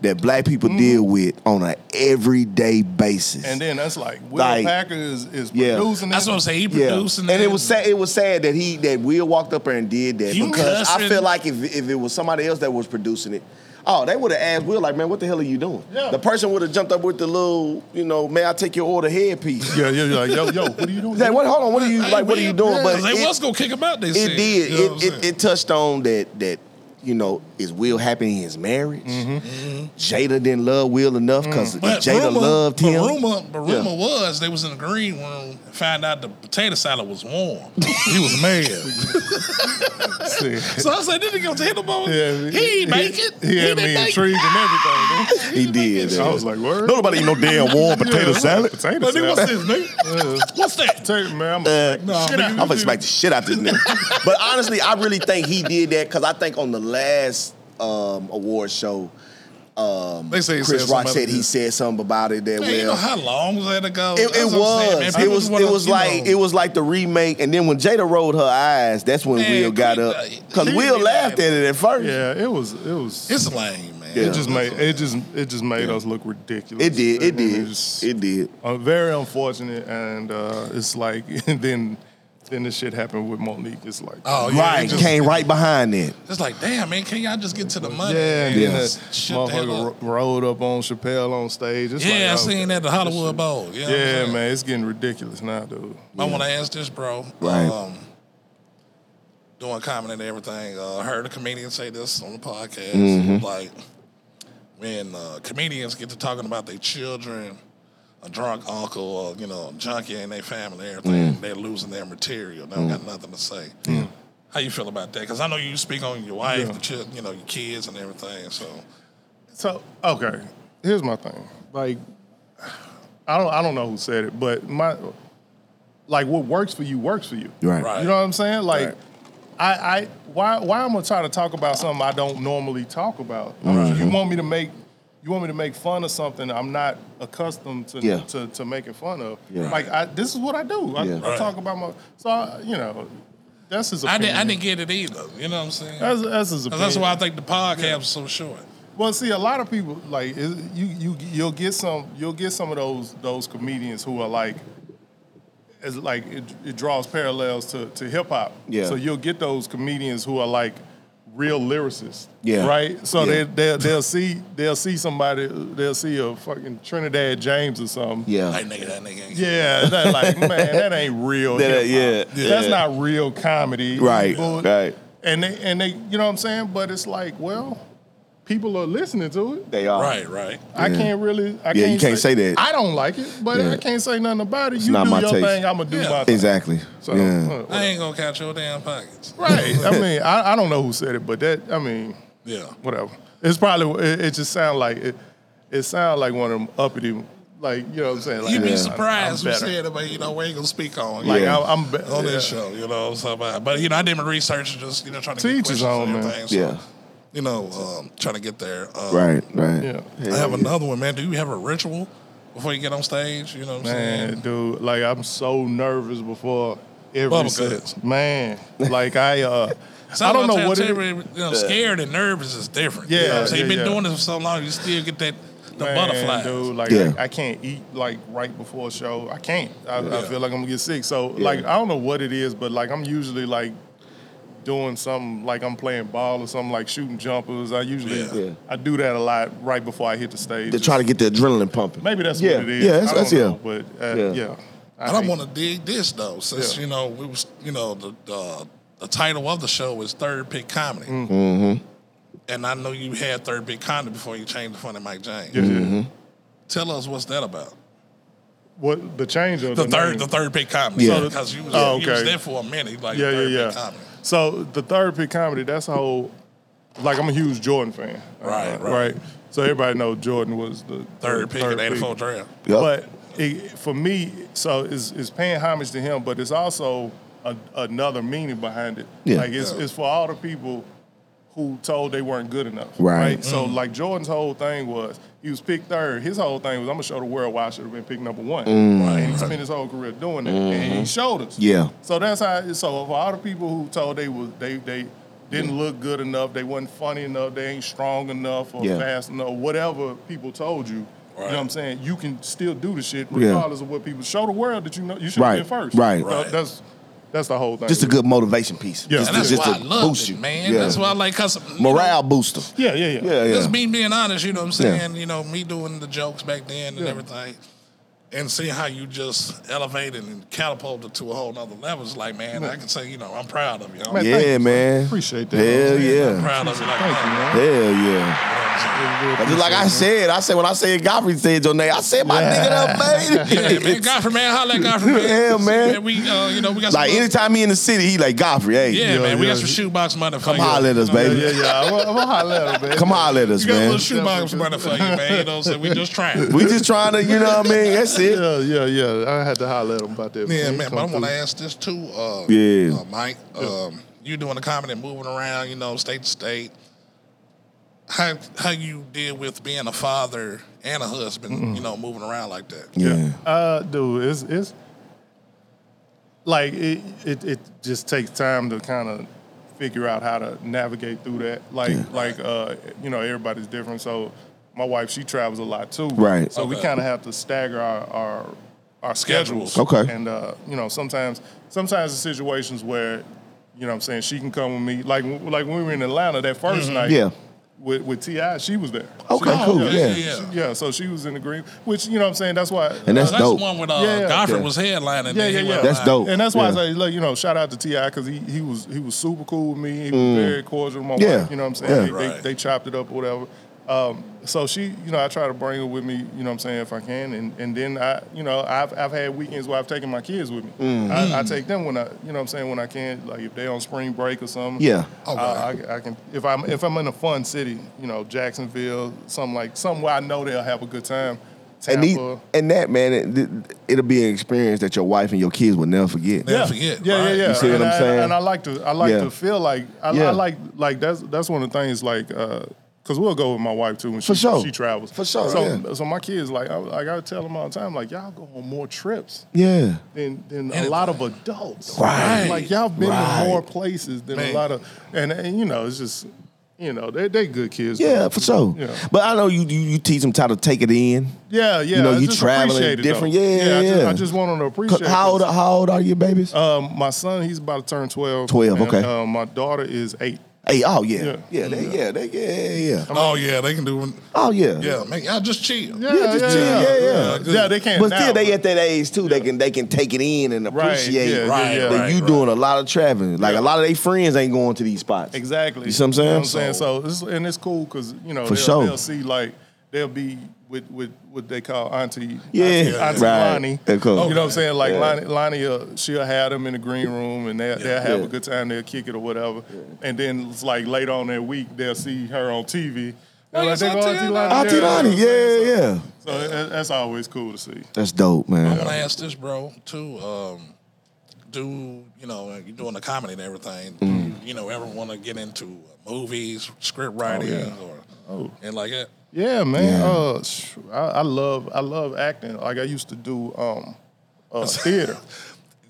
Speaker 2: that black people
Speaker 1: Mm-hmm.
Speaker 2: deal with on an everyday basis.
Speaker 3: And then that's like, Will
Speaker 2: Like,
Speaker 3: Packer is, is
Speaker 2: yeah.
Speaker 3: producing
Speaker 1: That's
Speaker 3: it.
Speaker 1: what I'm saying. He
Speaker 2: yeah,
Speaker 1: produced
Speaker 2: and it was sad. It was sad that he that Will walked up there and did that
Speaker 1: You
Speaker 2: because I
Speaker 1: cussing.
Speaker 2: feel like if if it was somebody else that was producing it, oh, they would have asked Will like, man, what the hell are you doing?
Speaker 3: Yeah.
Speaker 2: The person would have jumped up with the little, you know, may I take your order headpiece?
Speaker 3: Yeah, yeah, yeah. Like, yo, yo, what are you doing?
Speaker 2: Like, what? Hold on. What are you
Speaker 1: Hey,
Speaker 2: like? What are
Speaker 1: we-
Speaker 2: you doing?
Speaker 1: yeah,
Speaker 2: But
Speaker 1: they
Speaker 2: it-
Speaker 1: was gonna kick him out. They
Speaker 2: It
Speaker 1: said.
Speaker 2: did.
Speaker 1: You know what
Speaker 2: it,
Speaker 1: I'm
Speaker 2: it,
Speaker 1: saying?
Speaker 2: it touched on that that you know is Will happy in his marriage. Jada didn't love Will enough because
Speaker 1: Mm-hmm. But
Speaker 2: Jada
Speaker 1: rumor,
Speaker 2: loved him.
Speaker 1: But rumor, but
Speaker 2: Yeah.
Speaker 1: rumor was they was in the green room. and Found out the potato salad was warm. he was mad. so I said, "Did he go hit him over?
Speaker 3: Yeah,
Speaker 1: he ain't make it.
Speaker 3: He
Speaker 1: didn't
Speaker 3: had me
Speaker 1: make it."
Speaker 3: intrigued and everything. dude.
Speaker 2: he did.
Speaker 3: I
Speaker 2: uh,
Speaker 3: was like, word.
Speaker 2: nobody eat no damn warm potato
Speaker 3: Yeah,
Speaker 2: salad.
Speaker 3: Potato
Speaker 1: But nigga, what's
Speaker 3: salad.
Speaker 1: this, nigga? What's that?
Speaker 3: Tell you, man, I'm
Speaker 2: Uh,
Speaker 1: Nah,
Speaker 3: Shit,
Speaker 1: nigga,
Speaker 2: I'm gonna smack the shit out this nigga. but honestly, I really think he did that because I think on the last um, award show, um,
Speaker 1: They say he
Speaker 2: Chris
Speaker 1: said
Speaker 2: Rock
Speaker 1: something
Speaker 2: said he
Speaker 1: about-
Speaker 2: said something about it
Speaker 1: Man,
Speaker 2: that well.
Speaker 1: you know how long was that ago?
Speaker 2: It, it
Speaker 1: That's what I'm saying, man.
Speaker 2: was. It
Speaker 1: People
Speaker 2: was.
Speaker 1: just wanna,
Speaker 2: It was
Speaker 1: you
Speaker 2: like.
Speaker 1: know,
Speaker 2: It was like the remake. And then when Jada rolled her eyes, that's when
Speaker 1: Man,
Speaker 2: Will got
Speaker 1: Queen- uh,
Speaker 2: up. Cause
Speaker 1: she
Speaker 2: Will
Speaker 1: be
Speaker 2: laughed
Speaker 1: like-
Speaker 2: at it at first.
Speaker 3: Yeah, it was. It was.
Speaker 1: It's lame, man.
Speaker 2: Yeah.
Speaker 3: it just made. It just. It just made us look ridiculous.
Speaker 2: It did. It
Speaker 3: And
Speaker 2: did.
Speaker 3: it's,
Speaker 2: It did.
Speaker 3: uh, very unfortunate, and uh, it's like and then. Then this shit happened with Monique. It's like,
Speaker 1: Oh yeah.
Speaker 2: Right.
Speaker 1: it just-
Speaker 2: Came right behind it.
Speaker 1: It's like, damn, man. Can y'all just get to the money?
Speaker 3: yeah, and
Speaker 1: man?
Speaker 3: then that
Speaker 1: Just shut the hell
Speaker 3: motherfucker
Speaker 1: up.
Speaker 3: ro- rolled up on Chappelle on stage. It's
Speaker 1: Yeah,
Speaker 3: like,
Speaker 1: I
Speaker 3: oh,
Speaker 1: seen that at the Hollywood Bowl. You know what I'm
Speaker 3: Yeah,
Speaker 1: saying?
Speaker 3: man, it's getting ridiculous now, dude.
Speaker 1: I want to ask this, bro.
Speaker 2: Right.
Speaker 1: Um, doing comedy and everything. Uh, I heard a comedian say this on the podcast.
Speaker 3: Mm-hmm.
Speaker 1: Like, when uh, comedians get to talking about their children, a drunk uncle, or, you know, junkie in their family, and
Speaker 3: Mm.
Speaker 1: everything, they're losing their material. They don't got nothing to say. How you feel about that? Because I know you speak on your wife,
Speaker 3: Yeah.
Speaker 1: the chil- you know, your kids and everything. So,
Speaker 3: So okay, here's my thing. Like, I don't I don't know who said it, but my like what works for you works for you.
Speaker 1: Right.
Speaker 3: You know what I'm saying? Like,
Speaker 2: Right.
Speaker 3: I I why why am I trying to talk about something I don't normally talk about? You want me to make you want me to make fun of something I'm not accustomed to
Speaker 2: Yeah.
Speaker 3: to, to making fun of.
Speaker 2: Yeah.
Speaker 3: Like I, this is what I do. I,
Speaker 2: Yeah.
Speaker 3: I
Speaker 1: Right.
Speaker 3: talk about my so I, you know that's his
Speaker 1: I
Speaker 3: opinion.
Speaker 1: didn't, I didn't get it either. You know what I'm saying?
Speaker 3: That's, that's his
Speaker 1: 'Cause
Speaker 3: opinion.
Speaker 1: that's why I think the podcast was so short.
Speaker 3: Well, see, a lot of people like is- you. You you'll get some. You'll get some of those those comedians who are like, it's like it, it draws parallels to to hip hop.
Speaker 2: Yeah.
Speaker 3: So you'll get those comedians who are like real lyricists.
Speaker 2: Yeah.
Speaker 3: Right. So
Speaker 2: Yeah.
Speaker 3: they they they'll see they'll see somebody they'll see a fucking Trinidad James or something.
Speaker 2: Yeah.
Speaker 1: Like, nigga, that nigga. ain't-
Speaker 3: Yeah, that like man, that ain't real.
Speaker 2: That- uh,
Speaker 3: hip-hop.
Speaker 2: yeah,
Speaker 3: that's
Speaker 2: yeah.
Speaker 3: not real comedy.
Speaker 2: Right,
Speaker 3: But-
Speaker 2: right.
Speaker 3: And they and they, you know what I'm saying? But it's like, well, people are listening to it.
Speaker 2: They are.
Speaker 1: Right, right.
Speaker 3: I can't really. I
Speaker 2: Yeah, you can't say that.
Speaker 3: I don't like it, but
Speaker 2: Yeah.
Speaker 3: I can't say nothing about it. you
Speaker 2: not
Speaker 3: do
Speaker 2: my
Speaker 3: your
Speaker 2: taste.
Speaker 3: thing. I'm gonna do
Speaker 1: Yeah.
Speaker 3: my thing.
Speaker 2: Exactly.
Speaker 3: So,
Speaker 2: yeah.
Speaker 3: uh,
Speaker 1: I ain't gonna count your damn pockets.
Speaker 3: right. I mean, I, I don't know who said it, but that. I mean,
Speaker 1: Yeah.
Speaker 3: whatever. It's probably. It, it just sounds like it. It sounds like one of them uppity. Like you know what I'm saying. Like,
Speaker 1: You'd
Speaker 2: Yeah.
Speaker 1: be surprised
Speaker 3: I'm
Speaker 1: who
Speaker 3: better.
Speaker 1: said it, but you know, we ain't gonna speak on
Speaker 3: Like
Speaker 1: you know,
Speaker 3: I, I'm be-
Speaker 1: on this
Speaker 3: yeah.
Speaker 1: show, you know what I'm talking about. But you know, I did my research and just, you know, trying to
Speaker 3: To
Speaker 1: get
Speaker 3: each his
Speaker 1: questions and
Speaker 3: own, man.
Speaker 1: everything. So
Speaker 2: Yeah.
Speaker 1: you know, um, trying to get there. Um,
Speaker 2: Right, right.
Speaker 3: Yeah.
Speaker 1: I have another one, man. Do you have a ritual before you get on stage? You know what I'm
Speaker 3: Man,
Speaker 1: saying?
Speaker 3: dude, like I'm so nervous before every
Speaker 1: Bubba
Speaker 3: set.
Speaker 1: guts.
Speaker 3: Man, like I uh I
Speaker 1: Some
Speaker 3: don't
Speaker 1: of
Speaker 3: know what
Speaker 1: us
Speaker 3: it
Speaker 1: have
Speaker 3: is.
Speaker 1: temporary, you know, scared and nervous is different. you
Speaker 3: Yeah,
Speaker 1: know what I'm saying?
Speaker 3: yeah,
Speaker 1: You've been
Speaker 3: yeah.
Speaker 1: doing this for so long, you still get that the
Speaker 3: Man,
Speaker 1: butterflies.
Speaker 3: dude. Like
Speaker 2: Yeah.
Speaker 3: I, I can't eat like right before a show. I can't. I, I
Speaker 1: Yeah.
Speaker 3: feel like I'm gonna get sick. So like I don't know what it is, but like I'm usually like doing something like I'm playing ball or something like shooting jumpers. I usually
Speaker 1: Yeah.
Speaker 2: Yeah.
Speaker 3: I do that a lot right before I hit the stage.
Speaker 2: To try to get the adrenaline pumping.
Speaker 3: maybe that's
Speaker 2: yeah,
Speaker 3: what it is.
Speaker 2: Yeah, that's,
Speaker 3: I don't
Speaker 2: that's yeah.
Speaker 3: know, But uh,
Speaker 2: Yeah.
Speaker 3: yeah.
Speaker 1: I don't
Speaker 3: hate-
Speaker 1: want to dig this though, since
Speaker 3: Yeah.
Speaker 1: you know we was you know the the, the title of the show is Third Pick Comedy, Mm-hmm. and I know you had Third Pick Comedy before you changed to Funny Mike James.
Speaker 3: Yeah, yeah.
Speaker 2: Mm-hmm.
Speaker 1: Tell us what's that about?
Speaker 3: What the change of
Speaker 1: The
Speaker 3: the
Speaker 1: third
Speaker 3: name.
Speaker 1: the Third Pick Comedy,
Speaker 2: Yeah.
Speaker 1: because you was,
Speaker 3: Oh,
Speaker 1: you was
Speaker 3: okay.
Speaker 1: there for a minute, like
Speaker 3: yeah,
Speaker 1: Third
Speaker 3: yeah,
Speaker 1: Pick
Speaker 3: yeah.
Speaker 1: Comedy.
Speaker 3: So the third pick comedy, that's a whole. Like I'm a huge Jordan fan.
Speaker 1: Right,
Speaker 3: Uh,
Speaker 1: right.
Speaker 3: So everybody knows Jordan was the
Speaker 1: Third pick in '84 draft.
Speaker 2: Yup.
Speaker 3: But it, for me, so it's, it's paying homage to him, but it's also a, another meaning behind it.
Speaker 2: Yeah.
Speaker 3: Like it's,
Speaker 1: Yeah.
Speaker 3: it's for all the people who told they weren't good enough.
Speaker 2: Right.
Speaker 3: So like Jordan's whole thing was he was picked third. His whole thing was I'm gonna show the world why I should have been picked number one. Right. And he spent his whole career doing that, and he showed us.
Speaker 2: Mm. Mm-hmm. Yeah.
Speaker 3: So that's how. So for all the people who told they was they they didn't look good enough, they wasn't funny enough, they ain't strong enough or
Speaker 2: Yeah.
Speaker 3: fast enough, whatever people told you. You know what
Speaker 1: Right.
Speaker 3: I'm saying? You can still do the shit regardless of what people show the world that you know you should
Speaker 2: Right,
Speaker 3: have been first.
Speaker 2: right.
Speaker 3: So
Speaker 1: Right.
Speaker 3: That's that's the whole thing.
Speaker 2: Just a good motivation piece.
Speaker 3: Yeah.
Speaker 2: Just,
Speaker 1: And that's
Speaker 2: just
Speaker 1: why I
Speaker 2: to
Speaker 1: love
Speaker 2: boost
Speaker 1: it,
Speaker 2: you.
Speaker 1: man.
Speaker 2: Yeah.
Speaker 1: That's why I like cause
Speaker 2: Morale booster.
Speaker 3: yeah, yeah, yeah.
Speaker 2: Yeah, yeah.
Speaker 1: Just me being honest, you know what I'm
Speaker 2: Yeah.
Speaker 1: saying? You know, me doing the jokes back then and
Speaker 3: Yeah.
Speaker 1: everything. And seeing how you just elevated and catapulted to a whole nother level. It's like, man, I can say, you know, I'm proud of you. I'm,
Speaker 3: Man,
Speaker 2: Yeah,
Speaker 3: thank you, son.
Speaker 2: man.
Speaker 3: Appreciate that.
Speaker 2: Hell
Speaker 3: You know
Speaker 2: yeah.
Speaker 3: what I'm saying?
Speaker 1: proud of you. Like,
Speaker 3: Thank you, man.
Speaker 2: Hell yeah.
Speaker 3: Yeah,
Speaker 2: Just like I said, I said when I said Godfrey said your name, I said my nigga up,
Speaker 1: Yeah, man,
Speaker 2: baby.
Speaker 1: Godfrey, man, holla at Godfrey, man.
Speaker 2: Yeah,
Speaker 1: See,
Speaker 2: man.
Speaker 1: we, uh, you know, we got
Speaker 2: like
Speaker 1: some,
Speaker 2: anytime he in the city, he like Godfrey, hey,
Speaker 1: yeah,
Speaker 3: Yeah,
Speaker 1: man, we
Speaker 3: yeah.
Speaker 1: got some shoebox money for
Speaker 2: come
Speaker 1: you.
Speaker 2: holler at us,
Speaker 1: You know,
Speaker 2: baby.
Speaker 3: Yeah, yeah. I'm gonna- I'm gonna holler at him, man.
Speaker 2: Come holler at us,
Speaker 1: We got a
Speaker 2: man.
Speaker 1: little shoebox money for you, man. You know what I'm saying? We just trying.
Speaker 2: We just trying to, you know what I mean? That's it.
Speaker 3: Yeah, yeah, yeah. I had to holler at him about that.
Speaker 1: Yeah,
Speaker 3: He
Speaker 1: man.
Speaker 3: come
Speaker 1: But I want to
Speaker 3: through.
Speaker 1: ask this too, uh,
Speaker 2: Yeah.
Speaker 1: uh, Mike. Um, you doing the comedy, moving around, you know, state to state. How how you deal with being a father and a husband, you know, moving around like that?
Speaker 2: Yeah.
Speaker 3: Uh, dude, it's it's like it it, it just takes time to kind of figure out how to navigate through that. Like like uh, you know, everybody's different. So my wife, she travels a lot too.
Speaker 2: Right.
Speaker 3: So we
Speaker 1: Okay.
Speaker 3: kind of have to stagger our our, our
Speaker 1: Schedules.
Speaker 3: schedules.
Speaker 2: Okay.
Speaker 3: And uh, you know, sometimes sometimes the situations where you know what I'm saying she can come with me. Like like when we were in Atlanta that 1st night.
Speaker 2: Yeah.
Speaker 3: With, with Ti, she was there.
Speaker 2: Okay,
Speaker 3: She-
Speaker 2: cool, yeah.
Speaker 3: she- yeah. So she was in the green, which you know what I'm saying. That's why.
Speaker 2: And that's
Speaker 1: That's,
Speaker 2: dope.
Speaker 1: the one with uh,
Speaker 3: Yeah, yeah.
Speaker 1: Godfrey
Speaker 2: Yeah.
Speaker 1: was headlining. and
Speaker 3: Yeah,
Speaker 1: then
Speaker 3: yeah,
Speaker 1: he
Speaker 3: yeah.
Speaker 1: went
Speaker 2: That's
Speaker 1: live.
Speaker 2: dope.
Speaker 3: And that's why
Speaker 2: Yeah.
Speaker 3: I say, look, you know, shout out to Ti because he, he was he was super cool with me. He was very cordial with my
Speaker 2: Mm. Yeah.
Speaker 3: wife. You know what I'm
Speaker 2: Yeah.
Speaker 3: saying? They- They,
Speaker 1: Right.
Speaker 3: they chopped it up or whatever. Um, so she, you know, I try to bring her with me. You know what I'm saying? If I can, and and then I, you know, I've I've had weekends where I've taken my kids with me.
Speaker 2: Mm.
Speaker 3: I, I
Speaker 1: Mm.
Speaker 3: take them when I, you know, what I'm saying when I can, like if they're on spring break or something.
Speaker 2: Yeah.
Speaker 1: Okay.
Speaker 3: Uh, I, I can if I'm if I'm in a fun city, you know, Jacksonville, something like something where I know they'll have a good time.
Speaker 2: And, he,
Speaker 3: Tampa.
Speaker 2: and that man, it, it'll be an experience that your wife and your kids will never forget.
Speaker 1: Yeah. forget,
Speaker 3: Yeah,
Speaker 1: right?
Speaker 3: yeah, yeah.
Speaker 2: You see what
Speaker 3: and
Speaker 2: I'm
Speaker 3: I,
Speaker 2: saying?
Speaker 3: And I like to, I like
Speaker 2: Yeah.
Speaker 3: to feel like, I,
Speaker 2: Yeah.
Speaker 3: I like, like that's that's one of the things, like, uh, cause we'll go with my wife too when she,
Speaker 2: For sure.
Speaker 3: she travels.
Speaker 2: For sure,
Speaker 3: So,
Speaker 2: yeah.
Speaker 3: so my kids, like, I, like I tell them all the time, like, y'all go on more trips
Speaker 2: Yeah.
Speaker 3: than than
Speaker 1: Anyway.
Speaker 3: a lot of adults.
Speaker 2: Right.
Speaker 3: Like y'all been
Speaker 2: Right.
Speaker 3: to more places than
Speaker 1: Man.
Speaker 3: a lot of, and, and you know, it's just, you know, they they good kids.
Speaker 2: Yeah, for sure.
Speaker 3: Yeah.
Speaker 2: But I know you, you you teach them how to take it in.
Speaker 3: Yeah, yeah.
Speaker 2: You know,
Speaker 3: I
Speaker 2: you
Speaker 3: just
Speaker 2: traveling
Speaker 3: appreciate it,
Speaker 2: different-
Speaker 3: though.
Speaker 2: yeah,
Speaker 3: I, Just,
Speaker 2: yeah.
Speaker 3: I just want them to appreciate.
Speaker 2: 'Cause
Speaker 3: it.
Speaker 2: How old how old are your babies?
Speaker 3: Um, my son, he's about to turn twelve.
Speaker 2: 12,
Speaker 3: and,
Speaker 2: okay.
Speaker 3: uh, my daughter is eight.
Speaker 2: hey, oh yeah,
Speaker 3: yeah.
Speaker 2: yeah, they, yeah, they, yeah, yeah, yeah.
Speaker 1: Oh yeah, they can do. it.
Speaker 2: Oh yeah,
Speaker 1: Yeah, man, y'all just chill.
Speaker 3: Yeah,
Speaker 2: Yeah, just chill. Yeah, yeah.
Speaker 3: yeah. they can't.
Speaker 2: But
Speaker 3: now,
Speaker 2: still, they at that age too. They can they can take it in and
Speaker 3: Right,
Speaker 2: appreciate.
Speaker 3: yeah,
Speaker 1: Right,
Speaker 3: yeah,
Speaker 2: That
Speaker 1: right,
Speaker 2: you
Speaker 1: right.
Speaker 2: doing a lot of traveling. Like a lot of their friends ain't going to these spots.
Speaker 3: exactly.
Speaker 2: You see what I'm saying?
Speaker 3: You know what I'm saying? So, it's, and it's cool because you know
Speaker 2: For
Speaker 3: they'll,
Speaker 2: sure.
Speaker 3: they'll see like they'll be with with what they call auntie.
Speaker 2: Yeah,
Speaker 3: auntie, auntie
Speaker 2: right.
Speaker 3: Lonnie.
Speaker 2: Yeah, cool.
Speaker 3: You know what I'm saying? Like
Speaker 2: Yeah.
Speaker 3: Lonnie, Lonnie uh, she'll have them in the green room and they'll, they'll have
Speaker 2: Yeah.
Speaker 3: a good time. They'll kick it or whatever. And then it's like later on that week they'll see her on TV. They're
Speaker 1: Oh,
Speaker 3: like,
Speaker 1: it's
Speaker 3: "There go
Speaker 1: Auntie
Speaker 3: Auntie
Speaker 1: Lonnie."
Speaker 3: Lonnie.
Speaker 2: Auntie
Speaker 3: there."
Speaker 2: Lonnie, Ah, yeah, yeah.
Speaker 3: So that- that's always cool to see.
Speaker 2: That's dope, man.
Speaker 1: I want to ask uh, this, bro, too. Um, do you know you're doing the comedy and everything? Do you you know ever want to get into movies, script writing, or and like that?
Speaker 3: Yeah, man. Uh, sh- I, I love I love acting. Like I used to do um, uh, theater.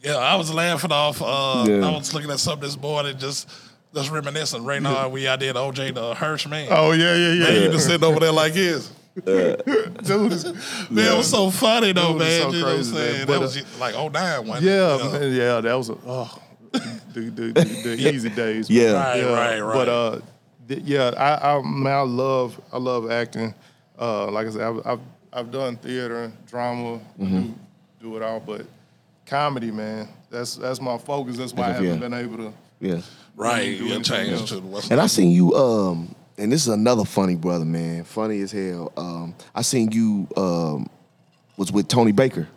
Speaker 1: Yeah, I was laughing off. Uh,
Speaker 2: Yeah.
Speaker 1: I was looking at something this morning, just just reminiscing. Right now, we I did OJ the Hirsch man.
Speaker 3: Oh yeah, yeah,
Speaker 1: Man,
Speaker 3: yeah.
Speaker 1: you just sitting over there like this.
Speaker 3: Dude, is-
Speaker 1: Man, it was so funny though,
Speaker 3: Dude, it's
Speaker 1: man.
Speaker 3: so
Speaker 1: you know what I'm
Speaker 3: crazy, man.
Speaker 1: saying?
Speaker 3: But, uh,
Speaker 1: That was just like 09 one.
Speaker 3: yeah,
Speaker 1: you know?
Speaker 3: man, yeah. That was a, oh, the, the, the, the easy days. man.
Speaker 2: Yeah.
Speaker 1: Right, right, right.
Speaker 3: But uh, th- yeah, I I, man, I love I love acting. Uh, like I said, I've I've, I've done theater, drama, do, do it all, but comedy, man, that's that's my focus. That's why I haven't
Speaker 2: Yeah.
Speaker 3: been able to.
Speaker 2: Yeah.
Speaker 1: right.
Speaker 3: You do
Speaker 1: You
Speaker 3: anything
Speaker 1: changed
Speaker 3: else.
Speaker 1: to what's
Speaker 2: And I seen you, um, and this is another funny brother, man. Funny as hell. Um, I seen you um, was with Tony Baker.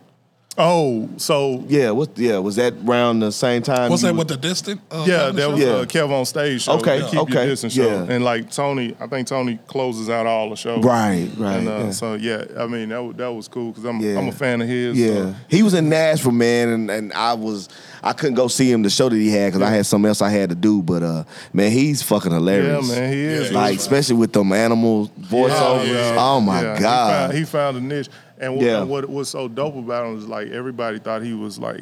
Speaker 3: Oh, so
Speaker 2: Yeah, what yeah, was that around the same time?
Speaker 1: What's
Speaker 2: you
Speaker 1: that
Speaker 2: was-
Speaker 1: with the distance? Uh,
Speaker 3: mm-hmm. Yeah,
Speaker 1: kind of
Speaker 3: that was
Speaker 1: show?
Speaker 2: Yeah.
Speaker 3: uh, Kev on stage show.
Speaker 2: Okay,
Speaker 3: the keep
Speaker 2: okay,
Speaker 3: your distance show.
Speaker 2: yeah.
Speaker 3: And like Tony, I think Tony closes out all the shows.
Speaker 2: Right, right.
Speaker 3: And, uh,
Speaker 2: yeah.
Speaker 3: So yeah, I mean that was, that was cool because I'm
Speaker 2: Yeah.
Speaker 3: I'm a fan of his.
Speaker 2: Yeah,
Speaker 3: so-
Speaker 2: he was in Nashville, man, and, and I was I couldn't go see him the show that he had because I had something else I had to do. But uh, man, he's fucking
Speaker 3: yeah,
Speaker 2: hilarious.
Speaker 3: man, he is.
Speaker 1: Yeah,
Speaker 2: Like especially with them animal
Speaker 3: Oh,
Speaker 2: voiceovers.
Speaker 3: yeah.
Speaker 2: Oh my
Speaker 3: Yeah, he
Speaker 2: god.
Speaker 3: found- he found, a niche. And what,
Speaker 2: Yeah.
Speaker 3: what was so dope about him is like everybody thought he was like,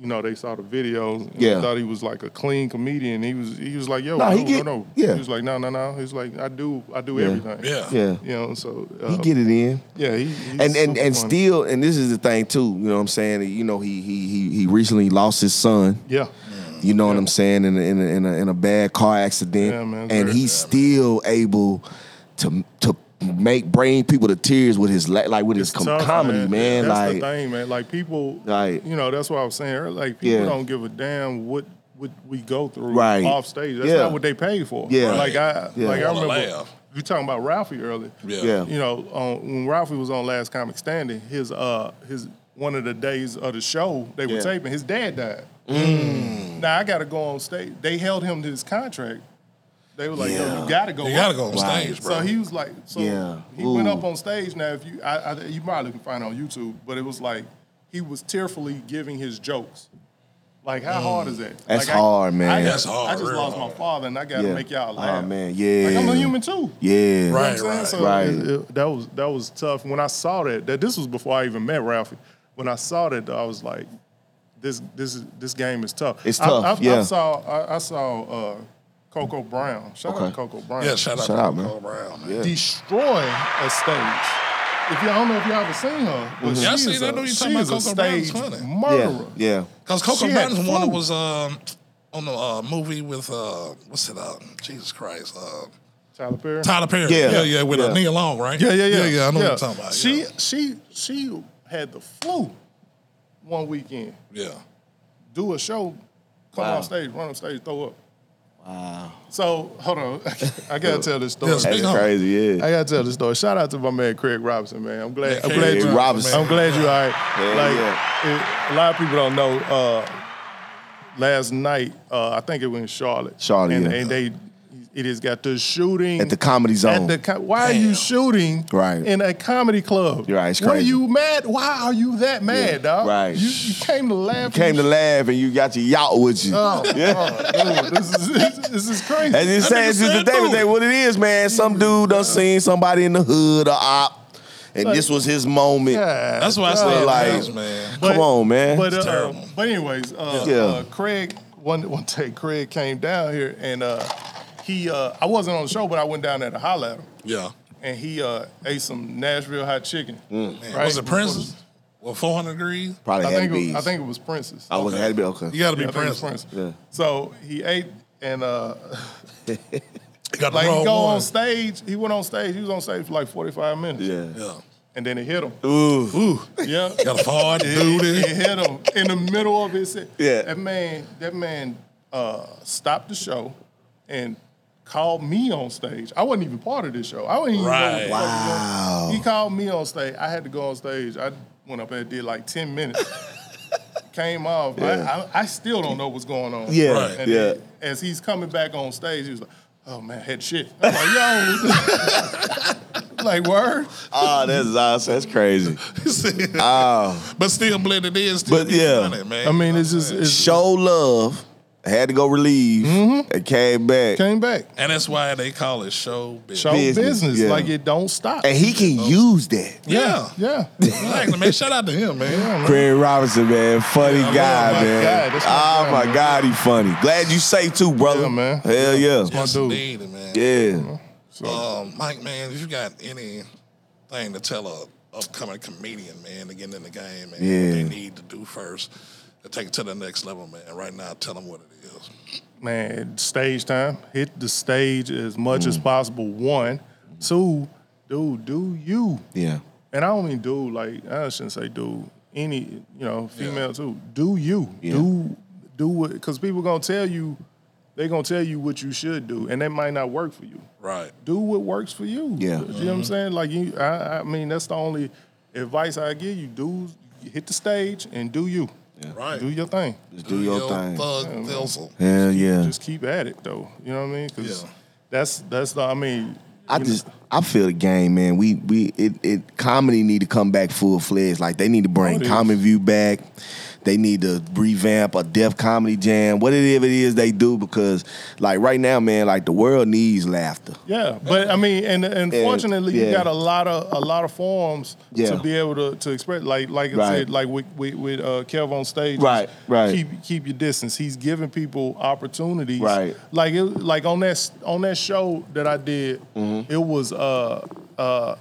Speaker 3: you know, they saw the videos. And they
Speaker 2: Yeah.
Speaker 3: thought he was like a clean comedian. He was he was like, yo,
Speaker 2: Nah,
Speaker 3: no,
Speaker 2: he
Speaker 3: no,
Speaker 2: get-
Speaker 3: no.
Speaker 2: yeah.
Speaker 3: He was like, no, no, no. He's like, I do I do
Speaker 2: Yeah.
Speaker 3: everything.
Speaker 1: Yeah.
Speaker 2: yeah.
Speaker 3: You know, so uh,
Speaker 2: He get it in.
Speaker 3: yeah, he, he's
Speaker 2: and and,
Speaker 3: super
Speaker 2: and
Speaker 3: funny.
Speaker 2: still and this is the thing too, you know what I'm saying? You know, he he he he recently lost his son.
Speaker 3: yeah.
Speaker 2: You know what I'm saying? In a, in a, in, a, in a bad car accident,
Speaker 3: Yeah, man, it's
Speaker 2: and
Speaker 3: very
Speaker 2: he's still able to to make bring people to tears with his la- like with his com-
Speaker 3: tough,
Speaker 2: comedy, man.
Speaker 3: That's
Speaker 2: like
Speaker 3: the thing, man. Like people,
Speaker 2: Like-
Speaker 3: you know, that's what I was saying. earlier. Like people
Speaker 2: Yeah.
Speaker 3: don't give a damn what what we go through
Speaker 2: Right.
Speaker 3: off stage. That's
Speaker 2: Yeah.
Speaker 3: not what they pay for.
Speaker 2: Yeah.
Speaker 3: Like I,
Speaker 2: Yeah.
Speaker 3: like I
Speaker 1: Wanna
Speaker 3: remember
Speaker 1: laugh.
Speaker 3: you talking about Ralphie earlier.
Speaker 1: Yeah.
Speaker 2: Yeah.
Speaker 3: You know, on, when Ralphie was on Last Comic Standing, his uh his one of the days of the show they were
Speaker 2: Yeah. Mm.
Speaker 3: taping, his dad died. Now I got to go on stage. They held him to his contract. They were like,
Speaker 2: Yeah.
Speaker 3: Yo, you got to go.
Speaker 1: You gotta
Speaker 3: up.
Speaker 1: go on
Speaker 2: Right.
Speaker 1: stage, bro.
Speaker 3: So he was like, so
Speaker 2: Yeah.
Speaker 3: he went
Speaker 2: Ooh.
Speaker 3: up on stage. Now, if you, I, I, you probably can find it on YouTube, but it was like he was tearfully giving his jokes. Like, how hard is that?
Speaker 2: Mm. That's
Speaker 3: Like, I-
Speaker 2: hard, man.
Speaker 3: I,
Speaker 1: That's
Speaker 3: just,
Speaker 1: hard,
Speaker 3: I just
Speaker 1: real
Speaker 3: lost
Speaker 1: hard.
Speaker 3: my father, and I got to
Speaker 2: Yeah.
Speaker 3: make y'all
Speaker 2: Oh
Speaker 3: laugh.
Speaker 2: man,
Speaker 3: Like,
Speaker 2: yeah.
Speaker 3: I'm a human too.
Speaker 2: Yeah.
Speaker 3: You know what
Speaker 1: Right.
Speaker 3: I'm saying? So
Speaker 2: Right.
Speaker 3: it- it- that was that was tough. When I saw that, that this was before I even met Ralphie. When I saw that, though, I was like, this this is this game is tough.
Speaker 2: It's
Speaker 3: I-
Speaker 2: tough,
Speaker 3: I,
Speaker 2: yeah.
Speaker 3: I saw I, I saw uh, Coco Brown. Shout
Speaker 2: Okay.
Speaker 3: out Coco Brown
Speaker 1: yeah, shout out
Speaker 2: Shout
Speaker 1: to
Speaker 2: out, man.
Speaker 1: Cole Brown, man.
Speaker 3: destroy a stage. If y'all I don't know if y'all ever seen her, but
Speaker 1: Yeah, I
Speaker 3: she
Speaker 1: seen
Speaker 3: is
Speaker 1: that. I
Speaker 3: a,
Speaker 1: know you
Speaker 3: she
Speaker 1: talking
Speaker 3: is
Speaker 1: about
Speaker 3: a
Speaker 1: Coco Brown's
Speaker 3: stage
Speaker 1: funny.
Speaker 2: Yeah.
Speaker 3: murderer.
Speaker 2: Yeah.
Speaker 1: Because Coco
Speaker 3: She had
Speaker 1: Brown's one that
Speaker 3: food.
Speaker 1: was um, on the uh, movie with uh, what's it? Uh, Jesus Christ, uh,
Speaker 3: Tyler Perry.
Speaker 1: Tyler Perry.
Speaker 2: Yeah.
Speaker 1: yeah, yeah with
Speaker 2: Yeah.
Speaker 1: a Neil Long, right?
Speaker 3: Yeah, yeah, yeah,
Speaker 1: yeah. I know what you're talking about.
Speaker 3: She
Speaker 1: yeah.
Speaker 3: she she had the flu one weekend.
Speaker 1: yeah.
Speaker 3: Do a show, come
Speaker 2: Wow.
Speaker 3: on stage, run on stage, throw up. Wow. So hold on, I gotta tell this story.
Speaker 1: Yeah, speak
Speaker 2: That's
Speaker 1: up.
Speaker 2: crazy. Yeah.
Speaker 3: I gotta tell this story. Shout out to my man Craig Robinson, man. I'm glad.
Speaker 1: Yeah,
Speaker 3: I'm glad
Speaker 1: Craig
Speaker 3: you.
Speaker 2: Robinson.
Speaker 3: I'm glad you all right.
Speaker 2: Yeah,
Speaker 3: like it- a lot of people don't know. Uh, last night, uh, I think it was in Charlotte.
Speaker 2: Charlotte,
Speaker 3: and,
Speaker 2: yeah.
Speaker 3: and they, it has got the shooting
Speaker 2: At the Comedy Zone.
Speaker 3: At the co- why are you
Speaker 1: Damn.
Speaker 3: shooting
Speaker 2: Right.
Speaker 3: in a comedy club?
Speaker 2: You're right, it's
Speaker 3: What are
Speaker 2: crazy.
Speaker 3: you mad? Why are you that mad, dog?
Speaker 2: right.
Speaker 3: You, you came to laugh.
Speaker 2: Came to
Speaker 3: and-
Speaker 2: laugh and you got your yacht with you.
Speaker 3: Oh, God, dude, this is this is crazy.
Speaker 2: As it
Speaker 1: That
Speaker 2: says,
Speaker 1: nigga
Speaker 2: it's the
Speaker 1: said
Speaker 2: David
Speaker 1: dude.
Speaker 2: Day. What it is, man?
Speaker 3: Mm-hmm.
Speaker 2: Some dude done seen somebody in the hood or op, and this was his moment.
Speaker 3: God,
Speaker 1: That's why I
Speaker 3: dog.
Speaker 1: said
Speaker 2: like-
Speaker 1: like, man.
Speaker 2: Come on, man.
Speaker 3: But uh,
Speaker 1: terrible.
Speaker 3: but anyways, uh,
Speaker 2: Yeah.
Speaker 3: uh, Craig one one day Craig came down here and uh, he uh, I wasn't on the show, but I went down there to holler at him
Speaker 1: Yeah.
Speaker 3: and he uh, ate some Nashville hot chicken.
Speaker 1: Man,
Speaker 3: Right.
Speaker 1: Was it Prince's? Well, 400 degrees.
Speaker 2: Probably
Speaker 3: I
Speaker 2: Mm. had to
Speaker 3: think it
Speaker 2: be.
Speaker 3: was, I think it was Princess.
Speaker 2: I was had to be okay.
Speaker 1: You got to be
Speaker 3: Yeah, I think it was
Speaker 1: Prince.
Speaker 3: Princess.
Speaker 2: Yeah.
Speaker 3: So he ate and uh,
Speaker 1: You got the
Speaker 3: like he
Speaker 1: wrong
Speaker 3: go on
Speaker 1: one.
Speaker 3: stage. He went on stage. He was on stage for like forty five minutes.
Speaker 2: Yeah.
Speaker 1: Yeah.
Speaker 3: And then it hit him.
Speaker 2: Ooh.
Speaker 3: Yeah.
Speaker 1: Got a hard
Speaker 3: It
Speaker 1: duty.
Speaker 3: hit him in the middle of his.
Speaker 2: Yeah.
Speaker 3: That man, that man uh, stopped the show and called me on stage. I wasn't even part of this show. I wasn't even
Speaker 1: Right.
Speaker 3: know what the fuck was going on. He called me on stage. I had to go on stage. I went up there and did like 10 minutes. Came off. I, I, I still don't know what's going on.
Speaker 2: Yeah.
Speaker 1: Right.
Speaker 3: And
Speaker 2: Yeah.
Speaker 3: then as he's coming back on stage, he was like, oh man, head shit. I'm like, yo. like, word?
Speaker 2: Oh, that's awesome. That's crazy. Ah,
Speaker 1: but still blended in. Still
Speaker 2: But
Speaker 1: be
Speaker 2: yeah.
Speaker 1: funny, man.
Speaker 3: I mean, it's just, it's,
Speaker 2: Show love had to go relieve, and came back.
Speaker 3: Mm-hmm. Came back.
Speaker 1: And that's why they call it show business.
Speaker 3: Show business.
Speaker 2: Business, yeah.
Speaker 3: Like it don't stop.
Speaker 2: And he can use that.
Speaker 1: Yeah.
Speaker 3: yeah.
Speaker 1: Exactly, man. Shout out to him, man.
Speaker 2: Craig Robinson, man, funny
Speaker 1: Yeah, I love
Speaker 2: guy,
Speaker 3: my
Speaker 2: man.
Speaker 3: guy. That's my
Speaker 2: oh
Speaker 3: guy,
Speaker 2: my
Speaker 3: man.
Speaker 2: God, he funny. Glad you safe too, brother.
Speaker 3: Yeah, man.
Speaker 2: Hell yeah,
Speaker 3: My
Speaker 1: Yes,
Speaker 3: dude.
Speaker 1: indeed, man.
Speaker 2: yeah.
Speaker 3: So
Speaker 1: Um, Mike, man, if you got anything to tell a upcoming comedian, man, to get in the game and
Speaker 2: Yeah.
Speaker 1: what they need to do first to take it to the next level, man. Right now, tell them what it is.
Speaker 3: man, stage time. Hit the stage as much as
Speaker 2: Mm.
Speaker 3: possible. One. Two, dude, do you.
Speaker 2: Yeah.
Speaker 3: And I don't mean dude, like I shouldn't say dude. Any, you know, female too. Do you.
Speaker 2: Yeah.
Speaker 3: Do do what because people gonna tell you, they gonna tell you what you should do, and that might not work for you.
Speaker 1: Right.
Speaker 3: do what works for you.
Speaker 2: Yeah. Mm-hmm.
Speaker 3: You know what I'm saying? Like you I, I mean that's the only advice I give you. Do hit the stage and do you.
Speaker 1: Right.
Speaker 3: Do your thing.
Speaker 2: Just do your
Speaker 1: Yo,
Speaker 2: thing.
Speaker 1: Thug Thistle.
Speaker 2: Hell yeah.
Speaker 3: Just keep at it though. You know what I mean? Cuz
Speaker 1: Yeah.
Speaker 3: that's that's the I mean
Speaker 2: I
Speaker 3: you
Speaker 2: just I feel the game, man. We we it, it comedy need to come back full fledged. Like they need to
Speaker 3: Oh,
Speaker 2: bring
Speaker 3: it is.
Speaker 2: Common View back. They need to revamp a deaf comedy jam, whatever it is they do, because like right now, man, like the world needs laughter.
Speaker 3: Yeah, but I mean, and, and
Speaker 2: Yeah,
Speaker 3: fortunately,
Speaker 2: yeah.
Speaker 3: you got a lot of a lot of forms
Speaker 2: Yeah.
Speaker 3: to be able to, to express. Like like I
Speaker 2: Right.
Speaker 3: said, like with with, with uh, Kev on stage,
Speaker 2: Right, right.
Speaker 3: Keep keep your distance. He's giving people opportunities.
Speaker 2: Right.
Speaker 3: Like it, like on that s- on that show that I did,
Speaker 2: Mm-hmm.
Speaker 3: it was uh uh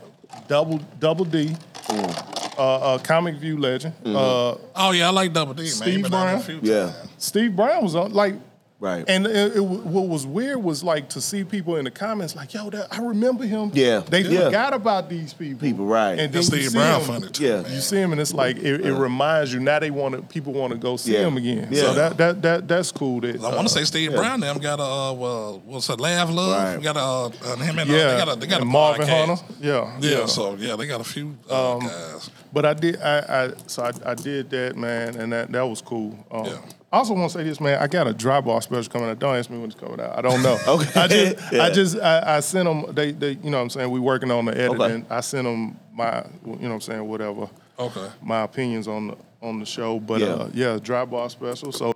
Speaker 3: double double D,
Speaker 2: Mm.
Speaker 3: uh, uh comic view legend.
Speaker 2: Mm-hmm.
Speaker 3: Uh,
Speaker 1: Oh yeah, I like Double D, man. He
Speaker 3: Steve
Speaker 1: been on there a
Speaker 3: Brown.
Speaker 1: few
Speaker 2: Yeah.
Speaker 1: times.
Speaker 3: Steve Brown was on like.
Speaker 2: Right.
Speaker 3: And it, it, what was weird was like to see people in the comments like, "Yo, that, I remember him."
Speaker 2: Yeah.
Speaker 3: they
Speaker 2: Yeah.
Speaker 3: forgot about these people.
Speaker 2: People, right.
Speaker 3: And then
Speaker 1: That's
Speaker 3: you
Speaker 1: Steve
Speaker 3: see
Speaker 1: Brown
Speaker 3: him,
Speaker 1: funny too.
Speaker 2: Yeah.
Speaker 1: man.
Speaker 3: You see him, and it's like it, it reminds you. Now they want to. People want to go see
Speaker 2: Yeah.
Speaker 3: him again.
Speaker 2: Yeah.
Speaker 3: So that that that that's cool. That uh,
Speaker 1: I want to say Steve Brown. Them got a uh, well, what's it, Laugh Love?
Speaker 2: Right.
Speaker 1: We got a uh, him and uh,
Speaker 3: yeah,
Speaker 1: they got a they got a
Speaker 3: and Marvin
Speaker 1: podcast.
Speaker 3: Hunter. Yeah, Um,
Speaker 1: Yeah, so yeah, they got a few uh, guys.
Speaker 3: But I did, I, I so I, I did that, man, and that that was cool. Um,
Speaker 1: Yeah.
Speaker 3: I also want to say this, man. I got a dry bar special coming out. Don't ask me when it's coming out. I don't know.
Speaker 2: Okay.
Speaker 3: I just,
Speaker 2: Yeah.
Speaker 3: I just, I, I sent them. They, they, you know, what I'm saying we working on the editing.
Speaker 2: Okay.
Speaker 3: I sent them my, you know, what I'm saying whatever.
Speaker 1: Okay.
Speaker 3: My opinions on the on the show, but
Speaker 2: Yeah.
Speaker 3: yeah, uh, yeah dry bar special. So